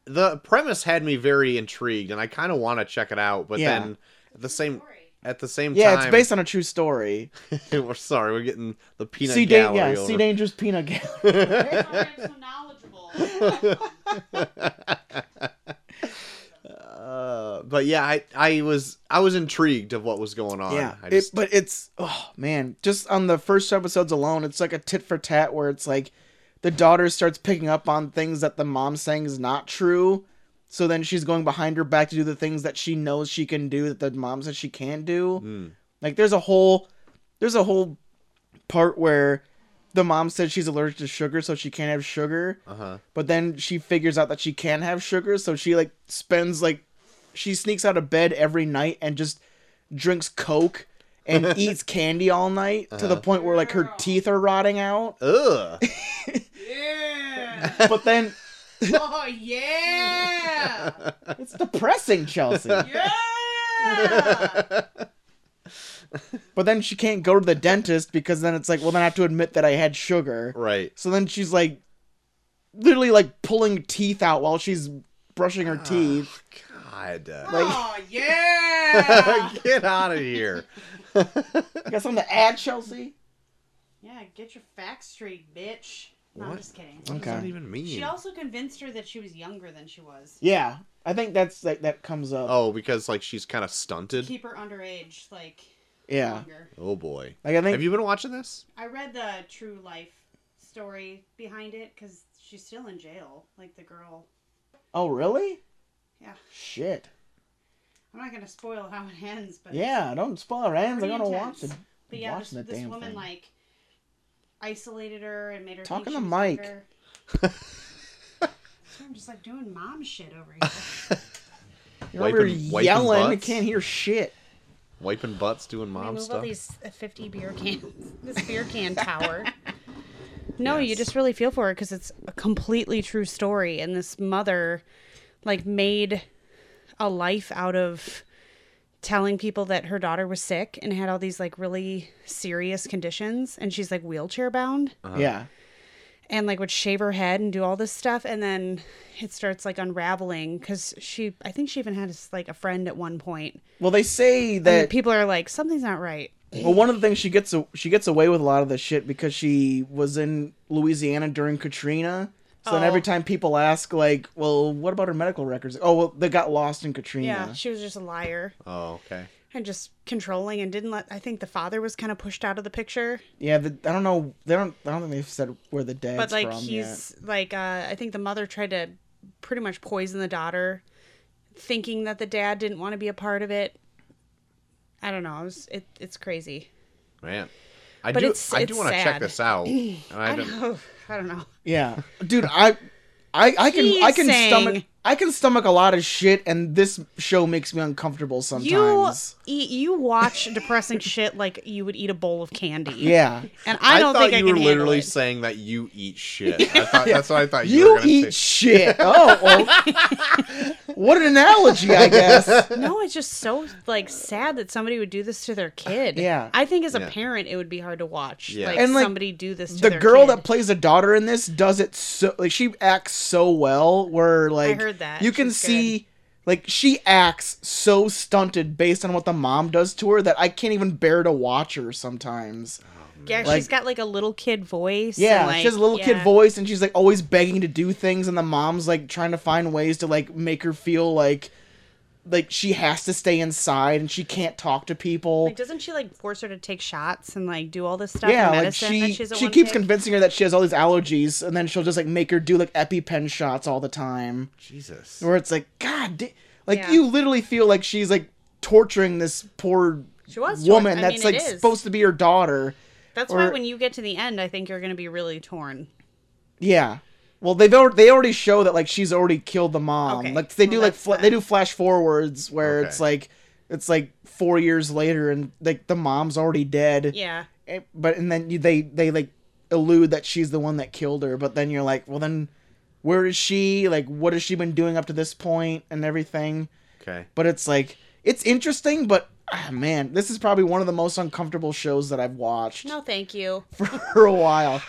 Speaker 2: the premise had me very intrigued, and I kind of want to check it out. But
Speaker 1: Yeah.
Speaker 2: then at the same at the same
Speaker 1: yeah,
Speaker 2: time,
Speaker 1: it's based on a true story.
Speaker 2: we're sorry, we're getting the peanut
Speaker 1: Sea Dan-
Speaker 2: gallery.
Speaker 1: yeah,
Speaker 2: over.
Speaker 1: Sea Danger's Peanut Gallery.
Speaker 6: That's why I'm so knowledgeable.
Speaker 2: Uh, but yeah, I I was I was intrigued of what was going on.
Speaker 1: yeah,
Speaker 2: I
Speaker 1: it-
Speaker 2: just,
Speaker 1: but it's oh man, just on the first two episodes alone, it's like a tit for tat where it's like the daughter starts picking up on things that the mom's saying is not true. So then she's going behind her back to do the things that she knows she can do that the mom says she can't do.
Speaker 2: Mm.
Speaker 1: Like there's a whole there's a whole part where the mom said she's allergic to sugar so she can't have sugar,
Speaker 2: uh-huh.
Speaker 1: but then she figures out that she can have sugar so she like spends like she sneaks out of bed every night and just drinks coke and eats candy all night to the point where like her teeth are rotting out.
Speaker 2: Ugh.
Speaker 6: yeah.
Speaker 1: But then
Speaker 6: Oh yeah.
Speaker 1: it's depressing, Chelsea.
Speaker 6: Yeah.
Speaker 1: But then she can't go to the dentist because then it's like, well then I have to admit that I had sugar.
Speaker 2: right.
Speaker 1: So then she's like literally like pulling teeth out while she's brushing
Speaker 2: Ah.
Speaker 1: her teeth.
Speaker 2: God.
Speaker 6: Oh yeah.
Speaker 2: Get out of here.
Speaker 1: You got something to add, Chelsea?
Speaker 6: yeah. Get your facts straight, bitch. No, I'm
Speaker 2: What?
Speaker 6: just kidding.
Speaker 2: What
Speaker 1: Okay.
Speaker 2: does that even mean?
Speaker 6: She also convinced her that she was younger than she was.
Speaker 1: Yeah. I think that's like that comes up.
Speaker 2: oh, because like she's kind of stunted.
Speaker 6: Keep her underage, like
Speaker 1: yeah.
Speaker 6: longer.
Speaker 2: oh boy.
Speaker 1: Like I think
Speaker 2: Have you been watching this?
Speaker 6: I read the true life story behind it because she's still in jail. Like the girl.
Speaker 1: Oh really?
Speaker 6: Yeah.
Speaker 1: Shit.
Speaker 6: I'm not gonna spoil how it ends, but
Speaker 1: Yeah, don't spoil our ends. I
Speaker 6: pretty
Speaker 1: gotta watch
Speaker 6: intense.
Speaker 1: it.
Speaker 6: But yeah, this,
Speaker 1: watching the
Speaker 6: this
Speaker 1: damn
Speaker 6: woman
Speaker 1: thing.
Speaker 6: like isolated her and made her
Speaker 1: Talking
Speaker 6: think
Speaker 1: to
Speaker 6: she was
Speaker 1: Mike.
Speaker 6: younger. so I'm just like doing mom shit over here.
Speaker 1: You're over
Speaker 2: Wiping- wiping
Speaker 1: yelling, I
Speaker 2: butts?
Speaker 1: can't hear shit.
Speaker 2: Wiping butts, doing mom
Speaker 6: Remove all
Speaker 2: stuff.
Speaker 6: these uh, 50 beer cans. This beer can tower. No, you just really feel for her because it's a completely true story, and this mother, like, made a life out of telling people that her daughter was sick and had all these like really serious conditions, and she's like wheelchair bound.
Speaker 2: Uh-huh.
Speaker 1: Yeah.
Speaker 6: and like would shave her head and do all this stuff and then it starts like unraveling because she i think she even had like a friend at one point
Speaker 1: Well they say
Speaker 6: and
Speaker 1: that
Speaker 6: people are like something's not right
Speaker 1: Well, one of the things she gets a- she gets away with a lot of this shit because she was in Louisiana during Katrina. So then
Speaker 6: Oh.
Speaker 1: every time people ask, like, well, what about her medical records? Oh, well, they got lost in Katrina.
Speaker 6: Yeah, she was just a liar
Speaker 2: Oh, okay.
Speaker 6: and just controlling and didn't let. I think the father was kind of pushed out of the picture,
Speaker 1: Yeah, the, I don't know. They don't. I don't think they've said where the dad's
Speaker 6: but like
Speaker 1: from yet.
Speaker 6: he's like, uh, I think the mother tried to pretty much poison the daughter, thinking that the dad didn't want to be a part of it. I don't know. It was, it, it's crazy.
Speaker 2: Man. I
Speaker 6: But
Speaker 2: do
Speaker 6: it's-
Speaker 2: I
Speaker 6: it's
Speaker 2: do want to check
Speaker 6: sad.
Speaker 2: this out. And I
Speaker 6: I
Speaker 2: don't,
Speaker 6: don't know. I don't know.
Speaker 1: Yeah, dude, I, I, I can, I
Speaker 6: He's
Speaker 1: can
Speaker 6: saying-
Speaker 1: stomach, I can stomach a lot of shit, and this show makes me uncomfortable sometimes.
Speaker 6: You eat, you watch depressing shit like you would eat a bowl of candy.
Speaker 1: Yeah,
Speaker 6: and I don't
Speaker 2: thought
Speaker 6: think
Speaker 2: you
Speaker 6: I can
Speaker 2: were
Speaker 6: handle
Speaker 2: literally
Speaker 6: it.
Speaker 2: saying that you eat shit. I thought, That's what I thought you, were
Speaker 1: you
Speaker 2: going to
Speaker 1: eat
Speaker 2: say.
Speaker 1: shit. Oh, well, what an analogy, I guess.
Speaker 6: No, it's just so like sad that somebody would do this to their kid.
Speaker 1: Uh, Yeah.
Speaker 6: I think as a
Speaker 2: Yeah.
Speaker 6: parent, it would be hard to watch.
Speaker 2: Yeah.
Speaker 6: Like,
Speaker 1: And, like,
Speaker 6: somebody do this to
Speaker 1: The
Speaker 6: their
Speaker 1: girl
Speaker 6: kid.
Speaker 1: that plays the daughter in this does it so like she acts so well. Where like
Speaker 6: heard that.
Speaker 1: you can
Speaker 6: She's good.
Speaker 1: see. Like she acts so stunted based on what the mom does to her that I can't even bear to watch her sometimes.
Speaker 6: yeah,
Speaker 1: like-
Speaker 6: she's got like a little kid voice. and,
Speaker 1: Yeah,
Speaker 6: like,
Speaker 1: she has a little kid
Speaker 6: yeah.
Speaker 1: voice, and she's like always begging to do things, and the mom's like trying to find ways to like make her feel like like she has to stay inside and she can't talk to people.
Speaker 6: Like, doesn't she like force her to take shots and like do all this stuff?
Speaker 1: yeah,
Speaker 6: and
Speaker 1: like
Speaker 6: medicine
Speaker 1: she
Speaker 6: that she's a
Speaker 1: she
Speaker 6: one
Speaker 1: keeps
Speaker 6: pick?
Speaker 1: convincing her that she has all these allergies, and then she'll just like make her do like EpiPen shots all the time,
Speaker 2: Jesus.
Speaker 1: where it's like God, da- like
Speaker 6: Yeah.
Speaker 1: you literally feel like she's like torturing this poor
Speaker 6: She was tor-
Speaker 1: woman
Speaker 6: I
Speaker 1: that's
Speaker 6: mean, it
Speaker 1: like
Speaker 6: is.
Speaker 1: supposed to be her daughter.
Speaker 6: That's why
Speaker 1: or-
Speaker 6: when you get to the end, I think you're going to be really torn.
Speaker 1: Yeah. Well, they've already, they already show that like she's already killed the mom.
Speaker 6: Okay.
Speaker 1: Like they do
Speaker 6: Well,
Speaker 1: like
Speaker 6: that's
Speaker 1: fla-
Speaker 6: fine.
Speaker 1: they do flash forwards where
Speaker 2: Okay.
Speaker 1: it's like it's like four years later and like the mom's already dead.
Speaker 6: Yeah.
Speaker 1: Eh, But and then you, they they like allude that she's the one that killed her. But then you're like, well then, where is she? Like what has she been doing up to this point and everything?
Speaker 2: Okay.
Speaker 1: But it's like it's interesting, but ah, man, this is probably one of the most uncomfortable shows that I've watched
Speaker 6: No, thank you.
Speaker 1: for a while.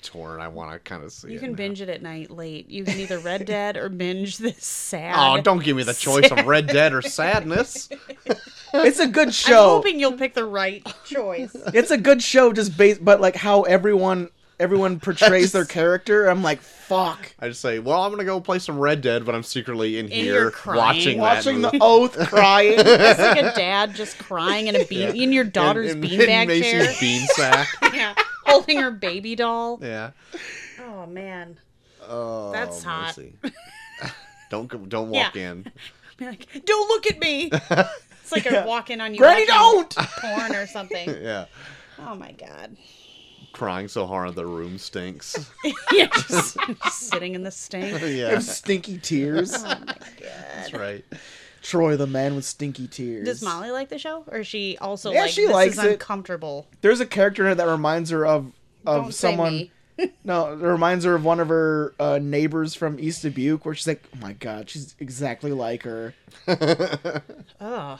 Speaker 2: Torn. I want to kind of see
Speaker 6: You
Speaker 2: it
Speaker 6: can
Speaker 2: now.
Speaker 6: binge it at night late. You can either Red Dead or binge this sad.
Speaker 2: Oh, don't give me the choice of Red Dead or Sadness.
Speaker 1: It's a good
Speaker 6: I'm
Speaker 1: show.
Speaker 6: hoping you'll pick the right choice.
Speaker 1: it's a good show just based but like how everyone everyone portrays their character i'm like fuck
Speaker 2: I just say, well, I'm gonna go play some Red Dead, but I'm secretly in,
Speaker 6: here
Speaker 2: here
Speaker 6: crying.
Speaker 2: watching that
Speaker 1: watching
Speaker 2: movie.
Speaker 1: the oath crying
Speaker 6: It's like a dad just crying in a bean in your daughter's
Speaker 2: In- in- in
Speaker 6: beanbag
Speaker 2: Macy's
Speaker 6: chair.
Speaker 2: bean sack.
Speaker 6: yeah. Holding her baby doll.
Speaker 2: yeah.
Speaker 6: Oh man.
Speaker 2: Oh,
Speaker 6: That's hot.
Speaker 2: mercy. don't go, don't walk in.
Speaker 6: Be like, don't look at me. It's like a walk in on you.
Speaker 1: Granny,
Speaker 6: watching Porn or something.
Speaker 2: Yeah,
Speaker 6: Oh my god.
Speaker 2: crying so hard the room stinks.
Speaker 6: Yeah, just sitting in the stink.
Speaker 1: They have
Speaker 2: yeah,
Speaker 1: stinky tears
Speaker 2: that's right.
Speaker 1: troy the man with stinky tears
Speaker 6: Does Molly like the show, or is she also
Speaker 1: Yeah,
Speaker 6: like
Speaker 1: she
Speaker 6: this
Speaker 1: likes
Speaker 6: is
Speaker 1: it.
Speaker 6: uncomfortable?
Speaker 1: there's a character in it that reminds her of of
Speaker 6: Don't say
Speaker 1: someone
Speaker 6: me.
Speaker 1: no it reminds her of one of her uh, neighbors from east dubuque where she's like oh my god she's exactly like her
Speaker 6: Oh,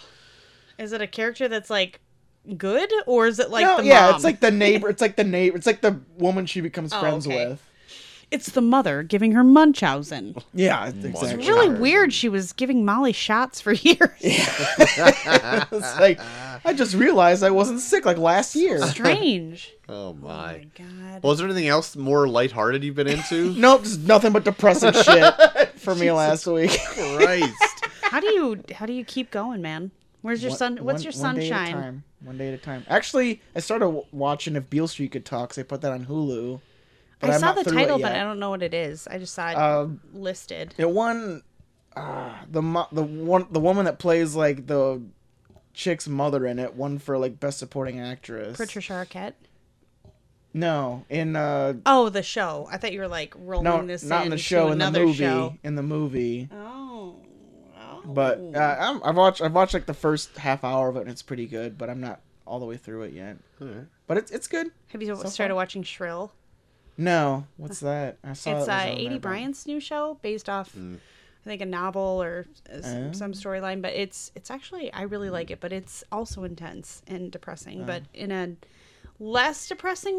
Speaker 6: is it a character that's like good, or is it like
Speaker 1: No,
Speaker 6: the
Speaker 1: yeah
Speaker 6: mom?
Speaker 1: it's like the neighbor it's like the neighbor it's like the woman she becomes
Speaker 6: Oh,
Speaker 1: friends
Speaker 6: okay.
Speaker 1: with
Speaker 6: it's the mother giving her Munchausen.
Speaker 1: yeah exactly
Speaker 6: It's really weird. She was giving Molly shots for years.
Speaker 1: it's like I just realized I wasn't sick like last year.
Speaker 6: Strange.
Speaker 2: Oh
Speaker 6: Oh
Speaker 2: my.
Speaker 6: my god.
Speaker 2: Well, is there anything else more lighthearted you've been into?
Speaker 1: Nope, just nothing but depressing shit for me last week.
Speaker 2: Christ.
Speaker 6: How do you how do you keep going, man? Where's your sun? What's your
Speaker 1: Day at a
Speaker 6: sunshine?
Speaker 1: time. One day at a time. Actually, I started w- watching If Beale Street Could Talk. 'cause They put that on Hulu. but
Speaker 6: I
Speaker 1: I'm
Speaker 6: saw
Speaker 1: not
Speaker 6: the
Speaker 1: through it
Speaker 6: title, but
Speaker 1: yet.
Speaker 6: I don't know what it is. I just saw it
Speaker 1: Um,
Speaker 6: listed.
Speaker 1: It won. Uh, the mo- the one the woman that plays like the chick's mother in it won for like best supporting actress.
Speaker 6: Patricia Arquette.
Speaker 1: No, in uh
Speaker 6: Oh, the show. I thought you were like rolling
Speaker 1: no,
Speaker 6: this
Speaker 1: not in the
Speaker 6: into
Speaker 1: show in the
Speaker 6: another
Speaker 1: movie
Speaker 6: show.
Speaker 1: in the movie.
Speaker 6: Oh. Oh.
Speaker 1: But uh, I'm, I've watched I've watched like the first half hour of it and it's pretty good, but I'm not all the way through it yet. But it's it's good.
Speaker 6: have you
Speaker 1: so
Speaker 6: started
Speaker 1: far.
Speaker 6: watching Shrill?
Speaker 1: No, what's that? I saw
Speaker 6: it's
Speaker 1: Oh, it was
Speaker 6: uh,
Speaker 1: on there,
Speaker 6: A.D.
Speaker 1: but-
Speaker 6: Bryant's new show based off,
Speaker 2: Mm.
Speaker 6: I think, a novel or uh,
Speaker 1: Oh.
Speaker 6: some, some storyline. But it's it's actually I really like it, but it's also intense and
Speaker 1: Oh.
Speaker 6: depressing, but in a less depressing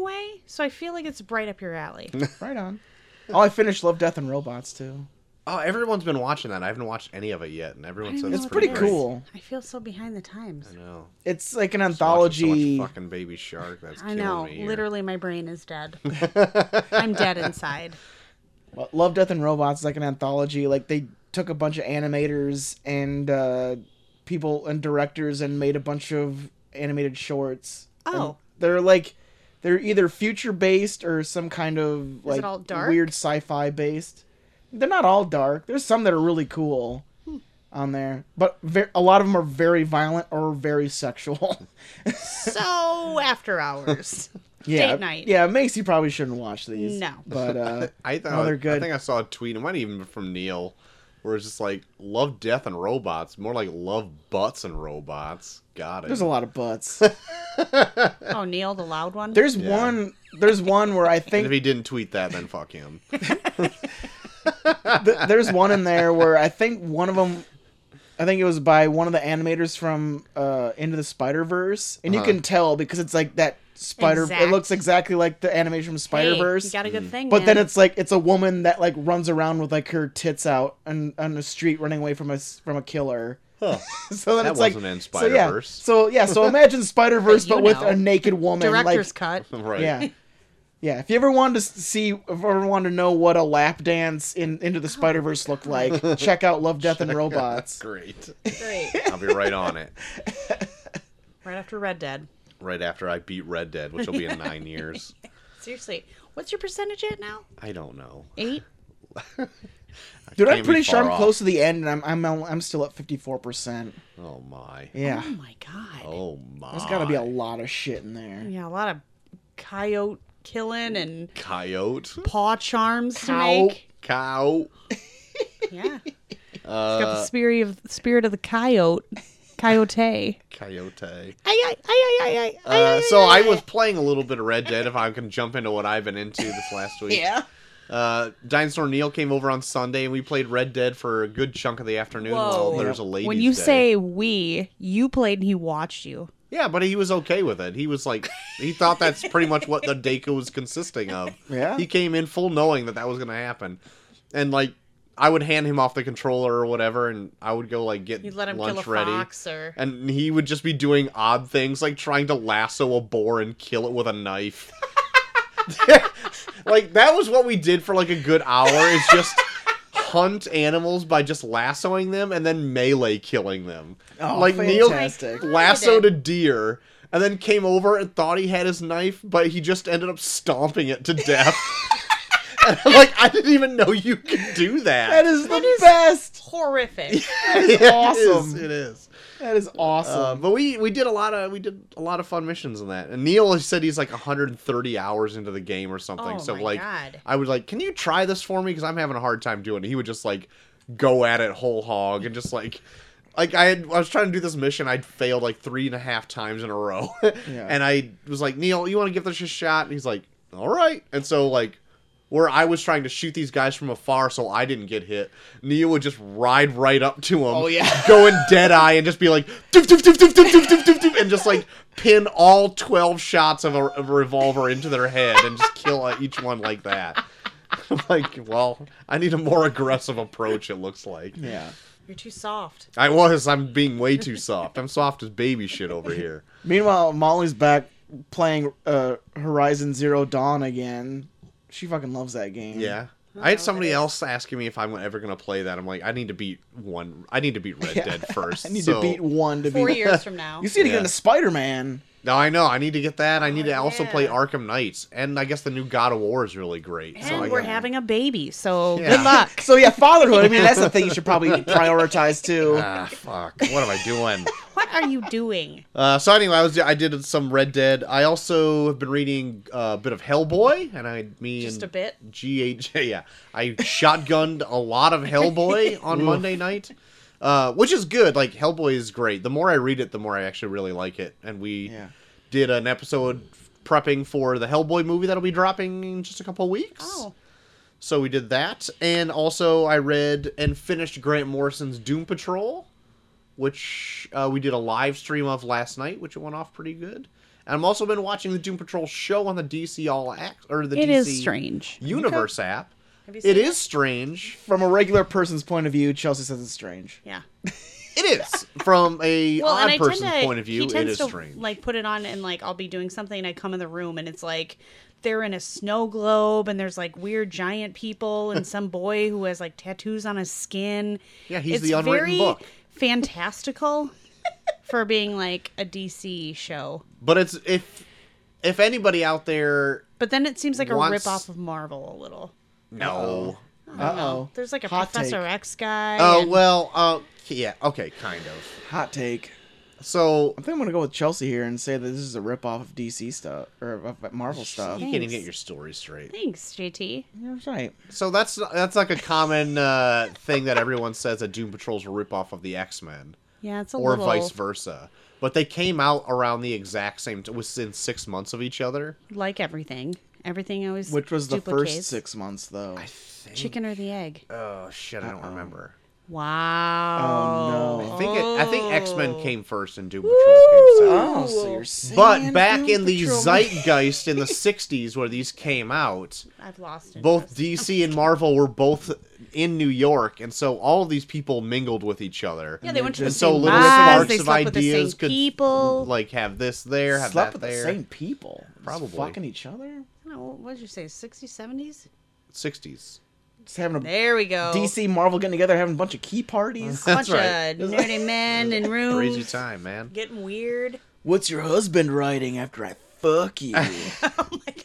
Speaker 6: way. So I feel like it's right up your alley.
Speaker 1: Right on. Oh, I finished Love, Death, and Robots too.
Speaker 2: Oh, everyone's been watching that. I haven't watched any of it yet, and everyone
Speaker 6: I don't
Speaker 2: says
Speaker 6: know
Speaker 2: it's
Speaker 6: what
Speaker 2: pretty,
Speaker 6: it
Speaker 1: pretty
Speaker 6: is.
Speaker 2: great.
Speaker 1: cool.
Speaker 6: I feel so behind the times.
Speaker 2: I know.
Speaker 1: It's like an
Speaker 2: Just watching so much
Speaker 1: anthology.
Speaker 2: fucking Baby Shark. That's
Speaker 6: I know.
Speaker 2: killing me here.
Speaker 6: Literally, my brain is dead. I'm dead inside.
Speaker 1: Well, Love, Death, and Robots is like an anthology. Like they took a bunch of animators and uh, people and directors and made a bunch of animated shorts. And
Speaker 6: Oh.
Speaker 1: they're like they're either future based or some kind of like
Speaker 6: all dark?
Speaker 1: weird sci-fi based. They're not all dark. There's some that are really cool
Speaker 6: Hmm.
Speaker 1: on there, but ver- a lot of them are very violent or very sexual.
Speaker 6: So after hours.
Speaker 1: yeah,
Speaker 6: Date night.
Speaker 1: yeah. Macy probably shouldn't watch these.
Speaker 6: No.
Speaker 1: but uh,
Speaker 2: I thought
Speaker 1: No, they're
Speaker 2: I
Speaker 1: good.
Speaker 2: think I saw a tweet. It might even be from Neil, where it's just like love, death, and robots. More like love butts and robots. Got it.
Speaker 1: there's a lot of butts.
Speaker 6: Oh, Neil, the loud one.
Speaker 1: There's
Speaker 2: Yeah.
Speaker 1: one. There's one where I
Speaker 2: And
Speaker 1: think
Speaker 2: if he didn't tweet that, then fuck him.
Speaker 1: th- there's one in there where I think one of them, I think it was by one of the animators from uh, Into the Spider Verse, and
Speaker 2: Uh-huh.
Speaker 1: you can tell because it's like that spider.
Speaker 6: Exact.
Speaker 1: It looks exactly like the animation from Spider
Speaker 6: Hey, you
Speaker 1: Verse.
Speaker 6: got a good thing.
Speaker 1: but then
Speaker 6: man.
Speaker 1: it's like it's a woman that like runs around with like her tits out on on the street running away from a s- from a killer. so then
Speaker 2: That
Speaker 1: it's like
Speaker 2: wasn't in
Speaker 1: so yeah,
Speaker 2: Spider-Verse.
Speaker 1: so yeah, so imagine Spider Verse
Speaker 6: But you
Speaker 1: but with
Speaker 6: know.
Speaker 1: a naked woman.
Speaker 6: director's
Speaker 1: like,
Speaker 6: cut.
Speaker 2: right.
Speaker 1: yeah. Yeah, if you ever wanted to s- see, if you ever wanted to know what a lap dance in Into the Spider Verse looked like, check out Love, Death, and Robots.
Speaker 2: Great.
Speaker 6: Great.
Speaker 2: I'll be right on it.
Speaker 6: Right after Red Dead.
Speaker 2: Right after I beat Red Dead, which will be in nine years.
Speaker 6: Seriously, what's your percentage at now?
Speaker 2: I don't know.
Speaker 6: Eight.
Speaker 1: Dude, I'm
Speaker 2: Can't be
Speaker 1: pretty sure
Speaker 2: far
Speaker 1: I'm
Speaker 2: off.
Speaker 1: close to the end, and I'm I'm al- I'm still at 54. percent
Speaker 2: Oh my.
Speaker 1: Yeah,
Speaker 6: Oh my god.
Speaker 2: Oh my.
Speaker 1: there's got to be a lot of shit in there.
Speaker 6: Yeah, a lot of coyote killing and
Speaker 2: coyote.
Speaker 6: paw charms
Speaker 1: Cow.
Speaker 6: to make.
Speaker 2: Cow.
Speaker 6: Yeah, got
Speaker 2: Uh,
Speaker 6: the spirit of spirit of the coyote. Coyote.
Speaker 2: coyote.
Speaker 6: I, I, I, I,
Speaker 2: Uh, so I was playing a little bit of Red Dead. If I can jump into what I've been into this last week.
Speaker 1: Yeah,
Speaker 2: Uh, Dinosaur Neil came over on Sunday and we played Red Dead for a good chunk of the afternoon
Speaker 6: Whoa.
Speaker 2: while there's a ladies'
Speaker 6: when you
Speaker 2: day.
Speaker 6: say we, you played and he watched you.
Speaker 2: yeah, but he was okay with it. He was like, he thought that's pretty much what the Deku was consisting of.
Speaker 1: Yeah.
Speaker 2: he came in full knowing that that was gonna happen, and like I would hand him off the controller or whatever, and I would go like get
Speaker 6: You let him
Speaker 2: lunch
Speaker 6: kill a
Speaker 2: ready.
Speaker 6: fox or
Speaker 2: and he would just be doing odd things like trying to lasso a boar and kill it with a knife. like that was what we did for like a good hour is just hunt animals by just lassoing them and then melee killing them.
Speaker 1: Oh,
Speaker 2: like
Speaker 1: fantastic.
Speaker 2: Neil lassoed a deer and then came over and thought he had his knife, but he just ended up stomping it to death. and I'm like, I didn't even know you could do
Speaker 1: that
Speaker 2: that.
Speaker 1: is the best.
Speaker 6: horrific.
Speaker 2: It
Speaker 1: awesome.
Speaker 2: It is.
Speaker 1: That is
Speaker 2: Uh,
Speaker 1: awesome.
Speaker 2: but we we did a lot of we did a lot of fun missions in that. And Neil said he's like 130 hours into the game or something.
Speaker 6: Oh
Speaker 2: so
Speaker 6: my
Speaker 2: like
Speaker 6: God.
Speaker 2: I was like, "Can you try this for me cuz I'm having a hard time doing it." He would just like go at it whole hog and just like like I had, I was trying to do this mission, I'd failed like three and a half times in a row, and I was like, Neil, you want to give this a shot? And he's like, all right. And so like, where I was trying to shoot these guys from afar so I didn't get hit, Neil would just ride right up to him, oh
Speaker 1: yeah.
Speaker 2: go in dead eye and just be like, doof, doof, doof, doof, doof, doof, doof, doof, doof, and just like pin all twelve shots of a, of a revolver into their head and just kill uh, each one like that. I'm like, well, I need a more aggressive approach. It looks like.
Speaker 1: yeah.
Speaker 6: You're too soft.
Speaker 2: I was. I'm being way too soft. I'm soft as baby shit over here.
Speaker 1: Meanwhile, Molly's back playing uh, Horizon Zero Dawn again. She fucking loves that game.
Speaker 2: Yeah.
Speaker 1: Mm.
Speaker 2: I had somebody else asking me if I'm ever gonna play that. I'm like, I need to beat one. I need to beat Red
Speaker 1: Yeah.
Speaker 2: Dead first.
Speaker 1: I need
Speaker 2: so-
Speaker 1: to beat one to
Speaker 6: Four
Speaker 1: beat.
Speaker 6: years from now.
Speaker 1: You see it again
Speaker 2: Yeah.
Speaker 1: in Spider Man.
Speaker 2: No, I know. I need to get that.
Speaker 1: Oh,
Speaker 2: I need to also play
Speaker 6: yeah.
Speaker 2: Arkham Knights, and I guess the new God of War is really great. so I
Speaker 6: and we're
Speaker 2: gotta-
Speaker 6: having a baby, so
Speaker 2: Yeah.
Speaker 6: good luck.
Speaker 1: So yeah, fatherhood. I mean, that's the thing you should probably prioritize too.
Speaker 2: Ah, fuck. What am I doing?
Speaker 6: What are you doing?
Speaker 2: uh, so anyway, I was I did some Red Dead. I also have been reading uh, a bit of Hellboy, and I me
Speaker 6: Just
Speaker 2: and
Speaker 6: a bit.
Speaker 2: GH, yeah. I shotgunned a lot of Hellboy on Monday night, uh, which is good. Like, Hellboy is great. The more I read it, the more I actually really like it. And we
Speaker 1: Yeah.
Speaker 2: did an episode prepping for the Hellboy movie that'll be dropping in just a couple weeks.
Speaker 6: Oh,
Speaker 2: So we did that. And also, I read and finished Grant Morrison's Doom Patrol, which uh, we did a live stream of last night, which went off pretty good. And I've also been watching the Doom Patrol show on the DC All Act or the
Speaker 6: it
Speaker 2: DC
Speaker 6: is strange.
Speaker 2: Universe app.
Speaker 6: Have you seen
Speaker 2: It is strange.
Speaker 1: From a regular person's point of view, Chelsea says it's strange.
Speaker 6: Yeah.
Speaker 2: It is from a
Speaker 6: Well, and I
Speaker 2: odd
Speaker 6: tend
Speaker 2: person's
Speaker 6: to
Speaker 2: point of view.
Speaker 6: he
Speaker 2: It
Speaker 6: tends
Speaker 2: is
Speaker 6: to
Speaker 2: strange.
Speaker 6: like put it on and like I'll be doing something and I come in the room and it's like they're in a snow globe and there's like weird giant people and some boy who has like tattoos on his skin.
Speaker 2: Yeah, he's
Speaker 6: it's
Speaker 2: the unwritten
Speaker 6: very
Speaker 2: book.
Speaker 6: Fantastical for being like a DC show.
Speaker 2: but it's if if anybody out there
Speaker 6: But then it seems like a
Speaker 2: Wants-
Speaker 6: ripoff of Marvel a little.
Speaker 2: no.
Speaker 1: Uh oh.
Speaker 6: There's like a
Speaker 1: Hot
Speaker 6: Professor
Speaker 1: take.
Speaker 6: X guy.
Speaker 2: Oh
Speaker 6: and-
Speaker 2: well, uh, yeah, okay, kind of.
Speaker 1: Hot take.
Speaker 2: So
Speaker 1: I think I'm gonna go with Chelsea here and say that this is a ripoff of DC stuff or of of Marvel stuff.
Speaker 2: you can't even
Speaker 6: Thanks.
Speaker 2: get your story straight.
Speaker 6: Thanks, JT.
Speaker 1: You're right.
Speaker 2: So that's that's like a common uh, thing that everyone says that Doom Patrol's a ripoff of the X Men,
Speaker 6: Yeah, it's a
Speaker 2: or
Speaker 6: little.
Speaker 2: vice versa. But they came out around the exact same, t- within six months of each other.
Speaker 6: like everything. Everything always
Speaker 1: Which was the first
Speaker 6: duplicates.
Speaker 1: six months though.
Speaker 6: chicken or the egg.
Speaker 2: Oh shit, I don't remember.
Speaker 1: Oh,
Speaker 6: Wow.
Speaker 1: no.
Speaker 2: I think it, I think X Men
Speaker 6: Oh.
Speaker 2: came first and Doom Patrol came second.
Speaker 6: Ah.
Speaker 1: Oh, so you're saying
Speaker 2: But back
Speaker 1: Doom
Speaker 2: in the
Speaker 1: Patrol-
Speaker 2: zeitgeist in the '60s, where these came out,
Speaker 6: I've lost it.
Speaker 2: both DC and Marvel were both in New York, and so all of these people mingled with each other.
Speaker 6: Yeah, they went to the
Speaker 2: and so
Speaker 6: same
Speaker 2: little
Speaker 6: bars.
Speaker 2: sparks
Speaker 6: They
Speaker 2: of
Speaker 6: slept with the
Speaker 2: ideas
Speaker 6: same
Speaker 2: could
Speaker 6: people.
Speaker 2: like have this there, have
Speaker 1: slept
Speaker 2: that
Speaker 1: with
Speaker 2: there.
Speaker 1: the same people. Just
Speaker 2: Probably.
Speaker 1: fucking each other.
Speaker 6: No, what did you say? 60s, 70s?
Speaker 2: '60s.
Speaker 1: Just having a
Speaker 6: There we go.
Speaker 1: DC Marvel getting together, having a bunch of key parties.
Speaker 6: Bunch
Speaker 2: That's right.
Speaker 6: of nerdy men in rooms.
Speaker 2: Crazy time, man.
Speaker 6: Getting weird.
Speaker 1: What's your husband writing after I fuck you? oh my god.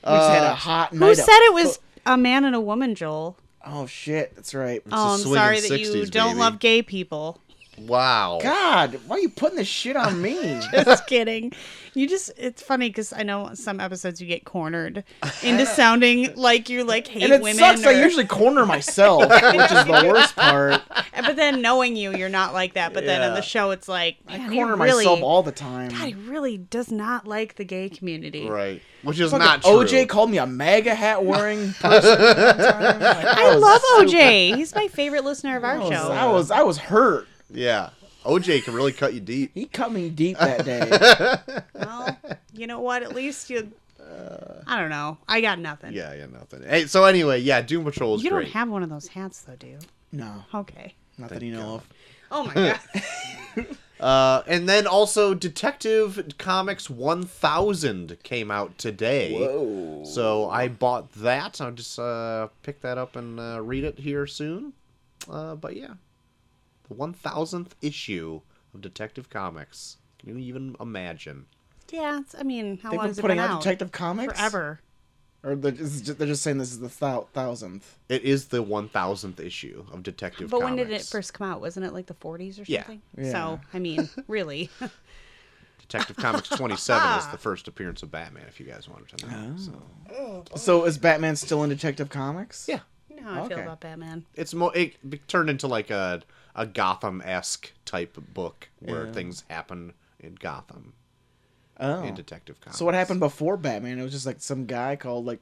Speaker 1: We just had a hot night.
Speaker 6: Uh, Who
Speaker 1: of-
Speaker 6: said it was a man and a woman, Joel?
Speaker 1: Oh shit, that's right.
Speaker 6: Oh, I'm
Speaker 2: swinging
Speaker 6: sorry that you
Speaker 2: 60s,
Speaker 6: don't
Speaker 2: baby.
Speaker 6: love gay people.
Speaker 2: Wow.
Speaker 1: God, why are you putting this shit on me?
Speaker 6: Just kidding. You just, it's funny because I know some episodes you get cornered into sounding like you like hate
Speaker 1: and it
Speaker 6: women.
Speaker 1: sucks. I
Speaker 6: or-
Speaker 1: usually corner myself, which is the worst part.
Speaker 6: but then knowing you, you're not like that. But then on
Speaker 2: Yeah.
Speaker 6: the show, it's like, man,
Speaker 1: I
Speaker 6: he
Speaker 1: corner
Speaker 6: really,
Speaker 1: myself all the time.
Speaker 6: God, he really does not like the gay community.
Speaker 2: Right. Which is
Speaker 1: Fucking
Speaker 2: not true.
Speaker 1: OJ called me a MAGA hat wearing person. one time. Like,
Speaker 6: I
Speaker 1: was
Speaker 6: love
Speaker 1: so-
Speaker 6: OJ. He's my favorite listener of our
Speaker 1: I was,
Speaker 6: show.
Speaker 1: I was I was hurt.
Speaker 2: Yeah. OJ can really cut you deep.
Speaker 1: He cut me deep that day.
Speaker 6: Well, you know what? At least you. I don't know. I got nothing.
Speaker 2: Uh, Yeah, yeah, nothing. Hey, so anyway, yeah, Doom Patrol is
Speaker 6: You
Speaker 2: great.
Speaker 6: don't have one of those hats, though, do you?
Speaker 1: no,
Speaker 6: Okay.
Speaker 1: not that you know of.
Speaker 6: Oh my god.
Speaker 2: Uh, and then also Detective Comics 1000 came out today.
Speaker 1: Whoa.
Speaker 2: So I bought that. I'll just uh, pick that up and uh, read it here soon. Uh, but yeah, the 1000th issue of Detective Comics. Can you even imagine?
Speaker 6: yeah. It's, I mean, how
Speaker 1: They've
Speaker 6: long
Speaker 1: been
Speaker 6: has
Speaker 1: putting
Speaker 6: it been
Speaker 1: out Detective Comics
Speaker 6: Forever.
Speaker 1: or they're just, they're just saying this is the thou- thousandth.
Speaker 2: It is the 1000th issue of Detective
Speaker 6: But
Speaker 2: Comics.
Speaker 6: when did it first come out? Wasn't it like the 40s or
Speaker 2: Yeah.
Speaker 6: something?
Speaker 1: Yeah.
Speaker 6: So, I mean, really.
Speaker 2: Detective Comics 27 is the first appearance of Batman, if you guys wanted to know. So.
Speaker 1: So is Batman still in Detective Comics?
Speaker 2: Yeah.
Speaker 6: you know how I feel
Speaker 1: Okay.
Speaker 6: about Batman.
Speaker 2: it's more it be- turned into like a a Gotham esque type of book where
Speaker 1: Yeah.
Speaker 2: things happen in Gotham
Speaker 1: Oh.
Speaker 2: in Detective Comics.
Speaker 1: So what happened before Batman? It was just like some guy called like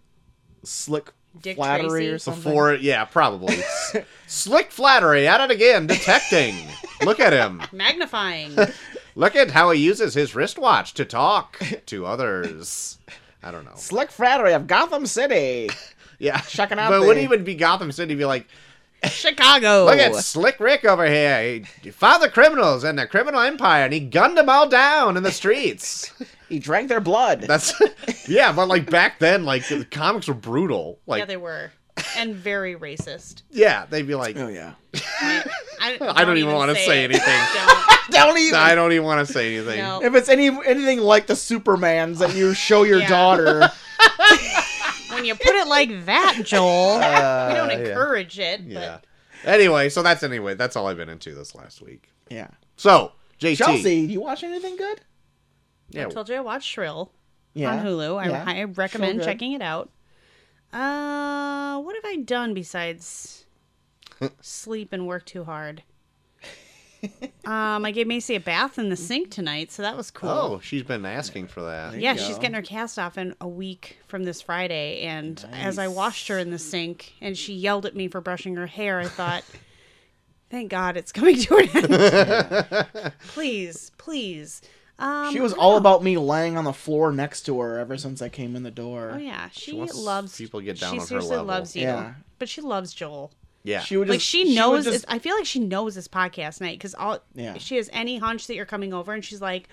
Speaker 1: Slick
Speaker 6: Dick
Speaker 1: Flattery
Speaker 6: Tracy?
Speaker 1: or something.
Speaker 2: before? Yeah, probably S- slick flattery at it again, detecting. Look at him.
Speaker 6: Magnifying.
Speaker 2: Look at how he uses his wristwatch to talk to others. I don't know.
Speaker 1: Slick Flattery of Gotham City.
Speaker 2: Yeah,
Speaker 1: Checking out
Speaker 2: But it
Speaker 1: the-
Speaker 2: wouldn't even be Gotham City. It'd Be like,
Speaker 6: Chicago.
Speaker 2: look at Slick Rick over here. He found the criminals and the criminal empire, and he gunned them all down in the streets.
Speaker 1: He drank their blood.
Speaker 2: That's yeah, but like back then, like the comics were brutal. Like
Speaker 6: yeah, they were, and very racist.
Speaker 2: would be like,
Speaker 1: oh yeah.
Speaker 6: I,
Speaker 2: I don't even want to say
Speaker 6: it.
Speaker 2: anything.
Speaker 6: Don't.
Speaker 1: Don't even.
Speaker 2: I don't even want to say anything.
Speaker 6: No.
Speaker 1: If it's any anything like the Supermans that you show your
Speaker 6: Yeah.
Speaker 1: daughter,
Speaker 6: When you put it like that, Joel, we don't
Speaker 2: Uh, yeah.
Speaker 6: encourage it. But
Speaker 2: Yeah. Anyway, so that's anyway. That's all I've been into this last week.
Speaker 1: yeah.
Speaker 2: So JT,
Speaker 1: Chelsea, you watch anything good?
Speaker 2: yeah,
Speaker 6: I told you I watched Shrill
Speaker 1: Yeah.
Speaker 6: on Hulu. I,
Speaker 1: Yeah.
Speaker 6: I recommend
Speaker 1: good.
Speaker 6: checking it out. Uh, what have I done besides sleep and work too hard? um, I gave Macy a bath in the sink tonight, so that was cool.
Speaker 2: oh, she's been asking for that.
Speaker 6: Yeah,
Speaker 1: you
Speaker 6: she's
Speaker 1: go.
Speaker 6: getting her cast off in a week from this Friday. And as I washed her in the sink and she yelled at me for brushing her hair, I thought, thank God it's coming to an end. please, please. Um,
Speaker 1: she was all about me laying on the floor next to her ever since I came in the door.
Speaker 6: Oh yeah, she,
Speaker 2: wants
Speaker 6: loves
Speaker 2: people to get down
Speaker 6: She
Speaker 2: on her
Speaker 6: seriously
Speaker 2: level.
Speaker 6: loves you,
Speaker 1: Yeah.
Speaker 6: but she loves Joel.
Speaker 2: Yeah.
Speaker 1: She would just,
Speaker 6: like she
Speaker 1: would
Speaker 6: knows.
Speaker 1: just-
Speaker 6: this, I feel like she knows this podcast night because all
Speaker 1: Yeah.
Speaker 6: she has any hunch that you're coming over, and she's like,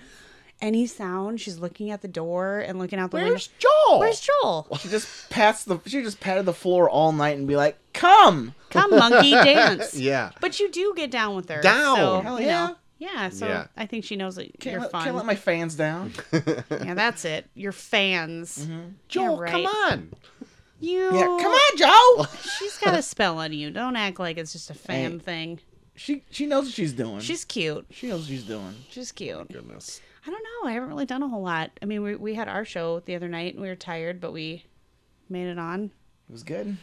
Speaker 6: any sound, she's looking at the door and looking out the window.
Speaker 1: Where's Joel?
Speaker 6: Where's Joel?
Speaker 1: she just pats the she just patted the floor all night and be like, "Come."
Speaker 6: Come, monkey, dance.
Speaker 2: yeah.
Speaker 6: But you do get down with her.
Speaker 2: Down.
Speaker 6: So,
Speaker 1: Hell
Speaker 6: you
Speaker 1: yeah.
Speaker 6: know. Yeah, so
Speaker 2: Yeah.
Speaker 6: I think she knows that
Speaker 1: Can't
Speaker 6: you're
Speaker 1: let,
Speaker 6: fun.
Speaker 1: can't let my fans down.
Speaker 6: Yeah, that's it. You're fans.
Speaker 2: Joel,
Speaker 6: right.
Speaker 2: come on.
Speaker 6: You.
Speaker 1: Yeah, come on, Joel.
Speaker 6: She's got a spell on you. Don't act like it's just a fan
Speaker 1: Hey.
Speaker 6: thing.
Speaker 1: She she knows what she's doing.
Speaker 6: She's cute.
Speaker 1: she knows what she's doing.
Speaker 6: She's cute.
Speaker 2: Goodness.
Speaker 6: I don't know. I haven't really done a whole lot. I mean, we we had our show the other night and we were tired, but we made it on.
Speaker 1: It was good.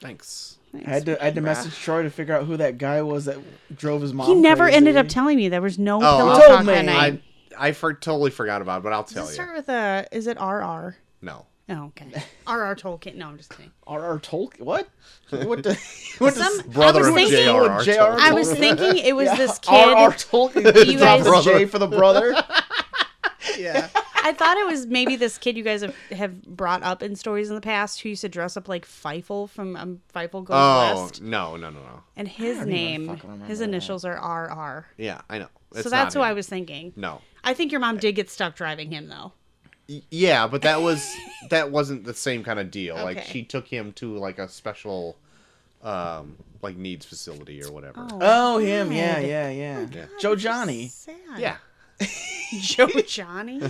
Speaker 2: Thanks.
Speaker 1: I had to I had to message Troy to figure out who that guy was that drove his mom.
Speaker 6: He never
Speaker 1: crazy.
Speaker 6: ended up telling me there was no
Speaker 2: Oh,
Speaker 6: pillow
Speaker 2: I'll-
Speaker 6: talk
Speaker 1: Told
Speaker 6: that
Speaker 1: me.
Speaker 6: night.
Speaker 2: I I for, totally forgot about it, but I'll tell
Speaker 6: Does it
Speaker 2: you.
Speaker 6: start with a? Is it RR?
Speaker 2: No.
Speaker 6: Oh, okay. RR Tolkien. No, I'm just kidding.
Speaker 1: R.R. Tolkien. What? What? The, what
Speaker 6: Some-
Speaker 1: does
Speaker 2: Brother
Speaker 6: I was
Speaker 2: of
Speaker 6: thinking-
Speaker 2: J.R.R.
Speaker 1: J.R.R.
Speaker 6: I was
Speaker 1: Tolkien.
Speaker 6: thinking it was this
Speaker 1: R.R.
Speaker 6: kid.
Speaker 1: Tolkien?
Speaker 6: You
Speaker 1: You guys,
Speaker 6: guys-
Speaker 1: J for the brother.
Speaker 2: yeah.
Speaker 6: I thought it was maybe this kid you guys have, have brought up in stories in the past who used to dress up like Feifel from um, Feifel Goes
Speaker 2: Oh
Speaker 6: West,
Speaker 2: no no no no.
Speaker 6: and his
Speaker 1: don't even
Speaker 6: name,
Speaker 1: fucking remember
Speaker 6: his
Speaker 1: that.
Speaker 6: initials are RR.
Speaker 2: Yeah, I know. It's
Speaker 6: so that's
Speaker 2: not
Speaker 6: who I
Speaker 2: him.
Speaker 6: was thinking.
Speaker 2: No.
Speaker 6: I think your mom did get stuck driving him though.
Speaker 2: Y- Yeah, but that was that wasn't the same kind of deal. Like
Speaker 6: Okay.
Speaker 2: she took him to like a special, um, like needs facility or whatever.
Speaker 1: Oh, him. Yeah, yeah, yeah.
Speaker 2: God,
Speaker 1: Joe Johnny.
Speaker 6: Sad.
Speaker 2: Yeah.
Speaker 6: Joe Johnny.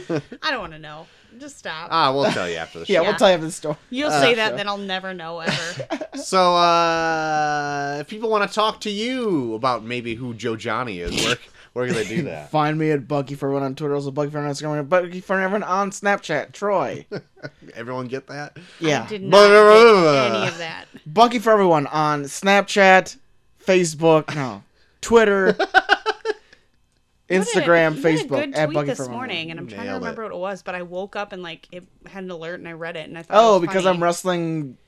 Speaker 6: I don't want to know. Just stop.
Speaker 1: Uh,
Speaker 2: Ah, we'll tell you after the show.
Speaker 1: Yeah,
Speaker 6: Yeah.
Speaker 1: we'll tell you the story.
Speaker 6: You'll
Speaker 1: uh,
Speaker 6: say that, then I'll never know ever.
Speaker 2: So, uh, if people want to talk to you about maybe who Joe Johnny is, where where can they do that?
Speaker 1: Find me at Bucky for one on Twitter, also Bucky for one on Instagram, and Bucky for everyone on Snapchat. Troy.
Speaker 2: Everyone get that?
Speaker 1: Yeah,
Speaker 6: Did not get any of that.
Speaker 1: Bucky for everyone on Snapchat, Facebook, no, Twitter, Instagram,
Speaker 6: What a-
Speaker 1: Facebook
Speaker 6: You had a good
Speaker 1: at
Speaker 6: tweet
Speaker 1: Bucky
Speaker 6: this
Speaker 1: for everyone.
Speaker 6: morning, and I'm trying to
Speaker 2: Nailed it.
Speaker 6: remember what it was, but I woke up and like it had an alert, and I read it, and I thought.
Speaker 1: Oh,
Speaker 6: it was
Speaker 1: because
Speaker 6: funny.
Speaker 1: I'm wrestling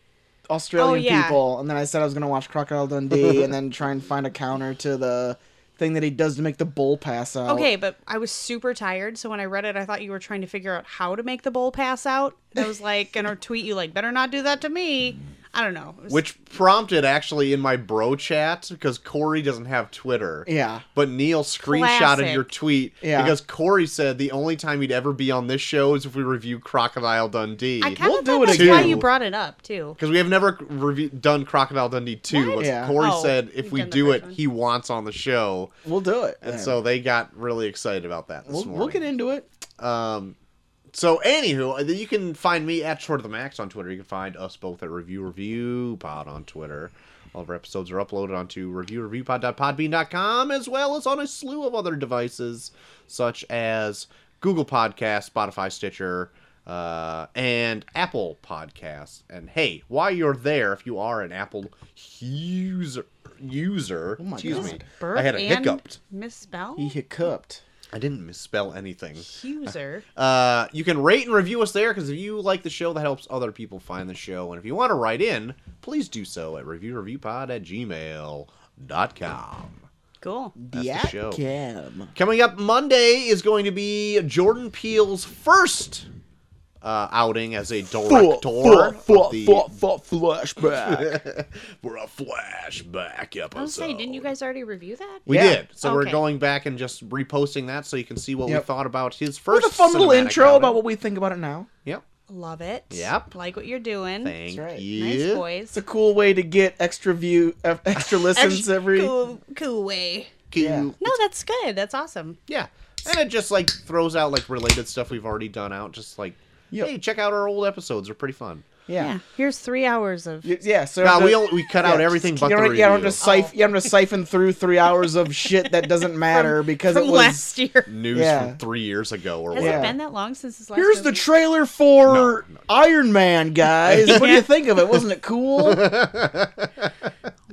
Speaker 1: Australian
Speaker 6: Oh, yeah.
Speaker 1: people, and then I said I was gonna watch Crocodile Dundee, and then try and find a counter to the thing that he does to make the bull pass out.
Speaker 6: Okay, but I was super tired, so when I read it, I thought you were trying to figure out how to make the bowl pass out. And I was like, gonna tweet you like, better not do that to me. I don't know. It was-
Speaker 2: Which prompted actually in my bro chat because Corey doesn't have Twitter.
Speaker 1: Yeah.
Speaker 2: But Neil screenshotted
Speaker 6: Classic.
Speaker 2: your tweet
Speaker 1: Yeah.
Speaker 2: because Corey said the only time he'd ever be on this show is if we review Crocodile Dundee.
Speaker 6: I kind
Speaker 1: We'll
Speaker 6: of
Speaker 1: do
Speaker 6: thought
Speaker 1: it
Speaker 6: that's
Speaker 2: again.
Speaker 6: why you brought it up too.
Speaker 2: Because we have never review- done Crocodile Dundee 2. But
Speaker 1: Yeah.
Speaker 2: Corey
Speaker 6: Oh,
Speaker 2: said if
Speaker 6: we've
Speaker 2: we
Speaker 6: done the
Speaker 2: do
Speaker 6: first
Speaker 2: it,
Speaker 6: one.
Speaker 2: he wants on the show.
Speaker 1: We'll do it.
Speaker 2: And
Speaker 1: then.
Speaker 2: so they got really excited about that this
Speaker 1: we'll,
Speaker 2: morning.
Speaker 1: we'll get into it.
Speaker 2: Um, so, anywho, uh, you can find me at Short of the Max on Twitter. You can find us both at Review Review Pod on Twitter. All of our episodes are uploaded onto reviewreviewpod.podbean.com as well as on a slew of other devices such as Google Podcasts, Spotify, Stitcher, uh, and Apple Podcasts. And hey, while you're there, if you are an Apple user, user,
Speaker 1: Oh my
Speaker 2: excuse
Speaker 1: God.
Speaker 2: me,
Speaker 6: Burp
Speaker 2: I had a
Speaker 6: and
Speaker 2: hiccup.
Speaker 6: Misspell.
Speaker 1: He hiccuped.
Speaker 2: I didn't misspell anything.
Speaker 6: Accuser.
Speaker 2: Uh, you can rate and review us there because if you like the show, that helps other people find the show. And if you want to write in, please do so at reviewreviewpod at gmail.com.
Speaker 6: Cool.
Speaker 2: the
Speaker 1: Yeah,
Speaker 2: show.
Speaker 1: Cam.
Speaker 2: Coming up Monday is going to be Jordan Peele's first uh, outing as a director. of the-
Speaker 1: flashback.
Speaker 2: for a flashback episode.
Speaker 6: I was saying, didn't you guys already review that?
Speaker 2: We
Speaker 1: Yeah.
Speaker 2: did. So we're
Speaker 6: Okay.
Speaker 2: going back and just reposting that so you can see what we
Speaker 1: Yep.
Speaker 2: thought about his first.
Speaker 1: With a fun little
Speaker 2: cinematic
Speaker 1: intro
Speaker 2: outing.
Speaker 1: about what we think about it now.
Speaker 2: Yep.
Speaker 6: Love it.
Speaker 2: Yep.
Speaker 6: Like what you're doing.
Speaker 2: Thank
Speaker 1: right. Nice
Speaker 2: you.
Speaker 6: Nice
Speaker 1: It's
Speaker 6: boys.
Speaker 1: a cool way to get e-, extra view, uh, extra listens
Speaker 6: Extra
Speaker 1: every.
Speaker 6: cool, cool way.
Speaker 1: Yeah.
Speaker 6: No, that's good. That's awesome.
Speaker 2: Yeah. And it just like throws out like related stuff we've already done out, just like
Speaker 1: Yep.
Speaker 2: hey, check out our old episodes; they're pretty fun.
Speaker 6: Yeah.
Speaker 1: Yeah.
Speaker 6: Here's three hours of.
Speaker 1: Y- Yeah. So
Speaker 2: Now
Speaker 1: the-
Speaker 2: we all, we cut out
Speaker 1: yeah,
Speaker 2: everything
Speaker 1: just-
Speaker 2: but
Speaker 1: you
Speaker 2: the
Speaker 1: don't,
Speaker 2: review.
Speaker 1: you don't just siphon. You don't just siphon through three hours of shit that doesn't matter because
Speaker 6: from
Speaker 1: it was.
Speaker 6: last year.
Speaker 2: news
Speaker 1: Yeah.
Speaker 2: from three years ago or
Speaker 6: Has
Speaker 2: whatever.
Speaker 6: it
Speaker 1: Yeah.
Speaker 6: been that long since his last?
Speaker 1: Here's the
Speaker 6: movie?
Speaker 1: trailer for Iron Man, guys. What do you think of it? Wasn't it cool?
Speaker 6: oh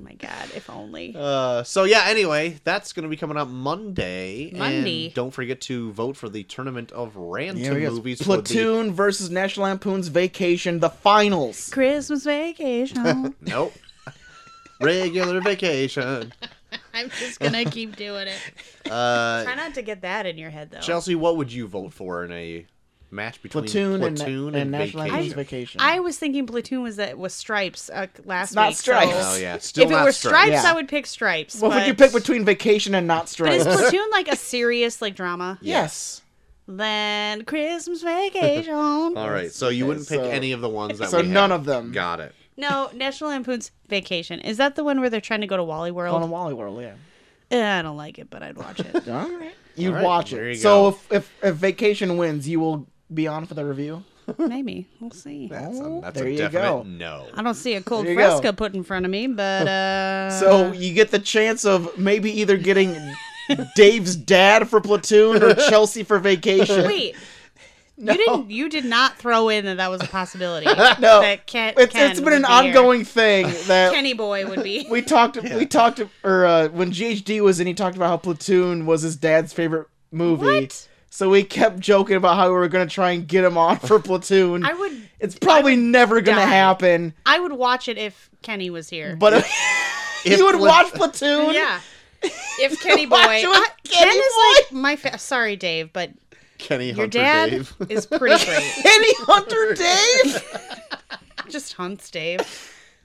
Speaker 6: my god! If only.
Speaker 2: Uh, so yeah. Anyway, that's going to be coming out Monday. and
Speaker 6: Monday.
Speaker 2: don't forget to vote for the Tournament of Random
Speaker 1: Here we go.
Speaker 2: Movies. for the-
Speaker 1: Platoon versus National Lampoon's Vacation, the finals.
Speaker 6: Christmas vacation.
Speaker 2: Nope. Regular vacation.
Speaker 6: I'm just gonna keep doing it.
Speaker 2: Uh,
Speaker 6: Try not to get that in your head though.
Speaker 2: Chelsea, what would you vote for in a match between
Speaker 1: Platoon,
Speaker 2: Platoon,
Speaker 1: and,
Speaker 2: and,
Speaker 1: and, National
Speaker 2: Vacation?
Speaker 1: Lampoon's Vacation.
Speaker 6: I was thinking Platoon was that was Stripes uh, last
Speaker 1: not
Speaker 6: week.
Speaker 1: Stripes.
Speaker 6: so-
Speaker 2: Oh yeah, still
Speaker 6: if it
Speaker 2: not
Speaker 6: were
Speaker 2: Stripes.
Speaker 6: Stripes,
Speaker 1: Yeah.
Speaker 6: I would pick Stripes.
Speaker 1: well,
Speaker 6: but...
Speaker 1: would you pick between Vacation and Not
Speaker 6: But is
Speaker 1: Stripes?
Speaker 6: Platoon like a serious like drama?
Speaker 1: yes.
Speaker 6: Then Christmas Vacation.
Speaker 2: All right, so you wouldn't pick
Speaker 1: so-
Speaker 2: any of the ones that.
Speaker 1: So
Speaker 2: we
Speaker 1: none
Speaker 2: have.
Speaker 1: of them.
Speaker 2: Got it.
Speaker 6: No, National Lampoon's Vacation. Is that the one where they're trying to go to Wally
Speaker 1: On a
Speaker 6: World?
Speaker 1: Wally World, yeah.
Speaker 6: Eh, I don't like it, but I'd watch it.
Speaker 1: All right. You'd
Speaker 2: All right,
Speaker 1: watch
Speaker 2: there
Speaker 1: it.
Speaker 2: you
Speaker 1: so
Speaker 2: go.
Speaker 1: if, if if Vacation wins, you will be on for the review.
Speaker 6: Maybe we'll see.
Speaker 2: That's a,
Speaker 1: Oh,
Speaker 2: that's
Speaker 1: there
Speaker 2: a
Speaker 1: you
Speaker 2: definite
Speaker 1: go.
Speaker 2: no.
Speaker 6: I don't see a cold
Speaker 1: There you go.
Speaker 6: fresca put in front of me, but uh
Speaker 1: So you get the chance of maybe either getting Dave's dad for Platoon or Chelsea for Vacation.
Speaker 6: wait. You didn't. You did not throw in that that was a possibility.
Speaker 1: No,
Speaker 6: that Ken,
Speaker 1: it's,
Speaker 6: Ken
Speaker 1: it's
Speaker 6: would
Speaker 1: been an
Speaker 6: be
Speaker 1: ongoing thing
Speaker 6: here.
Speaker 1: that
Speaker 6: Kenny boy would be.
Speaker 1: we talked. We talked, or uh, when GHD was in, he talked about how Platoon was his dad's favorite movie.
Speaker 6: What?
Speaker 1: So we kept joking about how we were gonna try and get him on for Platoon.
Speaker 6: I would.
Speaker 1: it's probably never gonna
Speaker 6: die.
Speaker 1: happen.
Speaker 6: I would watch it if Kenny was here.
Speaker 1: But if,
Speaker 2: If
Speaker 1: you would
Speaker 2: Pla-
Speaker 1: watch Platoon.
Speaker 6: yeah. If Kenny boy,
Speaker 1: Watch it with
Speaker 6: I- Ken
Speaker 1: Kenny
Speaker 6: is like my. Fa- Sorry, Dave, but
Speaker 2: Kenny Hunter
Speaker 6: your dad
Speaker 2: Dave.
Speaker 6: is pretty great.
Speaker 1: Penny Hunter Dave.
Speaker 6: Just hunts Dave.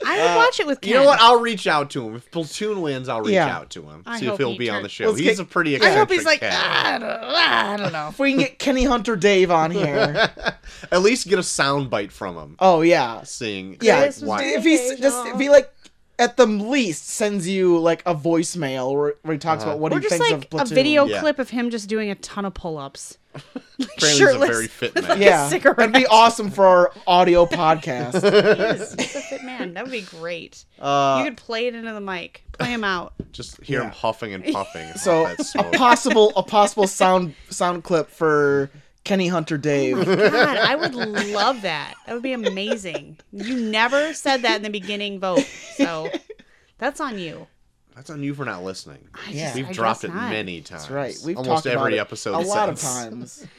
Speaker 6: I would watch it with Ken.
Speaker 2: You know what? I'll reach out to him. If Platoon wins, I'll reach
Speaker 1: Yeah.
Speaker 2: out to him.
Speaker 6: I
Speaker 2: See if
Speaker 6: hope
Speaker 2: he'll
Speaker 6: he
Speaker 2: be on
Speaker 6: turn-
Speaker 2: the show.
Speaker 1: Let's
Speaker 2: he's
Speaker 1: get-
Speaker 2: a pretty
Speaker 6: I
Speaker 2: eccentric
Speaker 6: hope he's like.
Speaker 2: cat.
Speaker 6: "Ah, I don't, I don't know.
Speaker 1: if we can get Kenny Hunter Dave on here,
Speaker 6: "Ah!"
Speaker 2: At least get a sound bite from him.
Speaker 1: oh yeah,
Speaker 2: Seeing
Speaker 1: yeah.
Speaker 6: This was
Speaker 2: why-
Speaker 6: Dave.
Speaker 1: if he's just if he like at the least sends you like a voicemail where, where he talks
Speaker 2: Uh-huh.
Speaker 1: about what
Speaker 6: Or
Speaker 1: he
Speaker 6: just
Speaker 1: thinks of
Speaker 6: like a
Speaker 1: Platoon.
Speaker 6: video
Speaker 2: Yeah.
Speaker 6: clip of him just doing a ton of pull-ups.
Speaker 2: apparently he's a
Speaker 6: shirtless.
Speaker 2: very fit man.
Speaker 1: Yeah,
Speaker 6: cigarette.
Speaker 1: that'd be awesome for our audio podcast.
Speaker 6: He is. He's a fit man. That would be great.
Speaker 2: Uh,
Speaker 6: you could play it into the mic. Play him out.
Speaker 2: just hear him
Speaker 1: Yeah.
Speaker 2: huffing and puffing. and
Speaker 1: So
Speaker 2: all that
Speaker 1: a
Speaker 2: smoke.
Speaker 1: possible a possible sound sound clip for Kenny Hunter Dave.
Speaker 6: God, I would love that. That would be amazing. You never said that in the beginning vote, so that's on you.
Speaker 2: That's on you for not listening.
Speaker 6: I
Speaker 1: Yeah.
Speaker 6: just,
Speaker 2: We've
Speaker 6: I
Speaker 2: dropped
Speaker 6: guess
Speaker 2: it
Speaker 6: not,
Speaker 2: many times.
Speaker 1: That's right. We've
Speaker 2: almost
Speaker 1: talked about
Speaker 2: every
Speaker 1: it
Speaker 2: episode.
Speaker 1: a lot of
Speaker 2: since.
Speaker 1: times.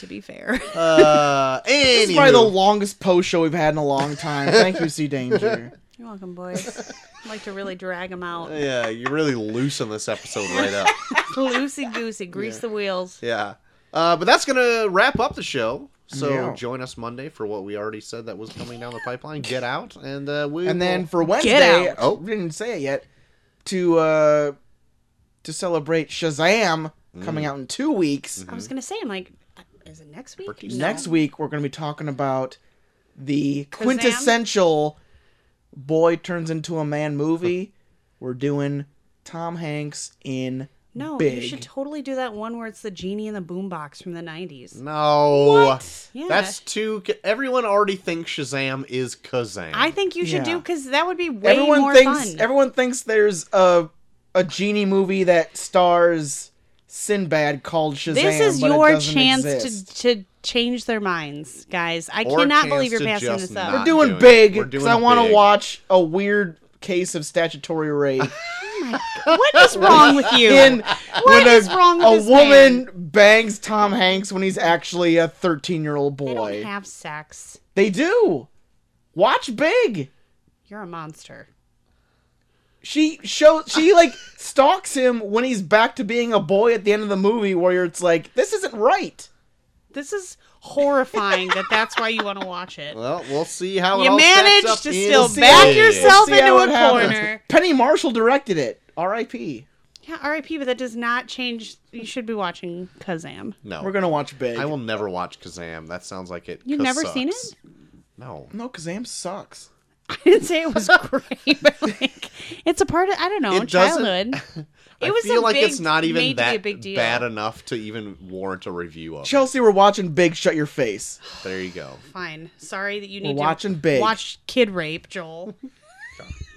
Speaker 6: To be fair,
Speaker 2: Uh,
Speaker 1: This is probably the
Speaker 2: anywho.
Speaker 1: longest post show we've had in a long time. Thank you, C Danger.
Speaker 6: you're welcome, boys. I like to really drag them out,
Speaker 2: yeah, you really loosen this episode right up.
Speaker 6: loosey goosey, grease the wheels.
Speaker 2: Yeah. Uh, but that's going to wrap up the show. So
Speaker 1: Yeah.
Speaker 2: join us Monday for what we already said that was coming down the pipeline. Get out, and uh, we
Speaker 1: And then
Speaker 2: will-
Speaker 1: for Wednesday,
Speaker 6: out.
Speaker 1: oh, we didn't say it yet. To uh, to celebrate Shazam
Speaker 6: Mm.
Speaker 1: coming out in two weeks.
Speaker 6: I was gonna say, I'm like, is it next week?
Speaker 2: Pretty
Speaker 6: No.
Speaker 1: Next week, we're going to be talking about the quintessential boy turns into a man movie. we're doing Tom Hanks in
Speaker 6: No,
Speaker 1: Big.
Speaker 6: you should totally do that one where it's the genie in the boombox from the '90s.
Speaker 2: no,
Speaker 1: Mm.
Speaker 6: Yeah.
Speaker 2: that's too. Everyone already thinks Shazam is Kazam.
Speaker 6: I think you should do
Speaker 1: Yeah.
Speaker 6: because that would be way
Speaker 1: everyone
Speaker 6: more
Speaker 1: thinks
Speaker 6: fun.
Speaker 1: everyone thinks there's a a genie movie that stars Sinbad called Shazam.
Speaker 6: This is
Speaker 1: but it
Speaker 6: your
Speaker 1: doesn't
Speaker 6: chance
Speaker 1: exist.
Speaker 6: to, to change their minds, guys. I
Speaker 2: Or a
Speaker 6: cannot
Speaker 2: chance
Speaker 6: believe you're
Speaker 2: to
Speaker 6: passing
Speaker 2: just
Speaker 6: this up.
Speaker 2: not
Speaker 1: We're doing
Speaker 2: doing it.
Speaker 1: big
Speaker 2: We're
Speaker 1: because
Speaker 2: doing
Speaker 1: I want to
Speaker 2: big.
Speaker 1: watch a weird case of statutory rape.
Speaker 6: What is wrong with you?
Speaker 1: in when
Speaker 6: is
Speaker 1: a,
Speaker 6: wrong with
Speaker 1: a
Speaker 6: this
Speaker 1: woman bangs Tom Hanks when he's actually a 13 year old
Speaker 6: they
Speaker 1: boy.
Speaker 6: don't have sex.
Speaker 1: They do. Watch Big.
Speaker 6: You're a monster.
Speaker 1: She shows she like stalks him when he's back to being a boy at the end of the movie, where it's like this isn't right.
Speaker 6: This is horrifying that that's why you want to watch it.
Speaker 2: Well, we'll see how it
Speaker 6: You
Speaker 2: all stacks
Speaker 6: managed
Speaker 2: up
Speaker 6: to
Speaker 2: in
Speaker 6: still
Speaker 2: the
Speaker 6: back
Speaker 2: end.
Speaker 6: yourself- Up
Speaker 1: See
Speaker 6: into
Speaker 1: how
Speaker 6: a
Speaker 1: it happens.
Speaker 6: corner.
Speaker 1: Penny Marshall directed it. R.I.P.
Speaker 6: Yeah, R.I.P. But that does not change. You should be watching Kazam.
Speaker 2: No,
Speaker 1: We're gonna watch Big.
Speaker 2: I will never watch Kazam. That sounds like it.
Speaker 6: You've never seen
Speaker 2: sucks. No.
Speaker 1: No, Kazam sucks.
Speaker 6: I didn't say it was great, but like, it's a part of I don't know
Speaker 2: It doesn't-
Speaker 6: childhood.
Speaker 2: I
Speaker 6: It was
Speaker 2: feel
Speaker 6: a
Speaker 2: like
Speaker 6: big-
Speaker 2: it's not even
Speaker 6: made to be a
Speaker 2: that
Speaker 6: big deal.
Speaker 2: bad enough to even warrant a review of. it.
Speaker 1: Chelsea, we're watching Big. Shut your face.
Speaker 2: There you go.
Speaker 6: Fine. Sorry that you
Speaker 1: We're
Speaker 6: need
Speaker 1: watching
Speaker 6: to
Speaker 1: Big.
Speaker 6: watch kid rape, Joel.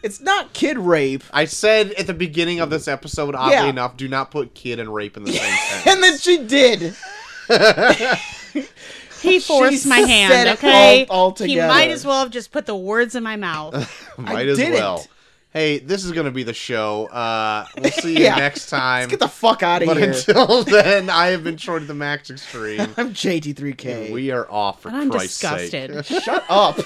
Speaker 1: It's not kid rape.
Speaker 2: I said at the beginning of this episode, oddly
Speaker 1: Yeah.
Speaker 2: enough, do not put kid and rape in the same sentence.
Speaker 1: And then she did.
Speaker 6: He forced my
Speaker 1: said it
Speaker 6: hand, okay?
Speaker 1: all-
Speaker 6: he
Speaker 1: altogether.
Speaker 6: might as well have just put the words in my mouth.
Speaker 1: I
Speaker 2: Might as
Speaker 1: didn't.
Speaker 2: well. Hey, this is going to be the show. Uh, we'll see you
Speaker 1: Yeah.
Speaker 2: next time.
Speaker 1: Let's get the fuck out of
Speaker 2: but
Speaker 1: here.
Speaker 2: until then, I have been short of the Max Extreme.
Speaker 1: I'm JT3K.
Speaker 2: We are off for
Speaker 6: And I'm
Speaker 2: Christ's sake.
Speaker 6: disgusted.
Speaker 1: Shut up.